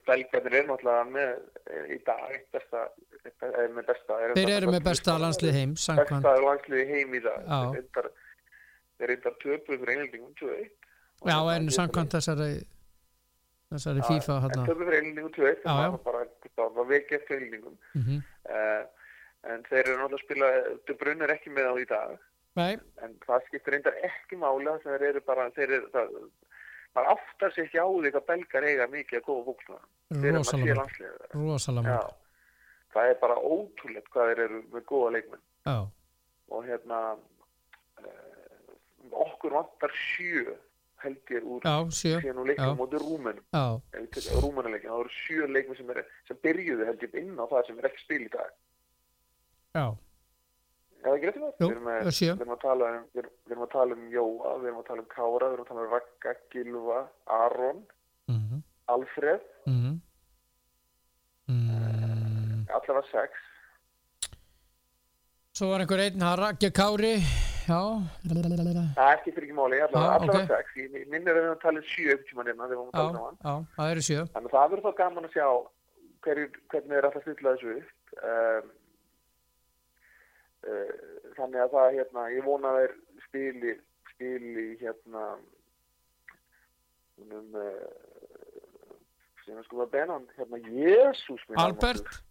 Speaker 5: Belgarnir eru náttúrulega með eh, í dag eitt besta, eitt- eh, með besta er
Speaker 1: þeir eru með besta landslið heim samkvæmt
Speaker 5: besta landsliði heim í dag
Speaker 1: Já.
Speaker 5: Þeir reyndar, þeir reyndar töpuð fyrir englendingum 2-1
Speaker 1: Já, en samkvæmt þessari þessari FIFA
Speaker 5: en
Speaker 1: hérna
Speaker 5: töpuð fyrir englendingum 2-1
Speaker 1: Já, já.
Speaker 5: það var bara það var vel gert fyrir englendingum
Speaker 1: Mhm.
Speaker 5: uh, en þeir eru náttúrulega að spila þau brunnar ekki með á í dag
Speaker 1: Nei,
Speaker 5: en það skiptir reyndar ekki mála þeir eru bara þeir eru, það, maður áttar sér ekki á því hvað belgar eiga mikið að góða fólkna þeir eru maður sé
Speaker 1: rosalega Mm.
Speaker 5: landsliðið
Speaker 1: mörg rosalega
Speaker 5: Já,
Speaker 1: mörg
Speaker 5: það er bara ótrúlegt hvað þeir eru með góða leikmenn
Speaker 1: Já,
Speaker 5: og hérna uh, okkur vantar sjö held ég úr
Speaker 1: já, sjö
Speaker 5: síðan úr
Speaker 1: já.
Speaker 5: leikmenn móti rúmenum
Speaker 1: Já,
Speaker 5: rúmenuleikin, það eru sjö leikmenn sem, er, sem byrjuðu held ég inn á það sem er ekki spil í dag
Speaker 1: já,
Speaker 5: Er það ekki rétt um það?
Speaker 1: Jú,
Speaker 5: Við erum með-
Speaker 1: það er sjö.
Speaker 5: Við erum að tala um, við erum- við erum að tala um Jóa, við erum að tala um Kára, við erum að tala um Ragga, Gilva, Aron,
Speaker 1: mhm,
Speaker 5: Alfred,
Speaker 1: mhm Mm.
Speaker 5: allavega sex.
Speaker 1: Svo var einhver einn, hann Raggi Kári Já, lalalala.
Speaker 5: Það er ekki fyrir ekki máli, allavega,
Speaker 1: Já,
Speaker 5: allavega
Speaker 1: Ah, ok.
Speaker 5: sex. Ég mig minnir að við erum að tala um sjö upp tíma nefna þegar við erum að
Speaker 1: já,
Speaker 5: tala saman.
Speaker 1: já, það eru sjö
Speaker 5: Þannig að það verður þá gaman að sjá hverju, hvernig er alltaf stilla þessu upp. Um, uh, þannig að það, hérna, ég vona að þeir spili, spili, hérna, um, uh, sem er sko að benan, hérna, Jésús minn.
Speaker 1: Albert,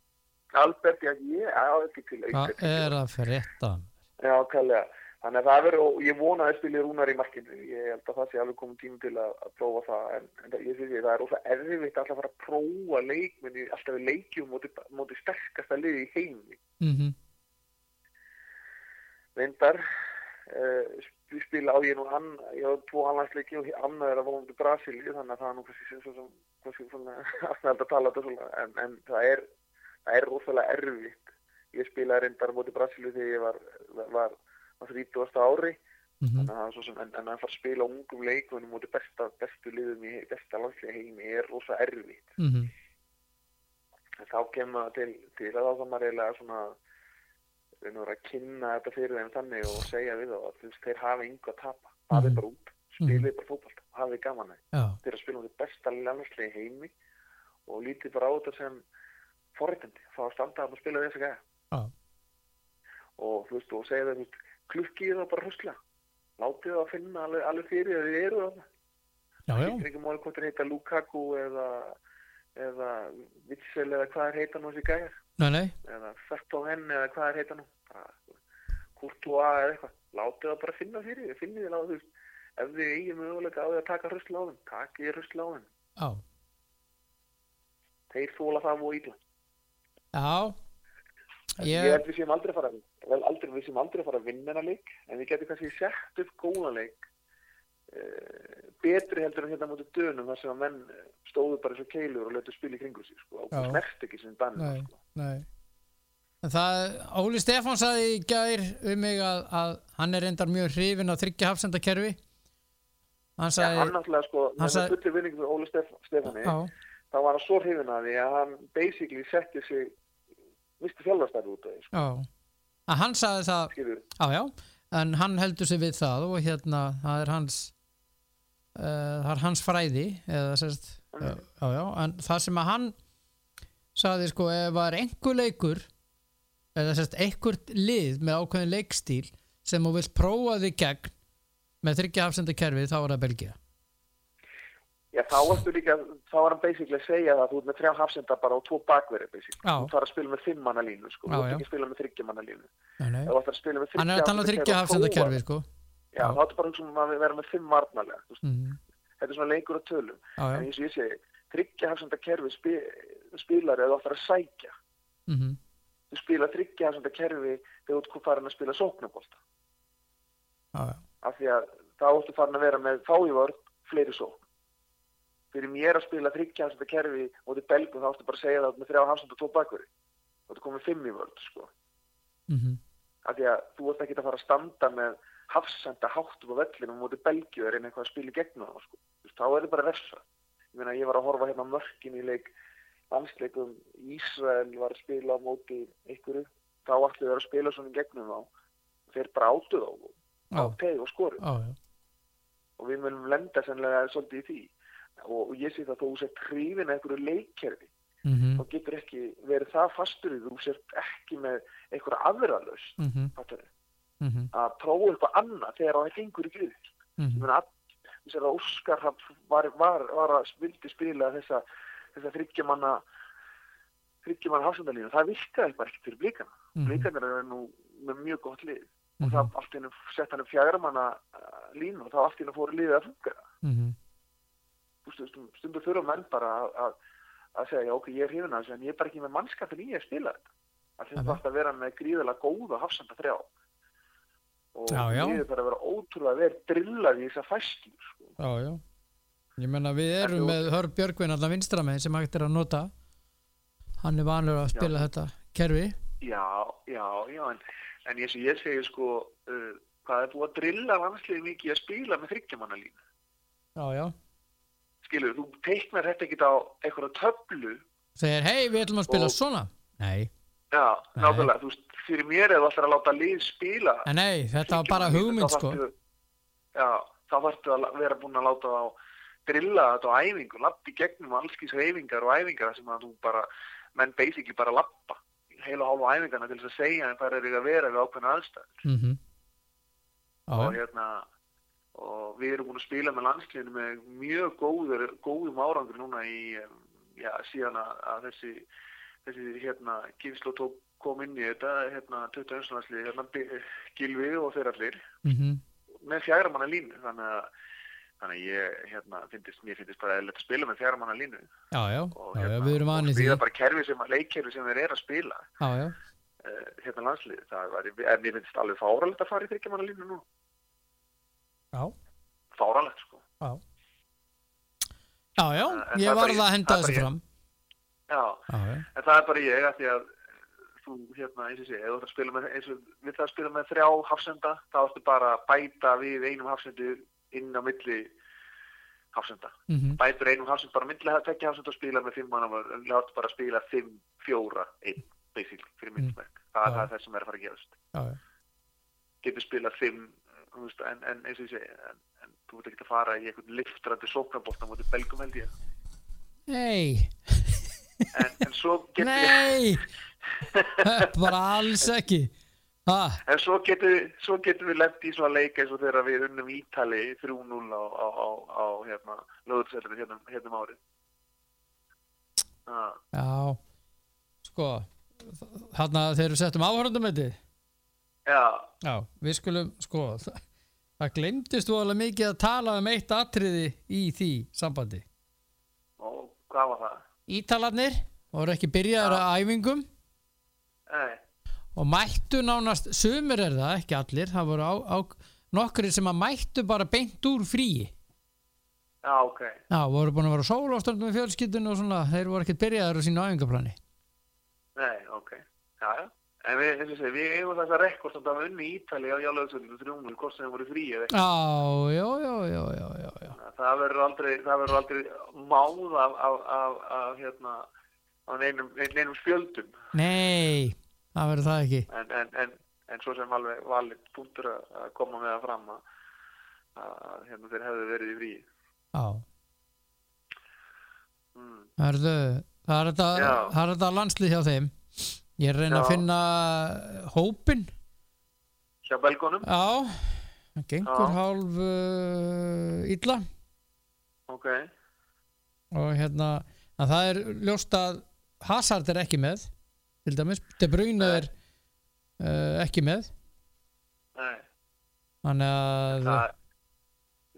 Speaker 5: Albert, já, ég, já, ekki til. ekki
Speaker 1: hvað
Speaker 5: til.
Speaker 1: er að frétta?
Speaker 5: Já, kallega. Þannig að það verður, og ég vona að þeir spili rúnar í markinu. Ég held að það sé alveg komið tími til að, að prófa það, en, en það- ég sé því, það er ósað erfitt alltaf að fara að prófa leikminni, alltaf við leikjum móti, móti sterkasta liði í heimi.
Speaker 1: Mhm,
Speaker 5: Vindar, uh, spila á ég nú hann ég á tvo annarsleiki og annað er að vonandi Brasilíu þannig að það er nú kannski sem sem kannski svona <laughs> aðsnælt að tala þetta svona en, en það er það er rosalega erfitt ég spilaði reyndar móti Brasilíu þegar ég var var, var 30. ári
Speaker 1: Mhm.
Speaker 5: þannig að það er svo sem en, en að fara að spila á ungum leikunum móti besta, bestu liðum í besta landslega heimi er rosalega erfitt
Speaker 1: Mhm.
Speaker 5: en þá kemur það til, til að það maður eiginlega svona við nú erum að kynna þetta fyrir þeim þannig og segja við þá að þú veist, þeir hafa yngu að tapa farið
Speaker 1: Mhm.
Speaker 5: bara út, spilið bara fótballt hafið gaman þeim,
Speaker 1: Já,
Speaker 5: þeir eru að spila um því besta landslega í heimi og lítið bara á þetta sem forréttindi, fá að standa að spila þess að gæða
Speaker 1: já,
Speaker 5: og þú veist, og segja þeim, þú veist, klukkið það bara hrusla látið það að finna alveg, alveg fyrir að þið eru það
Speaker 1: já, já,
Speaker 5: skiptir ekki máli hvort þeir heita Lukaku eða, eða Vitsel eða hvað þeir heita nú þessi gæjar
Speaker 1: nei, nei,
Speaker 5: eða Fertóhen eða hvað er heita nú Kurtua eða eitthvað látið það bara finna fyrir því, finnið þið látið ef þið eigið möguleika á því að taka rusla á þeim takið rusla á þeim,
Speaker 1: já,
Speaker 5: þeir þóla það og ítla
Speaker 1: já,
Speaker 5: ég
Speaker 1: ég,
Speaker 5: held við séum aldrei að fara vel, aldrei, við séum aldrei að fara að vinna hennar leik en við getum kannski sett upp góðan leik eh, betri heldur en hérna mútið dönum þar sem að menn eh, stóðu bara eins og keilur og letu spil í kringu sig sko,
Speaker 1: Já.
Speaker 5: og snert ekki sem danni
Speaker 1: nei,
Speaker 5: sko.
Speaker 1: nei. En Það, Óli Stefán saði í gær um mig að, að hann er reyndar mjög hrifin á þryggja hafsendakerfi. Hann
Speaker 5: ja,
Speaker 1: saði,
Speaker 5: hann náttúrulega sko, hann
Speaker 1: sagði-
Speaker 5: sagði... fullir vinning með Óli Stef Stefani
Speaker 1: já,
Speaker 5: þá var hann svo hrifin að því að hann basically setti sig misti fjálfastæri út af því, sko,
Speaker 1: já, að hann saði það,
Speaker 5: skilur
Speaker 1: já, já, en hann heldur sig við það og hérna, það er hans, uh, það er hans fræði, eða sérst, já, já, já, en það sem að hann saði sko, ef var einhver leikur, eða sérst, einhvert lið með ákveðin leikstíl sem þú vilt prófa því gegn með þryggja hafsendakerfi, þá er það Belgia.
Speaker 5: Já, þá varstu líka, þá var hann basically að segja það að þú ert með þrjá hafsenda bara og tvo bakverði basically,
Speaker 1: Já.
Speaker 5: þú þarf að spila með fimm manna línu sko,
Speaker 1: Já,
Speaker 5: þú ert
Speaker 1: já.
Speaker 5: ekki að spila með þryggja manna línu
Speaker 1: Nei, nei.
Speaker 5: ef þú ert að spila með
Speaker 1: Hann er að tala um þryggja hafsendakerfi,
Speaker 5: hafsendakerfi
Speaker 1: sko.
Speaker 5: Já, þá ertu bara að hugsa um að við verðum með fimm varnarlega þú veist,
Speaker 1: Mhm.
Speaker 5: þetta er svona leikur að tölum
Speaker 1: Já, já.
Speaker 5: en eins og ég segi, þryggja hafsendakerfi spi, spilar eða þú ætlar að sækja
Speaker 1: Mhm.
Speaker 5: þú spila þryggja hafsendakerfi þegar þú ert farin að spila sóknabólta
Speaker 1: Já, já.
Speaker 5: af því að þá ertu farin að vera með fáivörn, fleiri sókn. Fyrir mér að spila þryggja hafsenda kerfi og til belgum þá ertu bara að segja það með þrjá hafsenda og tvo bakveri. Þá ertu komið fimm í vörn, sko.
Speaker 1: Mhm.
Speaker 5: Af því að þú ert ekki að fara að standa með hafsenda hátt upp á vellinu og móti belgju er einn eitthvað að spila í gegnum það, sko. Þú veist, Þá er þið bara versa. Ég meina, ég var að horfa hérna á mörkin í leik landsleikum Ísrael var að spila á móti einhverju. Þá ættu þeir að spila svona í gegnum þá. Þeir bara átu þá og
Speaker 1: Já,
Speaker 5: teig og skoru
Speaker 1: já, já.
Speaker 5: og við munum lenda sannlega svolítið í því og, og ég sé það þó þú sett hrifin eitthvað leikkerfi
Speaker 1: Mhm.
Speaker 5: þá getur ekki verið það fastur í því, þú sett ekki með eitthvað aðralaust
Speaker 1: Mhm.
Speaker 5: fattarðu,
Speaker 1: Mhm.
Speaker 5: að prófa eitthvað annað þegar það gengur ekki upp.
Speaker 1: Mhm.
Speaker 5: Ég meina, all- ég sér að Óskar hann var, var, var að vildi spila þessa, þessa þryggjamanna þryggjamanna hafsendalínu það virkaði bara ekki fyrir blíkana
Speaker 1: Mhm.
Speaker 5: blíkanir eru nú með mjög gott lið
Speaker 1: Mm.
Speaker 5: og það allt innum sett hann um fjagramanna uh, línu og þá allt innum fóru liðið að funka
Speaker 1: Mhm.
Speaker 5: Þú veist, stundum, stundum þurfa menn bara að- að að segja, já, ok, ég er hrifin að þessu en ég er bara ekki með mannskapin í að spila þetta að þetta
Speaker 1: Mhm.
Speaker 5: þarf að vera með gríðilega góða hafsenda þrjá og
Speaker 1: Já, já.
Speaker 5: ég er bara að vera ótrúlega verið drillað í þessa fæslu sko.
Speaker 1: Já, já. Ég menna við erum
Speaker 5: þú-
Speaker 1: með Hörb Björgvin allan vinstra með sem hægt er að nota. Hann er vanur að spila þetta kerfi.
Speaker 5: já, já, já en, en eins og ég segi sko uh, hvað er búið að drilla landsliði mikið í að spila með þryggjamanalínu
Speaker 1: Já, já.
Speaker 5: skilur, þú teiknar þetta ekki á einhverja töflu
Speaker 1: Segir, hei, við ætlum að spila
Speaker 5: Og-
Speaker 1: svona. Nei.
Speaker 5: já,
Speaker 1: Nei.
Speaker 5: nákvæmlega, þú veist, fyrir mér eða alltaf að láta lið spila
Speaker 1: En nei, þetta var bara
Speaker 5: Þriggja manna
Speaker 1: hugmynd,
Speaker 5: línu, þá
Speaker 1: sko.
Speaker 5: þarftu- Já, þá þarftu að la- vera búin að láta þá drilla þetta á æfingu, lappi gegnum allskins reyfingar og æfingar þar sem að þú bara, menn basically bara lappa heila hálfa æfingarna til þess að segja en það er ekki að vera við ákveðna aðstæður
Speaker 1: Mhm.
Speaker 5: og
Speaker 1: Já, já.
Speaker 5: hérna og við erum búin að spila með landsliðinu með mjög góður, góðum árangur núna í, em, já, síðan að, að þessi, þessi hérna, Gilsló tók kom inn í þetta, hérna, 21. landslið, hérna, Bi- Gylfi og þeirra allir
Speaker 1: Mhm.
Speaker 5: með fjagramanna línu þannig að, þannig að ég hérna, finnist, mér finnist bara eðlilegt að spila með fjagramanna línu
Speaker 1: Já, já.
Speaker 5: og,
Speaker 1: Já, já,
Speaker 5: hérna,
Speaker 1: við erum
Speaker 5: og
Speaker 1: vanið því.
Speaker 5: spila bara kerfi sem, leikkerfi sem þeir eru að spila eh,
Speaker 1: Já, já.
Speaker 5: uh, hérna landsliði, það var, en mér finnst alveg fáralegt að fara í þryggjamanna línu nú
Speaker 1: já,
Speaker 5: fáralegt sko.
Speaker 1: já. Já, já,
Speaker 5: En það
Speaker 1: ég
Speaker 5: er bara
Speaker 1: varð
Speaker 5: ég-
Speaker 1: að henda
Speaker 5: það er bara
Speaker 1: þessu
Speaker 5: ég.
Speaker 1: fram.
Speaker 5: Já,
Speaker 1: Já, já.
Speaker 5: en það er bara ég að því að þú, hérna, eins og sé, ef þú ætlar að spila með, eins og við það að spila með þrjá hafsenda, þá ertu bara að bæta við einum hafsendu inn á milli hafsenda.
Speaker 1: Mhm.
Speaker 5: Bætur einum hafsend bara á milli að tekja hafsenda og spila með fimm mannum og þá ertu bara að spila fimm, fjóra, einn, basically, fyrir myndverk.
Speaker 1: Mm.
Speaker 5: Það,
Speaker 1: Já.
Speaker 5: það er það sem er að fara að gerast.
Speaker 1: já, já.
Speaker 5: Getur spilað fimm, þú veist, en, en eins og ég segi, en, en þú veit ekki að fara í einhvern liftrandi sóknarbólta mútið belgum held ég.
Speaker 1: Nei,
Speaker 5: En, en svo getur
Speaker 1: nei, Höpp, bara alls ekki. Ha,
Speaker 5: En svo getum, svo getum við lendi í svona leik eins og þegar við unnum Ítali 3-0 á, á, á, á hérna, löðursætlinni hérna, hérna um árið. Ah,
Speaker 1: já, sko, þarna þegar við settum áhörðumöndið,
Speaker 5: já,
Speaker 1: já, við skulum, sko, það, það glemdist þú alveg mikið að tala um eitt atriði í því sambandi.
Speaker 5: og hvað var það?
Speaker 1: Ítalarnir voru ekki byrjaður að æfingum
Speaker 5: Nei,
Speaker 1: og mættu nánast, sumir er það, ekki allir, það voru á, á, nokkri sem að mættu bara beint úr fríi.
Speaker 5: já, ok.
Speaker 1: Já, voru búin að vera sól ástundum með fjölskyldun og svona, þeir voru ekkert byrjaður á sínu æfingaplani.
Speaker 5: Nei, ok. Já, já. En við, eins og segja, við eigum þessa rekord samt að við unni Ítali á löðursætlinni 3-0, hvort sem þeim voru frí eða ekki.
Speaker 1: Já, já, já, já, já, já, já.
Speaker 5: Það verður aldrei, það verður aldrei máð af, af, af, af hérna, af neinum, neinum fjöldum.
Speaker 1: Nei, það verður það ekki.
Speaker 5: en, en, en, en svo sem alveg valið punktur að að koma með það fram að, að hérna, þeir hefðu verið í frí
Speaker 1: Já,
Speaker 5: mm.
Speaker 1: verðu, það er þetta,
Speaker 5: Já.
Speaker 1: það er þetta landslið hjá þeim. Ég er að reyna að
Speaker 5: Já.
Speaker 1: finna hópin.
Speaker 5: hjá belgónum
Speaker 1: Já, það gengur
Speaker 5: Já.
Speaker 1: hálf uh, illa
Speaker 5: ok,
Speaker 1: og hérna, að það er ljóst að Hazard er ekki með, til dæmis, De Bruyne er uh, ekki með,
Speaker 5: nei
Speaker 1: þannig að...
Speaker 5: það,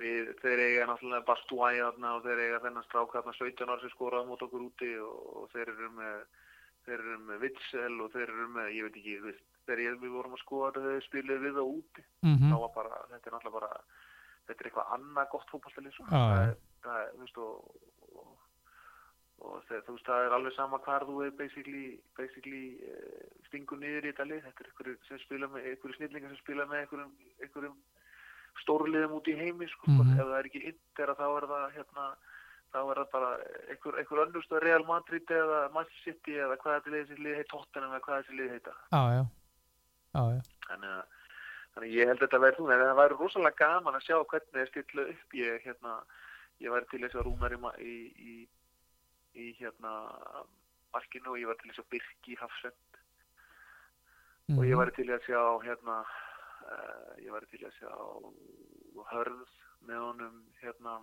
Speaker 5: við, þeir eiga náttúrulega Bastuæ þarna og þeir eiga þennan strák þarna 17 ára sem skoraði mót okkur úti og, og þeir eru með þeir eru með Vitsel og þeir eru með ég veit ekki, þú veist, þegar ég- við vorum að skoða þetta þegar við spiluðum við það úti
Speaker 1: mhm.
Speaker 5: þá var bara, þetta er náttúrulega bara þetta er eitthvað annað gott fótballtalið sko.
Speaker 1: Já, já.
Speaker 5: það, er- það er, þú veist og, og, og þegar, þú veist, það er alveg sama hvar þú er basically, basically uh, stingu niður í þetta lið þetta er einhverju sem spila með, einhverju snillingar sem spila með einhverjum, einhverjum stórliðum út í heimi sko,
Speaker 1: Mhm.
Speaker 5: ef það er ekki yndera þá er það hérna þá er það bara einhver, einhver önnust Real Madrid eða Manchester City eða hvað þetta lið, þessi lið heit Tottenham eða hvað þessi lið heita
Speaker 1: Já, já. Já, já.
Speaker 5: þannig að þannig að ég held að þetta væri svona en það væri rosalega gaman að sjá hvernig þeir stilla upp ég hérna ég væri til þess að rúnar í, ma- í, í, í hérna markinu og ég væri til þess að byrki hafsend
Speaker 1: Mm.
Speaker 5: og ég væri til að sjá hérna uh, ég væri til að sjá hörð með honum hérna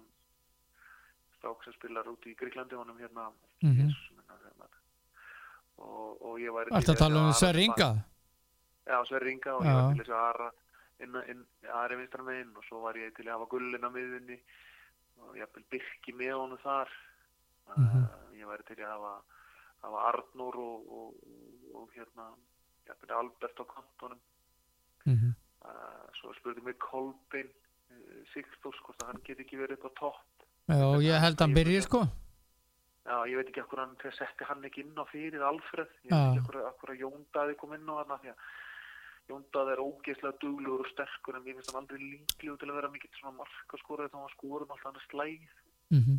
Speaker 5: strák sem spilar út í Gríklandi honum hérna
Speaker 1: Mhm.
Speaker 5: Jesus, minna, hérna. og, og ég væri
Speaker 1: Ertu að tala um Sverri Inga?
Speaker 5: Já, Sverri Inga og
Speaker 1: Já.
Speaker 5: ég var til þess að Ara inn, inn, Ari vinstra meginn og svo var ég til að hafa gullin á miðunni og ég hafði Birki með honum þar
Speaker 1: Mhm.
Speaker 5: uh, ég væri til að hafa, hafa Arnur og, og, og, og hérna ég hafði Albert á kantonum
Speaker 1: Mhm.
Speaker 5: uh, svo spurði mig Kolbin uh, Sigþórs hvort að hann geti ekki verið upp á topp
Speaker 1: Já, ég held að hann byrjir sko.
Speaker 5: Já, ég veit ekki okkur hann þegar setti hann ekki inn á fyrir Alfred, ég
Speaker 1: Já.
Speaker 5: veit ekki okkur, okkur að Jóndaði kom inn á hann af því að Jóndaði er ógeðslega duglegur og sterkur en ég finnst hann aldrei líklegur til að vera mikill svona mark að skora þannig að skorum alltaf hann um er slæð
Speaker 1: Mhm.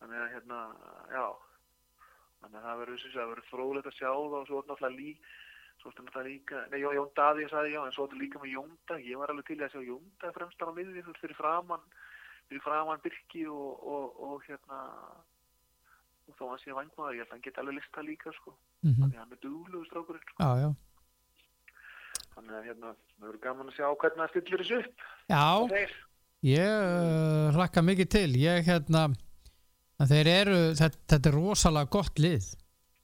Speaker 5: þannig að hérna, já þannig að það verður, það verður fróðlegt að sjá það og svo er náttúrulega lí svo er náttúrulega líka, nei, Jón- Jón Daði ég sagði já, en svo er þetta líka með Jóndaði, ég var alveg til í að sjá Jóndaði fremstan á miðinni þú veist, fyrir framan fyrir framan Birki og, og, og hérna og þó að sé vangmaður, ég held að hann geti alveg lista líka sko,
Speaker 1: Mhm.
Speaker 5: þannig að hann er duglugur strákurinn sko.
Speaker 1: Já, já.
Speaker 5: þannig að hérna, það verður gaman að sjá hvernig það stillir þessu upp
Speaker 1: Já,
Speaker 5: þeir,
Speaker 1: ég uh, hlakka mikið til. Ég hérna, en þeir eru, þetta, þetta er rosalega gott lið.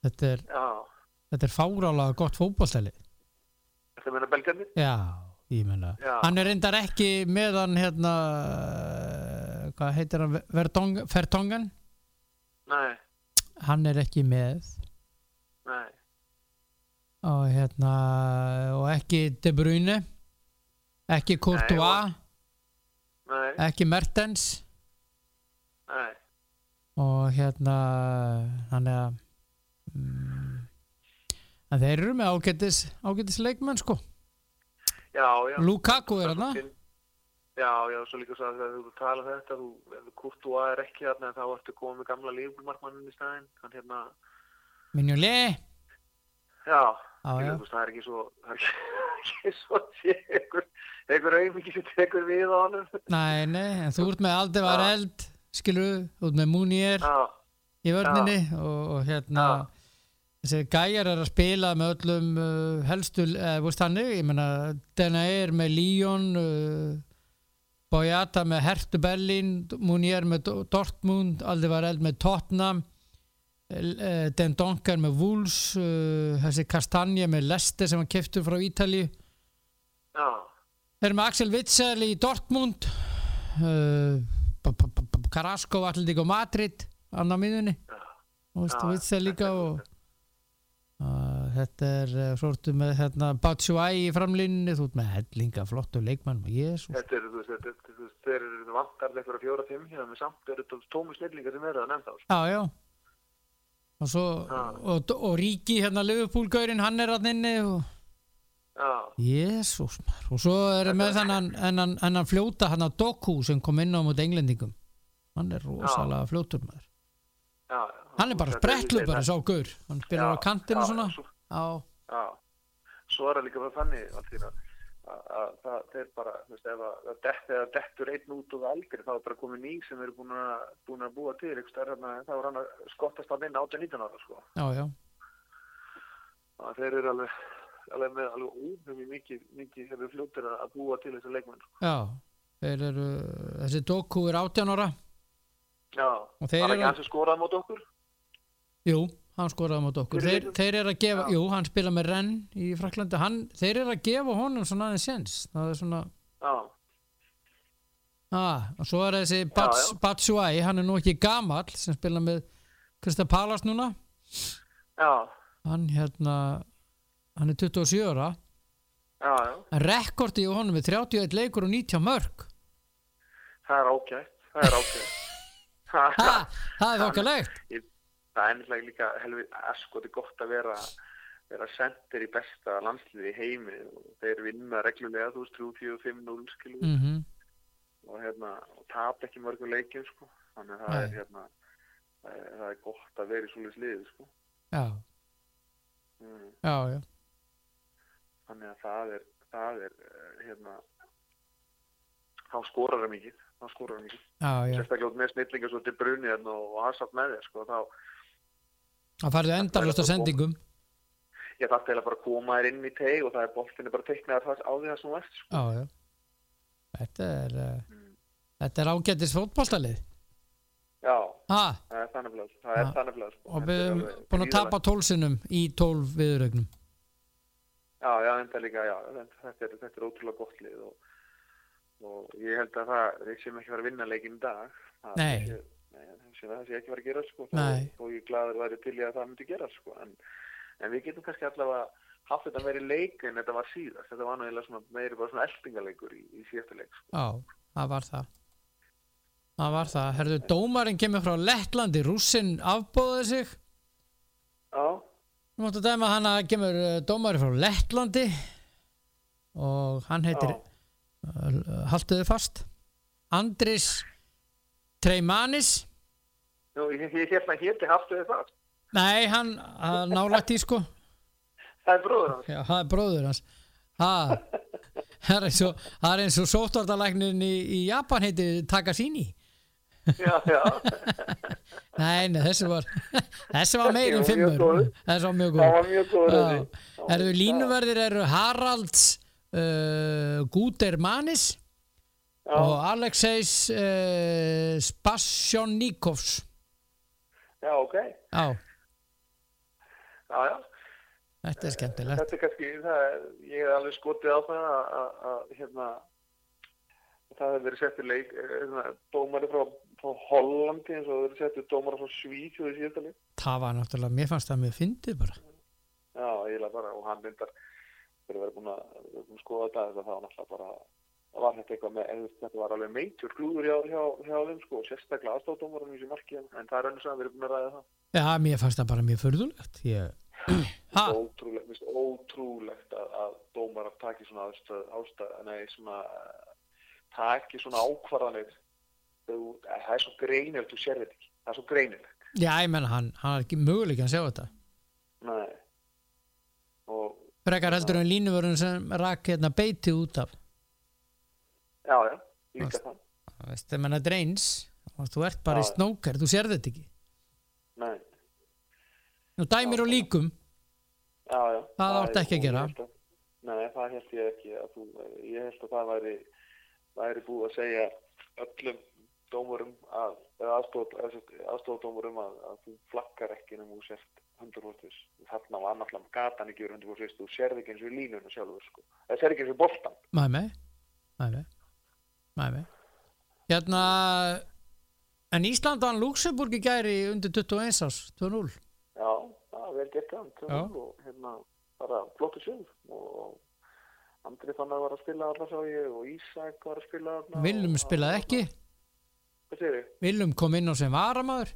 Speaker 1: Þetta er,
Speaker 5: já,
Speaker 1: þetta er fárálega gott fótballtælið.
Speaker 5: þetta meina belgarnir
Speaker 1: Já, ég menna.
Speaker 5: Já.
Speaker 1: Hann er reyndar ekki með hann hérna, hvað heitir hann, Verdong, Fertongan?
Speaker 5: nei,
Speaker 1: Hann er ekki með.
Speaker 5: nei,
Speaker 1: og hérna og ekki De Bruyne ekki Courtois
Speaker 5: nei,
Speaker 1: ekki Mertens
Speaker 5: nei.
Speaker 1: og hérna þannig að mm, en þeir eru með ágætis ágætis leikmenn sko
Speaker 5: Já, já.
Speaker 1: Lukaku er þarna.
Speaker 5: Já, já, svo líka svo að þegar þú tala þetta, þú, ef þú Courtois er ekki þarna, þá ertu komið með gamla lífbúlmarkmannin í staðinn, hann hérna,
Speaker 1: Minjoli,
Speaker 5: já,
Speaker 1: Já,
Speaker 5: ég
Speaker 1: já.
Speaker 5: veist, það er ekki svo, það er ekki, <laughs> ekki svo, að sé einhver, einhver auðviki sem tekur við á honum.
Speaker 1: nei nei en þú ert með Aldevar Eld skilur, þú ert með Munier
Speaker 5: Já,
Speaker 1: í vörninni og, og hérna þessi gæjar er að spila með öllum uh, helstu, eða veist þannig ég meina, Denae er með Lyon uh, Boyata með Hertu Berlin, Munier með Do- Dortmund, Aldivar Eld með Tottenham uh, Den Donker með Wolves uh, þessi Kastanje með Leste sem hann keftur frá Ítalíu
Speaker 5: já,
Speaker 1: Þeir eru með Axel Witsel í Dortmund uh, b- b- b- b- Carrasco var alltaf líka Madrid annar miðunni og veist,
Speaker 5: Já,
Speaker 1: Witsel líka og uh, þetta er uh, sortu með hérna, Batshuayi í framlinni þú ert með hellinga flottu leikmann og jésus
Speaker 5: þetta eru, þú veist, þetta eru, þú veist, þeir eru vantarlega fyrir að fjóra, fimm hérna, með samt eru þetta tómi snillingar sem eru það nefnda, sko.
Speaker 1: já já og svo og, og Ríki hérna Liverpool-gaurinn hann er hann inni og
Speaker 5: Já,
Speaker 1: jésus maður og svo er með þennan hennan, hennan fljóta hann að Doku sem kom inn á mútið englendingum hann er rosalega fljótur maður
Speaker 5: já, já.
Speaker 1: hann er bara sprettlur bara sá gaur hann byrjar á
Speaker 5: Já,
Speaker 1: kantinu
Speaker 5: já,
Speaker 1: svona
Speaker 5: svo-
Speaker 1: á,
Speaker 5: Já, svo er það líka bara þannig Valtýr, að, að, að það það er bara, þú veist, ef að, að dett, eða dettur einn út og það aldrei, þá er bara komið ný sem eru búin að, búin að búa til, einhvers staðar þarna, þá er hann að skottast að vinna 18-19 ára, sko.
Speaker 1: já, já,
Speaker 5: Það þeir eru alveg, alveg með alveg óhefum mikið, mikið hefur fljóttir að, að búa til þessu leikmenn, sko.
Speaker 1: já þeir eru, þessi doku er 18 ára
Speaker 5: Já,
Speaker 1: Og þeir
Speaker 5: var
Speaker 1: eru-
Speaker 5: ekki hans að skoraði mót okkur?
Speaker 1: jú, hann skoraði mot okkur
Speaker 5: Fyrir
Speaker 1: þeir,
Speaker 5: leiknum?
Speaker 1: þeir eru að gefa, jú, hann spila með Renn í Fraklandi, hann, þeir eru að gefa honum svona aðeins sens, það er svona
Speaker 5: Já,
Speaker 1: að, og svo er þessi Bats,
Speaker 5: já.
Speaker 1: Batsuai, hann er nú ekki gamall sem spila með Krista Palas núna
Speaker 5: já,
Speaker 1: hann hérna hann er 27 ára
Speaker 5: já, já,
Speaker 1: en rekordi á honum er 31 leikur og 90 mörg
Speaker 5: það er ágætt, það er <laughs> ágætt.
Speaker 1: ha, það er þokkalegt
Speaker 5: Ég- það er ennlega líka helvið askoti gott að vera vera sendir í besta landsliði í heimi og þeir vinna reglulega þú veist 3-4-5-0 skilu
Speaker 1: mm
Speaker 5: og hérna og tap ekki mörgum leikjum sko þannig að það
Speaker 1: Nei.
Speaker 5: er hérna það er, það er gott að vera í svoleiðis liði sko
Speaker 1: já,
Speaker 5: mm.
Speaker 1: já, já,
Speaker 5: þannig að það er það er eh, hérna þá skorar það mikið þá skorar það mikið
Speaker 1: já, já.
Speaker 5: sérstaklega út með snillingar svo til bruni hérna og aðsatt með þér sko þá
Speaker 1: Það farið endalust á sendingum
Speaker 5: ég þarf eiginlega bara að koma þér inn í teig og það er boltin er bara teiknaðar þar- á því það sem þú ert sko
Speaker 1: Já, já Þetta er uh,
Speaker 5: Mm.
Speaker 1: Þetta er ágættis fótboltalið
Speaker 5: Já,
Speaker 1: ha,
Speaker 5: það er þannig blöð, það er
Speaker 1: Já.
Speaker 5: þannig blöð sko.
Speaker 1: Og
Speaker 5: Þetta
Speaker 1: við
Speaker 5: er
Speaker 1: erum
Speaker 5: alveg
Speaker 1: búin að tapa
Speaker 5: gríðarlegt.
Speaker 1: tólsinum í tólf viðurögnum
Speaker 5: Já, já, þetta er líka, já, þetta- þetta er, þetta er ótrúlega gott lið og, og ég held að það, við séum ekki að fara að vinna leikin í dag Það
Speaker 1: Nei.
Speaker 5: sé- Nei, það sé- það sé ekki að fara að gera sko,
Speaker 1: Nei.
Speaker 5: og ég er gladur væri til ég að það myndi gera sko, en, en við getum kannski allavega haft þetta meiri leik en þetta var síðast þetta var nú eiginlega svona, meiri bara svona eltingaleikur í, í síðasta leik sko.
Speaker 1: Já, það var það Það var það, herðu, dómarinn kemur frá Lettlandi, rússinn afbóðið sig
Speaker 5: Já,
Speaker 1: Nú máttu dæma hann að kemur uh, dómarinn frá Lettlandi og hann heitir
Speaker 5: Já.
Speaker 1: uh, Haltu þið fast Andris Treimanis
Speaker 5: Nú, ég, ég held að héti haftu þið það
Speaker 1: Nei, hann nálægt í sko
Speaker 5: Það er bróður hans
Speaker 1: Já, það er bróður hans ha, það er eins og það er eins og sóttvartalæknin í, í Japan heiti Takasini
Speaker 5: <laughs> Já, já,
Speaker 1: nei, nei, þessi var <laughs> þessi var meir
Speaker 5: Jú,
Speaker 1: en
Speaker 5: mjög
Speaker 1: fimmur
Speaker 5: góður.
Speaker 1: þessi var mjög
Speaker 5: það
Speaker 1: góð
Speaker 5: var mjög góður þessi. Já,
Speaker 1: Erðu línuverðir eru Haralds uh, Gutermanis
Speaker 5: já.
Speaker 1: og Alexeis uh, Spassjonikovs
Speaker 5: Já, ok.
Speaker 1: Já,
Speaker 5: Já, já.
Speaker 1: þetta er skemmtilegt
Speaker 5: Þetta er kannski, það, er- ég hef alveg skotið á það að- að, að hérna, það hefur verið settur leik, eh, hérna, dómari frá, frá Hollandi eins og það hefur verið settur dómari frá Svíþjóð í síðasta leik.
Speaker 1: Það var náttúrulega, mér fannst það mjög fyndið bara
Speaker 5: Já, eiginlega bara og hann myndar, þegar verið búin að, verið búin að skoða þetta, þetta þá náttúrulega bara var þetta eitthvað með, eða þetta var alveg meitur glúður hjá, hjá, hjá þeim sko, sérstaklega aðstofdómarum í þessu marki, en, en það er önnur sem við erum búin að ræða það.
Speaker 1: Já, mér fannst það bara mjög förðulegt. Ég... <clears throat> Ha,
Speaker 5: Ah. Ótrúlegt, minnst, ótrúlegt að, að dómarar taki svona ástæð, ástæð, nei, svona, eh, taki svona ákvarðanir, Þú- eh, það er svo greinilegt, þú sér þetta ekki, það er svo greinilegt.
Speaker 1: já, ég menna, hann, hann er ekki möguleik að sjá þetta.
Speaker 5: Nei. Og,
Speaker 1: Frekar heldur en línuvörun sem rak hérna beiti út af.
Speaker 5: já, já, líka það.
Speaker 1: Það veist, það menna dreins. Þú ert bara í
Speaker 5: Já.
Speaker 1: snókar, þú sér þetta ekki.
Speaker 5: Nei,
Speaker 1: Nú dæmir og líkum.
Speaker 5: já, já.
Speaker 1: Það átti
Speaker 5: er-
Speaker 1: ekki að gera.
Speaker 5: ég held að- Nei, það held ég ekki. Að þú, ég held að það væri, væri búið að segja öllum dómurum að, eða aðstofdómurum að, að þú flakkar ekki nema þú sért 100% þarna var náttúrulega gatan ekki verið 100% þú sérði ekki eins og í línuna sjálfur sko. það sérði ekki eins og í boltan
Speaker 1: Mæ með, mæ með, mæ með. Hérna, en Ísland vann Luxemburg í gæri undir 21 árs, 2-0.
Speaker 5: já, það er vel gert hann
Speaker 1: Já.
Speaker 5: og hérna bara flottu sjöf og Andri Fannar var að spila allar sá ég og Ísak var að spila allar
Speaker 1: Viljum spilaði ekki,
Speaker 5: Hvað segir
Speaker 1: Viljum kom inn á sem varamaður,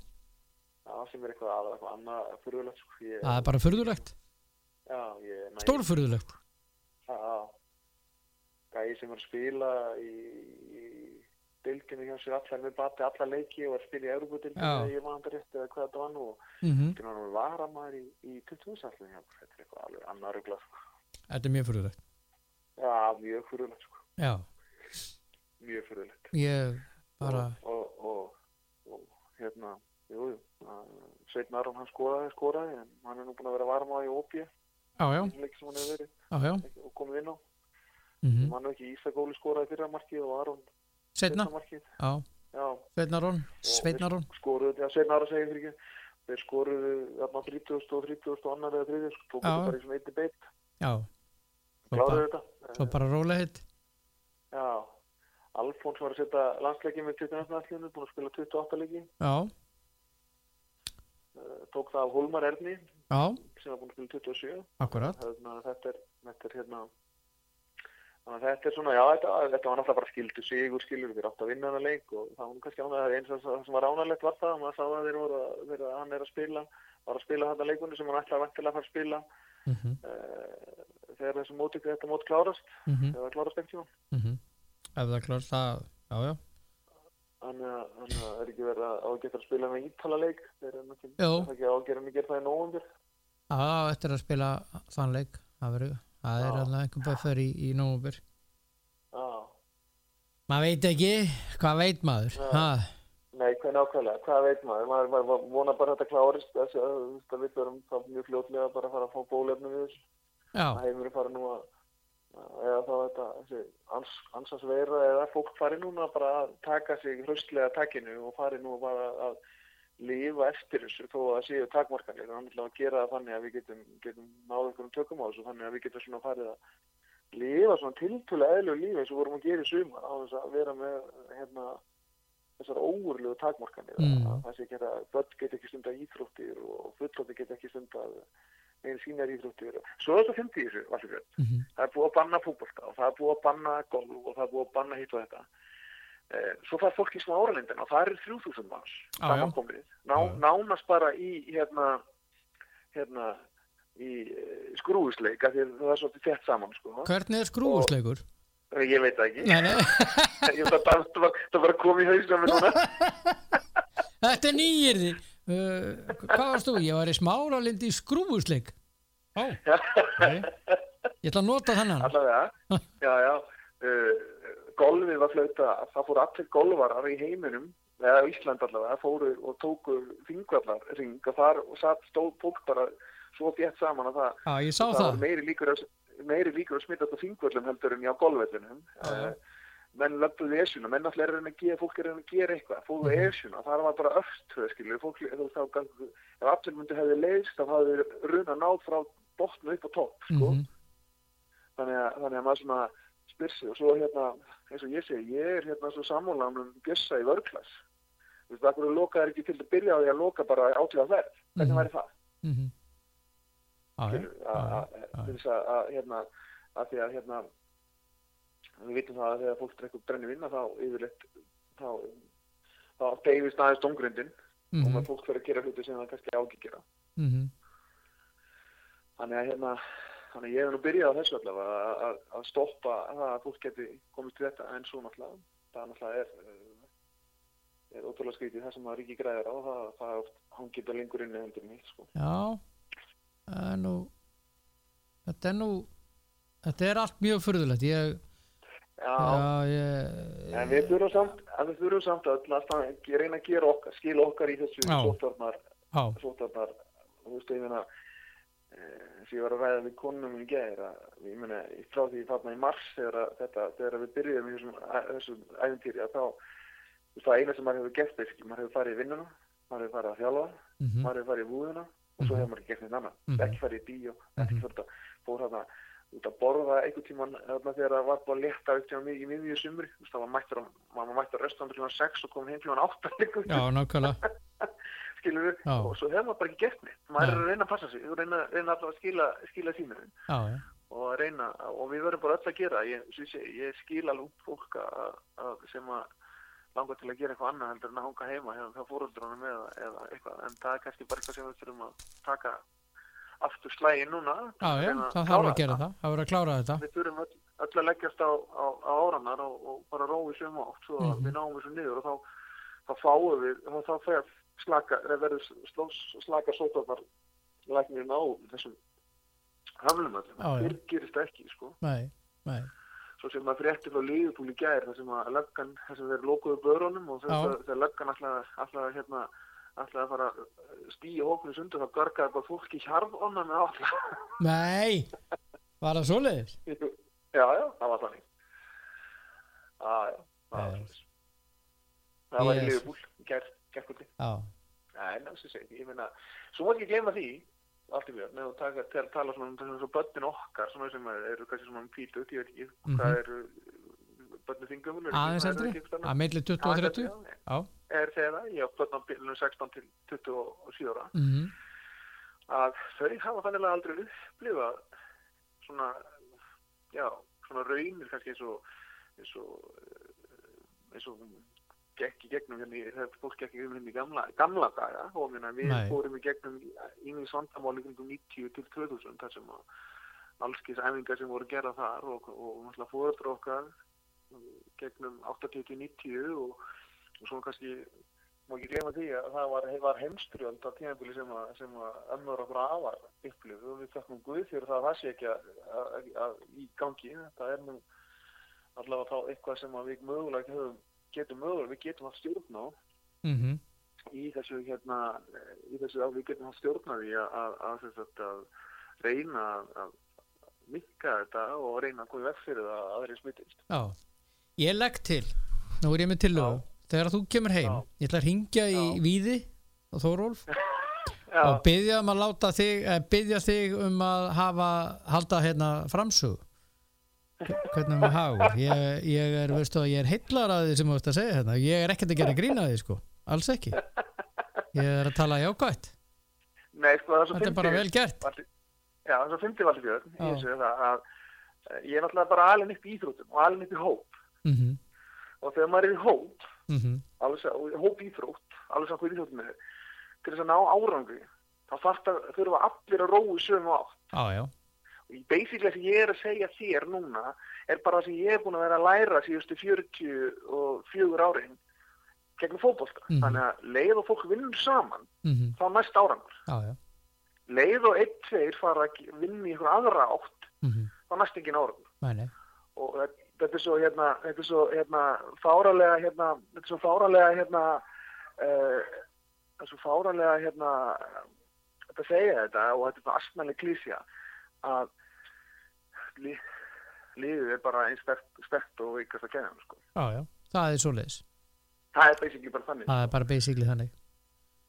Speaker 5: Já, sem er eitthvað aðra, eitthvað annað fyrirlegt, sko. Ég,
Speaker 1: það er bara furðulegt,
Speaker 5: já, ég, næ,
Speaker 1: stórfurðulegt.
Speaker 5: Já, já. Gæi sem er að spila í, í dildinu hjá sér allar með bati, allar leiki og er að spila í Európa-dildinu,
Speaker 1: Já.
Speaker 5: eða ég maður rétt eða hvað þetta var nú.
Speaker 1: Mm
Speaker 5: Þetta er nú varamæður í, í 20-sallinu hjá, okkur. þetta er eitthvað alveg annað ruglað, sko.
Speaker 1: Þetta er mjög furðulegt.
Speaker 5: Já, mjög fyrirlegt, sko.
Speaker 1: Já,
Speaker 5: Mjög fyrirlegt.
Speaker 1: ég bara,
Speaker 5: Og, og, og, og hérna, jú, jú, Sveit Narum hann skoraði, skoraði, en hann er nú búin að vera varamæður í OP,
Speaker 1: já, já,
Speaker 5: þessu leik sem hann hefur verið
Speaker 1: já, já,
Speaker 5: og komið inn á.
Speaker 1: mm
Speaker 5: Ég man nú ekki Ísagóli skoraði fyrra markið og Aron
Speaker 1: setna,
Speaker 5: fyrra markið.
Speaker 1: já,
Speaker 5: Já,
Speaker 1: Sveitnarón,
Speaker 5: og
Speaker 1: Sveitnarón,
Speaker 5: þeir Skoruðu, já, Sveitn Aron segir fyrir ekki. Þeir skoruðu þarna 30 og 30 og annar eða 30 sko, tókuðu
Speaker 1: Já.
Speaker 5: þetta bara í svona eitt beitt.
Speaker 1: já, svo
Speaker 5: Kláruðu
Speaker 1: bara,
Speaker 5: þetta.
Speaker 1: svo bara rólega hitt.
Speaker 5: Já, Alfons var að setja landsleikið með 21 aðslunum, búin að spila 28 leiki.
Speaker 1: Já,
Speaker 5: Eh, Tók það af Holmar Erni
Speaker 1: já,
Speaker 5: sem var búin að spila 27.
Speaker 1: akkurat,
Speaker 5: Þannig að þetta er, þetta er hérna... Þannig að þetta er svona, já, þetta, þetta var náttúrulega bara skildu sigur, skilur, þeir áttu að vinna hana leik og það var nú kannski ánægðið eins og það sem var ánægðilegt var það, maður sá að þeir voru að, þeir að hann er að spila, var að spila þetta leikunni sem hann ætlaði vantilega að fara að spila
Speaker 1: mhm,
Speaker 5: uh, þegar þessi móti, þetta mót klárast,
Speaker 1: mhm,
Speaker 5: þegar það klárast ekki tíma.
Speaker 1: mhm, ef það klart það, já, já,
Speaker 5: Þannig að- þannig að er ekki verið að ágæta að spila með ítala leik, þeir eru ekki,
Speaker 1: Jú.
Speaker 5: það er ekki ágæra að gera það í nóvundir.
Speaker 1: Já, það á eftir að spila þann leik það verður, það er
Speaker 5: Já.
Speaker 1: alltaf einhver buffer í, í nómubur
Speaker 5: Já,
Speaker 1: maður veit ekki, hvað veit maður
Speaker 5: Já.
Speaker 1: ha,
Speaker 5: nei, hvað nákvæmlega, hvað veit maður, maður, maður vonar bara að þetta klárist, þessi að þú veist, að við verum þá mjög fljótlega bara að fara að fá bólefni við þessu. að
Speaker 1: já,
Speaker 5: heimurinn fara nú að að- eða þá þetta þessi ans, ansans veira eða fólk fari núna bara að taka sig hraustlega takinu og fari nú bara að lifa eftir þessu þó að það séu takmarkanir þannig að gera það þannig að við getum, getum náðu einhverjum tökum á þessu þannig að við getum svona farið að lifa svona tiltölu eðlu lífi eins og vorum að gera í sumar á þess að vera með hérna þessar óurlegu takmarkanir
Speaker 1: Mm.
Speaker 5: að það sé ekki að börn get ekki stunda íþróttir og fullóti get ekki stunda einu sínar íþróttir svo er þetta fyndi í þessu, Valdur Björn
Speaker 1: mhm,
Speaker 5: það er búið að banna fútbolta og það er búið að banna golf og það er búið að banna hitt og þetta Eh, svo það er fólk í smá áralindin og það eru 3000 manns
Speaker 1: Já, já.
Speaker 5: samankomið, Ná,
Speaker 2: Já, já.
Speaker 5: nánast bara í hérna, hérna í eh, skrúðusleik af því að það er svolítið fett saman sko.
Speaker 1: hvernig er skrúfusleikur?
Speaker 5: ég veit það ekki
Speaker 1: Nei, nei, <laughs>
Speaker 5: ég, það, það, það, var, það var að koma í hausnum núna
Speaker 1: þetta er nýjirði uh, hvað varst þú? Ég var í smálalind í skrúfusleik ó, nei ég ætla að nota þennan
Speaker 5: allavega, já, já uh, golfið var flauta það fóru allir golfarar í heiminum eða á Ísland allavega, fóru og tóku þingvallar ring og þar og satt stóð fólk bara svo fjett saman að það,
Speaker 1: já, ég sá
Speaker 5: það var
Speaker 1: það,
Speaker 5: meiri líkur að, meiri líkur að smittast á þingvallum heldur en já golfvellunum
Speaker 1: Já, já.
Speaker 5: uh, menn löpuðu í esjuna, menn alltaf er að reyna að gera fólk er að reyna að gera eitthvað, fóðu
Speaker 1: Mhm.
Speaker 5: í esjuna það var bara öftröð, skilur fólk, þú veist, þá gangi, ef allir myndi hefði leiðst þá hafði runa náð frá botnu upp á topp, sko
Speaker 1: mhm,
Speaker 5: þannig að, þannig að maður svona spyr sig og svo hérna, eins og ég segi, ég er hérna svo sammúlan um bjössa í vörglas. Þú veist, akkur loka er ekki til að byrja á því að loka bara átíða verð. Hvernig
Speaker 1: Mhm.
Speaker 5: væri það?
Speaker 1: mhm Já, já,
Speaker 5: Skilur, að- að-
Speaker 1: já.
Speaker 5: Til þess að, að, hérna, að því að, hérna, við vitum það að þegar fólk drekkur brennivinna þá yfirleitt þá, þá deyfist aðeins domgrindin og
Speaker 1: mhm,
Speaker 5: maður fólk fyrir að gera hluti sem það kannski á ekki að gera
Speaker 1: mhm,
Speaker 5: þannig að hérna þannig að ég hef nú byrjað á þessu allavega að- að, að stoppa það að fólk geti komist til þetta en svo náttúrulega það náttúrulega er eh, er ótrúlega skrítið það sem að ríki græðir á það, það er oft hangið það lengur inn í hendur mér sko.
Speaker 1: já það er nú þetta er nú þetta er allt mjög furðulegt ég,
Speaker 5: já,
Speaker 1: já, ég,
Speaker 5: en við þurfum samt Eh, en við þurfum samt öll að stað, reyna að gera okkar skil okkar í þessu
Speaker 1: Já.
Speaker 5: sóttvarnar
Speaker 1: já,
Speaker 5: sóttvarnar þú veist ég meina eh, sem ég var að ræða við konunum í gæðir að ég meina frá því þarna í mars þegar, að þetta, þegar að við byrjuðum í þessum, æ- þessum æfintýri að þá þú veist, það eina sem maður hefur gert basic, maður hefur farið í vinnuna maður hefur farið að þjálfa
Speaker 1: mhm,
Speaker 5: maður hefur farið í búðuna og svo hefur maður ekki gert neitt annað
Speaker 1: Mhm.
Speaker 5: ekki farið í bíó ekki farið að fór þarna út að borða einhvern tíman þarna þegar það var búið að leta upp tíma í miðvíu sumri þú veist, það var mættur á- maður var mættur að restaurant klíman 6 og kom heim klíman <laughs> 8 líka
Speaker 1: já, nákvæmlega
Speaker 5: skilur við,
Speaker 1: Já.
Speaker 5: og svo hefur maður bara ekki gert neitt maður er
Speaker 1: Nei.
Speaker 5: að reyna að passa sig, reyna, reyna allavega að skila, skila símurinn
Speaker 1: já, já,
Speaker 5: og að reyna, og við verðum bara öll að gera ég, sem ég, segi, ég skil alveg út fólk að, að, sem að langa til að gera eitthvað annað heldur en að hanga heima hefum það fóröldrunum eða, eða eitthvað en það er kannski bara eitthvað sem við þurfum að taka aftur slægin núna
Speaker 1: já, já
Speaker 5: Reyna
Speaker 1: það þarf
Speaker 5: Hérna, klára
Speaker 1: að gera
Speaker 5: þetta.
Speaker 1: það það verður að klára þetta
Speaker 5: við þurfum öll, öll að leggjast á, á, á áranar og, og bara róið sem átt svo að
Speaker 1: Mhm.
Speaker 5: við náum þessu niður og þá, þá fáum við, þá, þá fer slaka, eða verður sló, slaka sótvarnar læknirinn á þessum hafnum
Speaker 1: Já, já.
Speaker 5: allir, fyrr gerist það ekki sko,
Speaker 1: nei, nei,
Speaker 5: svo sem maður frétti frá liðupúli gær þar sem að löggan, þar sem þeir lókuðu börunum og
Speaker 1: Já.
Speaker 5: þegar þegar löggan alltaf, alltaf hérna alltaf að fara að stíja hóknum sundur þá gargaði bara fólk í hjarðónan með alla
Speaker 1: nei var það svoleiðis?
Speaker 5: Já, já, það var þannig. Já, já, það var
Speaker 1: Já.
Speaker 5: þannig. Það var í
Speaker 1: Yes.
Speaker 5: Liverpool, gert, gert kvöldi.
Speaker 1: já,
Speaker 5: Nei, ná, sem segi, ég meina, svo má ekki gleyma því, allt í mjög, með að taka, til að tala svona um þessum svo börnin okkar, svona sem eru kannski svona um pítu, ég veit ekki,
Speaker 1: Mhm.
Speaker 5: hvað eru börnin þingum, eru
Speaker 1: aðeins
Speaker 5: eru
Speaker 1: eldri,
Speaker 5: ekki einhvers staðar?
Speaker 1: að milli 20 og 30
Speaker 5: Aðeins eldri,
Speaker 1: já,
Speaker 5: já, Er þegar það, ég á börn á byrjunum 16 til 27 ára,
Speaker 1: mhm,
Speaker 5: að þau hafa þannig að aldrei upplifa svona, já, svona raunir kannski eins og eins og, eh, eins og gekk í gegnum hérna, í- þegar fólk gekk í um hérna í gamla, gamla daga og minna, við
Speaker 1: Nei.
Speaker 5: fórum í gegnum yngins vandamáli kringum 90 til 2000 þar sem að allskis æfingar sem voru gerða þar og, og náttúrulega fóruður okkar eh, gegnum 80 til 90 og, og svona kannski má ekki gleyma því að það var, var heimstrjöld á tímabili sem að, sem að ömmur okkur afar upplifu og við þakkum Guð fyrir það að það sé ekki að, að, að, í gangi þetta er nú allavega þá eitthvað sem að við mögulega ekki höfum getum mögulega, við getum haft stjórn á
Speaker 1: mhm
Speaker 5: í þessu hérna í þessu að við getum haft stjórn á því að, að, að, sem sagt að reyna að, að mikka þetta og reyna að koma í veg fyrir það að aðri smittist
Speaker 1: Já, ég legg til Nú er ég með tillögu Þegar þú kemur heim,
Speaker 5: Já.
Speaker 1: ég ætla að ringja í
Speaker 5: Já.
Speaker 1: Víði og Þórólf
Speaker 5: <laughs> Já,
Speaker 1: og byggja um að láta þig eh, byggja þig um að hafa halda hérna framsög hvernig við hagur ég, ég er, veistu að ég er heillar að því sem þú veist að segja hérna, ég er ekkert að gera grína því sko, alls ekki ég er að tala jákvætt
Speaker 5: nei sko það er svo
Speaker 1: þetta er bara
Speaker 5: fyndið-
Speaker 1: vel gert
Speaker 5: Valdi, já, það er fyndið Valdi Björn
Speaker 1: Já.
Speaker 5: í þessu það að eh, ég er náttúrulega bara alin upp í íþróttum og alin upp í hóp
Speaker 1: mm
Speaker 5: og þegar maður er í hóp,
Speaker 1: -hmm.
Speaker 5: alveg sá, hóp íþrótt, alveg sá hvað íþróttum er til þess að ná árangri þá þarf að þurfa allir að rói sögum átt
Speaker 1: á, já,
Speaker 5: og í basically það sem ég er að segja þér núna er bara það sem ég er búin að vera að læra síðustu 40 og 4 árin gegn fótbolta
Speaker 1: Mhm.
Speaker 5: þannig að leið og fólk vinnum saman
Speaker 1: mm -hmm.
Speaker 5: þá næst árangur
Speaker 1: á, já.
Speaker 5: leið og einn, tveir fara að ge- vinna í einhver aðra átt
Speaker 1: Mm -hmm.
Speaker 5: þá næst engin árangur
Speaker 1: Mæni.
Speaker 5: og þe- þetta er svo hérna, þetta er svo hérna fáralega hérna, þetta er svo fáralega hérna uh, þetta er svo fáralega hérna þetta segja þetta og þetta er bara astmæli klísja að li, liðið er bara eins stert, stert og veikast að kenna sko.
Speaker 1: á, já, það er svoleiðis
Speaker 5: það er basically bara þannig
Speaker 1: það er bara basically þannig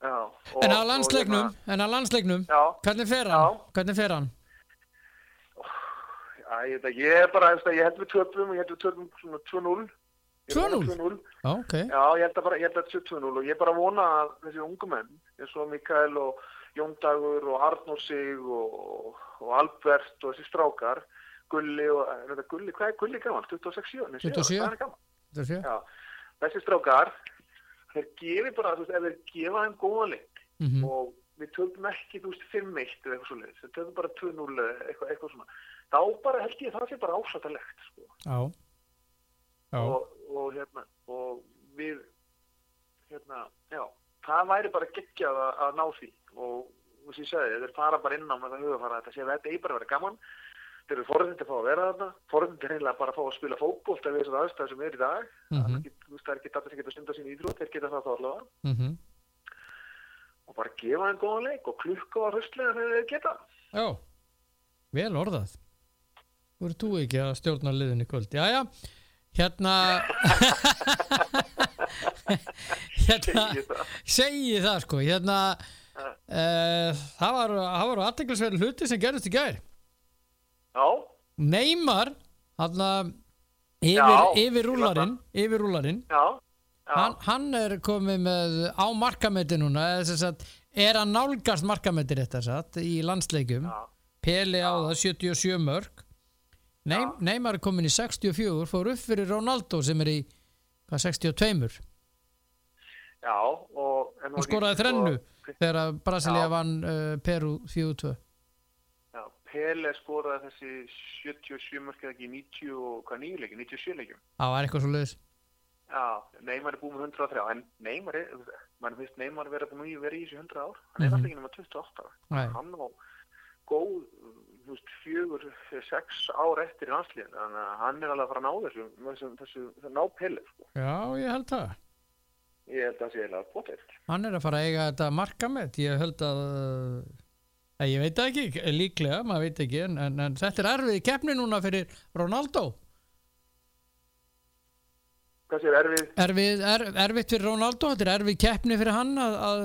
Speaker 5: já, og,
Speaker 1: En að
Speaker 5: og
Speaker 1: landsleiknum,
Speaker 5: hérna,
Speaker 1: en að landsleiknum
Speaker 5: já,
Speaker 1: Hvernig fer hann?
Speaker 5: Já.
Speaker 1: Hvernig fer hann?
Speaker 5: já, hérna, ég, veit það, ég er bara þú veist, ég held við töpum, ég held við töpum svona 2-0 Ég vona
Speaker 1: 2-0?
Speaker 5: 2-0
Speaker 1: Já, ok
Speaker 5: Já, ég held að bara, ég held að þetta sé 2-0 og ég bara vona að þessi ungu menn, eins og Mikael og Jóndagur og Arnór Sig og, og Albert og þessi strákar, Gulli og, er þetta Gulli, hvað er Gulli gaman? 26, 7,
Speaker 1: 27.
Speaker 5: hvað er hann gaman?
Speaker 1: Þetta sé.
Speaker 5: Já, þessi strákar þeir gefi bara, þú veist, ef þeir gefa þeim góða leik
Speaker 1: Mhm.
Speaker 5: og við töfum ekki, þú veist, 5-1 eða eitthvað svo leiðis, við töfum bara 2-0 eða eitthvað, eitthvað svona, þá bara held ég að það sé bara ásættalegt, sko
Speaker 1: Já.
Speaker 6: Já.
Speaker 5: og, og hérna og við hérna, já, það væri bara geggjað að, að ná því og og sem ég segi, þeir fara bara inn á með það hugafara þetta sé að þetta eigi bara að vera gaman þeir eru forðindi að fá að vera þarna forðindi reynilega bara að fá að spila fótbolt ef við þessum aðstæðum sem er í dag
Speaker 1: Mhm.
Speaker 5: það er ekki, þú veist, það er ekki allir sem geta stundað sín ídrútt þeir geta það þá allavega
Speaker 1: Mhm.
Speaker 5: og bara gefa þeim góðan leik og klukka á hröstlega þegar þeir geta
Speaker 1: Já. Vel orðað. Þú eru þú ekki að stjórna liðinu í kvöld. Jæja. Hérna. <laughs> hérna.
Speaker 5: Ég það-
Speaker 1: Segji það sko. Hérna. Uh, það var, það var aðteglisverð hluti sem gerðist í gær.
Speaker 5: Já,
Speaker 1: Neymar, hann
Speaker 5: Já,
Speaker 1: yfir, yfir
Speaker 5: ég var
Speaker 1: rúlarinn, yfir rúlarinn
Speaker 5: já, já
Speaker 1: hann, hann er komið með á markameti núna eða sem sagt, er að nálgast markameti rétt að satt í landsleikum
Speaker 5: Já.
Speaker 1: Peli á það 77 mörg Neym, Neymar er komin í 64 fór upp fyrir Ronaldo sem er í hvað, 62
Speaker 5: já og, en
Speaker 1: og
Speaker 5: var
Speaker 1: skoraði
Speaker 5: líka sko-
Speaker 1: þrennu þegar að Brasilia
Speaker 5: Já.
Speaker 1: vann uh, Peru 4-2
Speaker 5: Já, Pele skoraði þessi 77 mörk eða ekki í 90 og hvað nýju leikjum, 97 leikjum.
Speaker 1: það var eitthvað svo leiðis
Speaker 5: Já, Neymar er búið með 103, en Neymar er, mann finnst Neymar vera búin að vera í þessu 100 ár, hann er alltaf ekki nema 28 ára.
Speaker 1: Nei.
Speaker 5: Hann á góð, þú veist, fjögur, sex ár eftir í landslíðin, þannig að hann er alveg að fara að ná þessu, þessu, þessu, þessu ná Pele, sko.
Speaker 1: já, ég held það
Speaker 5: Ég held að það sé eiginlega bótið.
Speaker 1: Hann er að fara að eiga þetta markamett ég held að að ég veit það ekki, líklega, maður veit ekki en, en, en þetta er erfið keppni núna fyrir Ronaldo
Speaker 5: Hvað séu erfið?
Speaker 1: erfið, er, erfitt fyrir Ronaldo þetta er erfið keppni fyrir hann að, að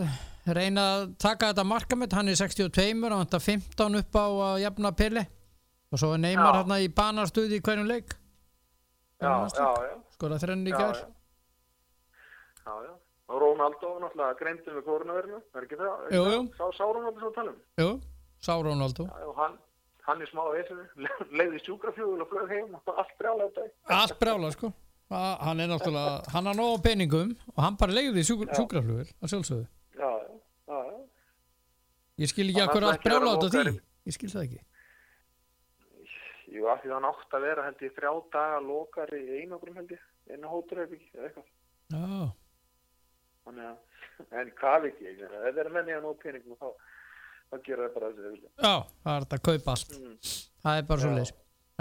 Speaker 1: reyna að taka þetta markamett hann er 62 og hann er 15 upp á að jafna pili og svo er Neymar
Speaker 5: Já.
Speaker 1: hann í banastuði í hverjum leik
Speaker 5: Já, já, já.
Speaker 1: sko það þrenn í
Speaker 5: Já,
Speaker 1: gær
Speaker 5: já. Já, já. Og Rónaldó, náttúrulega, greindur með kórnaverinu, er ekki það?
Speaker 1: Jú, jú.
Speaker 5: Sá, sá Rónaldó sem við um? talum?
Speaker 1: Jú, sá Ronaldo
Speaker 5: Já, og hann, hann er smá að <laughs> veisinu, leiði sjúkrafjúðul og flög heim og allt brjálega þetta.
Speaker 1: allt brjála sko Að- hann er náttúrulega, hann har nóg á peningum og hann bara legði sjúkraflugur að sjálfsögðu
Speaker 5: Já, já, já, já.
Speaker 1: Ég skil ekki
Speaker 5: Hann
Speaker 1: að hverju
Speaker 5: ætlaði
Speaker 1: allt brjála út
Speaker 5: ekki að vera
Speaker 1: af því.
Speaker 5: mókari.
Speaker 1: Ég skil það ekki.
Speaker 5: Jú, af því hann átt að vera, held ég, þrjá daga lokar í einogrum, held ég, inn á hóturherbyggi eða eitthvað.
Speaker 1: Já,
Speaker 5: Þannig að, <laughs> en hvað veit ég, ef þeir eru menni að nóg peningum þá, þá gera það bara þessi vilja.
Speaker 1: já, það er þetta að kaupa allt.
Speaker 5: Mm.
Speaker 1: Það er bara svo leis.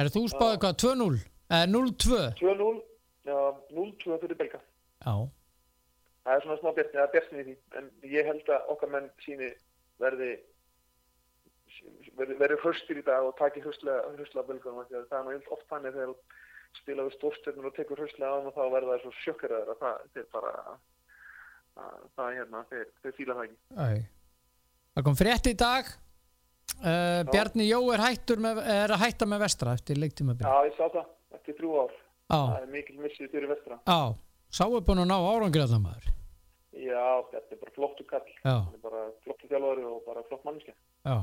Speaker 1: Er þú spáðið hvað, 2-0? Eh, 0-2?
Speaker 5: 2-0, já, 0-2 fyrir Belga.
Speaker 1: Já,
Speaker 5: Það er svona smá bjartin, það er bjartin í því, en ég held að okkar menn síni verði verði, verði höstir í dag og taki höstlega, höstlega bölgunum af því að það er náttúrulega oft þannig þegar þú spila við stórstjörnur og tekur höstlega á hann og þá verða það svo sjokkeraður að það þeir bara að, það er hérna, þeir, þeir fíla það ekki.
Speaker 1: ei. Það kom frétt í dag. Uh, Bjarni Jó er, hættur með, er að hætta með vestra eftir
Speaker 5: Já,
Speaker 1: leiktímabili.
Speaker 5: ég sá það, eftir þrjú ár, það
Speaker 1: Já,
Speaker 5: er mikil missið fyrir vestra.
Speaker 1: já. Sá er búin að ná árangri allar maður.
Speaker 5: Já, þetta er bara flottu kall,
Speaker 1: Já.
Speaker 5: það er bara flottu þjálfari og bara flott mannskja.
Speaker 1: Já,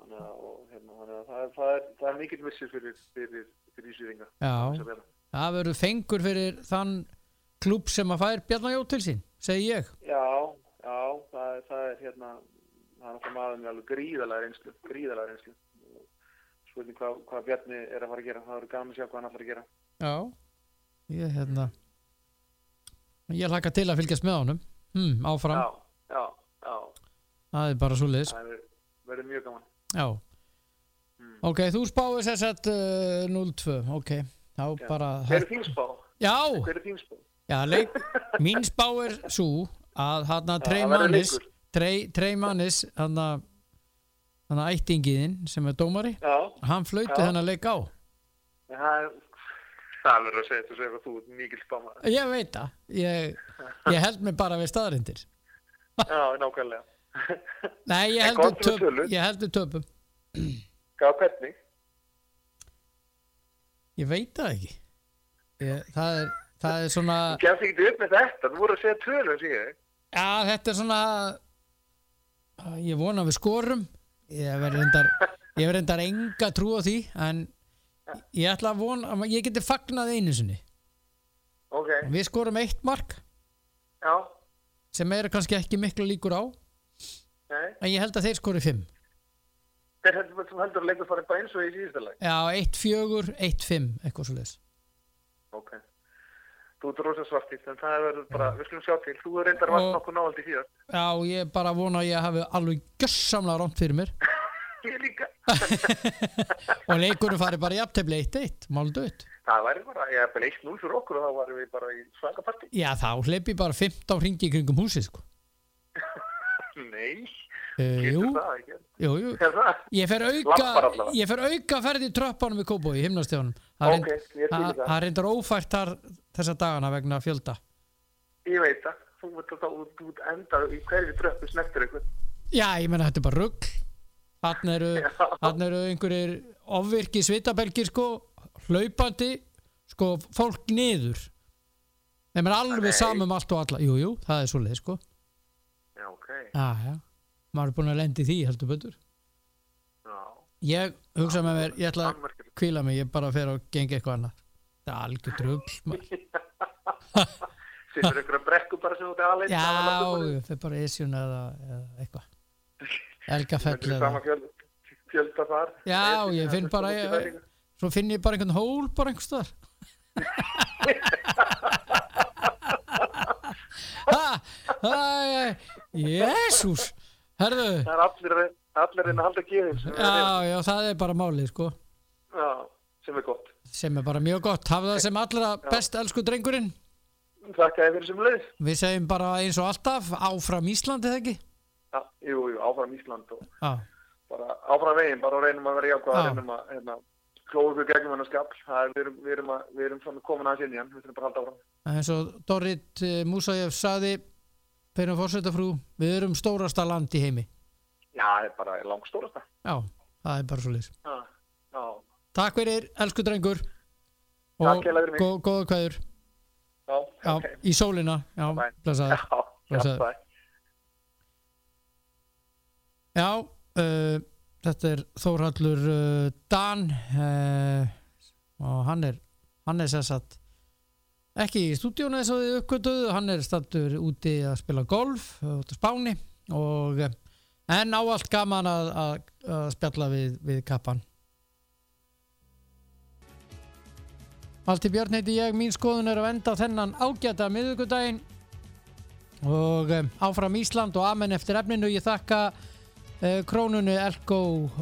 Speaker 5: Þannig að, og, hérna, þannig að það, er, það, er, það er mikil missið fyrir, fyrir, fyrir Ísjöfinga.
Speaker 1: já. Það verður fengur fyrir þann klúb sem að fær Bjarni Jó til sín, segi ég.
Speaker 5: Já, já, það er, það er hérna, það er náttúrulega maður með alveg gríðalega reynslu, gríðalega reynslu. Spurning hvað, hvað Bjarni er að fara að gera, það verður gaman að sjá hvað hann ætlar að gera.
Speaker 1: Já Ég hérna Ég hlaka til að fylgjast með honum hm, Áfram,
Speaker 5: Já, já, já,
Speaker 1: það er bara svo liðs
Speaker 5: það verður- verður mjög gaman.
Speaker 1: Já
Speaker 5: Hmm.
Speaker 1: Ok, þú spáði sér sett uh, 0-2 Ok, þá bara
Speaker 5: Hver er þín spá?
Speaker 1: Já,
Speaker 5: Hver er þín spá?
Speaker 1: já leik, mín spá er svo að hann að trey
Speaker 5: það verður
Speaker 1: mannis
Speaker 5: leikur.
Speaker 1: trey, trey mannis hann að hann að ættingiðinn sem er dómari
Speaker 5: Já,
Speaker 1: hann flauti
Speaker 5: Já.
Speaker 1: þennan leik á
Speaker 5: en það er, það verður að segja þessu ef að þú er mikil <laughs> spámaður.
Speaker 1: Ég veit það,
Speaker 5: <laughs>
Speaker 1: ég, ég held mig bara við staðarindir
Speaker 5: Já, nákvæmlega.
Speaker 1: Nei, ég
Speaker 5: En
Speaker 1: held við
Speaker 5: komdu með
Speaker 1: töpum,
Speaker 5: tölur.
Speaker 1: ég held við töpum
Speaker 5: Hvað, hvernig?
Speaker 1: Ég veit það ekki ég, það, er, það er svona
Speaker 5: Þú gefst ekki upp með þetta, þú voru að segja tölum síðan.
Speaker 1: Já, Ah, þetta er svona Ég vona að við skorum Ég verður reyndar Ég verði endar enga trú á því en ég ætla að vona að ég geti fagnað einu sinni
Speaker 5: ok,
Speaker 1: Við skorum eitt mark
Speaker 5: já,
Speaker 1: sem eru kannski ekki miklu líkur á en
Speaker 5: nei
Speaker 1: ég held að þeir skori fimm
Speaker 5: Þeir heldur sem heldur að leikur farið bara eins og í síðustu leik
Speaker 1: Já, 1-4, 1-5 eitthvað svo leis
Speaker 5: Ok Þú ert rosa svartýtt en það verður bara,
Speaker 1: Mm.
Speaker 5: við skulum sjá til Þú reyndar varst
Speaker 1: Og-
Speaker 5: nokkuð návaldi síðast
Speaker 1: Já, ég bara vona að ég hafi alveg gjössamlega rámt fyrir mér <laughs>
Speaker 5: Ég líka
Speaker 1: og leikunum fari bara jafntefli 1-1 máldöð
Speaker 5: Það væri bara, ég er bara 1-0 fyrir okkur og þá varum við bara í svaka partí
Speaker 1: Já, þá hleypi bara 15 ringi í kringum húsið sko.
Speaker 5: Nei,
Speaker 1: uh,
Speaker 5: getur
Speaker 1: Jú,
Speaker 5: það ekki
Speaker 1: jú, jú
Speaker 5: Getur það
Speaker 1: Ég fer
Speaker 5: Lappar
Speaker 1: auka,
Speaker 5: allavega.
Speaker 1: ég fer auka ferð í tröppanum í Kóbói, í himnastjónum. Það reynd-
Speaker 5: Ok, ég er til í
Speaker 1: það-
Speaker 5: það.
Speaker 1: það reyndar ófært þar þessa dagana vegna fjölda.
Speaker 5: Ég veit það Þú veit að þú þú ert enda í hverju dröppu snertir ykkur
Speaker 1: Já, ég menna þetta er bara rugg. Þarna eru,
Speaker 5: Já.
Speaker 1: þarna eru einhverjir ofvirki svitabelgir sko, hlaupandi, sko, fólk niður. Þeim er alveg
Speaker 5: Nei.
Speaker 1: samum allt og alla. Jú, jú, það er svoleið sko.
Speaker 5: Já, ok
Speaker 1: Já, já. Maður er búin að lendi því, heldur betur.
Speaker 5: Já,
Speaker 1: Ég hugsa með mér, ég ætla að
Speaker 5: Annmerkilegt.
Speaker 1: kvíla mig, ég bara fer og gengi eitthvað annað. Það er algjör rugg,
Speaker 5: <laughs>
Speaker 1: maður.
Speaker 5: Sittur ykkur að brekku bara sem þú ert aðeins
Speaker 1: Já,
Speaker 5: um
Speaker 1: ég fer bara Esjun eða, eða
Speaker 5: <laughs>
Speaker 1: eitthvað Elgafell
Speaker 5: Þetta er
Speaker 1: eða
Speaker 5: sama fjöld, fjölda þar
Speaker 1: Já,
Speaker 5: Esjunni,
Speaker 1: ég
Speaker 5: það
Speaker 1: finn
Speaker 5: er
Speaker 1: bara
Speaker 5: svo mikið
Speaker 1: ég,
Speaker 5: verðingur.
Speaker 1: Svo finn ég bara einhvern hól bara einhvers staðar Ha, ha, Jésús Herðu,
Speaker 5: Það er allir, allir inn að halda geðin sem, er-
Speaker 1: já, já, það er bara málið sko
Speaker 5: já, sem er gott
Speaker 1: sem er bara mjög gott, hafðu það sem allra best elsku drengurinn,
Speaker 5: Þakka þér fyrir sem leið
Speaker 1: við segjum bara eins og alltaf áfram Íslandi þegar ekki
Speaker 5: Já, jú, jú, áfram Ísland og
Speaker 1: Já,
Speaker 5: bara áfram veginn, bara reynum að vera jákvæða,
Speaker 1: Já.
Speaker 5: reynum að hérna, klóa ykkur gegnum hennar skap, það er, við erum, við erum, að, við erum svona komin aðeins inn í hann, við þurfum bara að halda áfram.
Speaker 1: eins og eh, Dorrit Músajef saði fyrir fórsetafrú, við erum stórasta land í heimi
Speaker 5: Já, það er bara langstórast það.
Speaker 1: Já, það er bara svo lýs.
Speaker 5: Já, já,
Speaker 1: Takk fyrir, elsku drengur.
Speaker 5: Takk hérlega fyrir mig.
Speaker 1: gó- góða kvæður.
Speaker 5: já,
Speaker 1: Já,
Speaker 5: ok.
Speaker 1: í sólina. Já,
Speaker 5: Bye.
Speaker 1: blessaður.
Speaker 5: Já, já,
Speaker 1: Blessaður.
Speaker 5: það er.
Speaker 1: Já, uh, þetta er Þórhallur uh, Dan uh, og hann er, hann er sessat ekki í stúdíónu eins og þið uppgötuðu, hann er stattur úti að spila golf uh, út á Spáni og eh, en á allt gaman að, að, að spjalla við, við kappan. Valti Björn heiti ég, mín skoðun er að venda á þennan ágæta miðugudaginn og um, áfram Ísland og amen eftir efninu ég þakka uh, krónunu Elko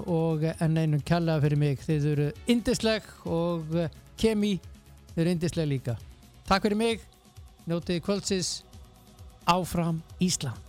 Speaker 1: og eh, enn einum kjallaða fyrir mig þið eru indisleg og uh, kemi þið eru indisleg líka takk fyrir mig, njótið kvöldsins áfram Ísland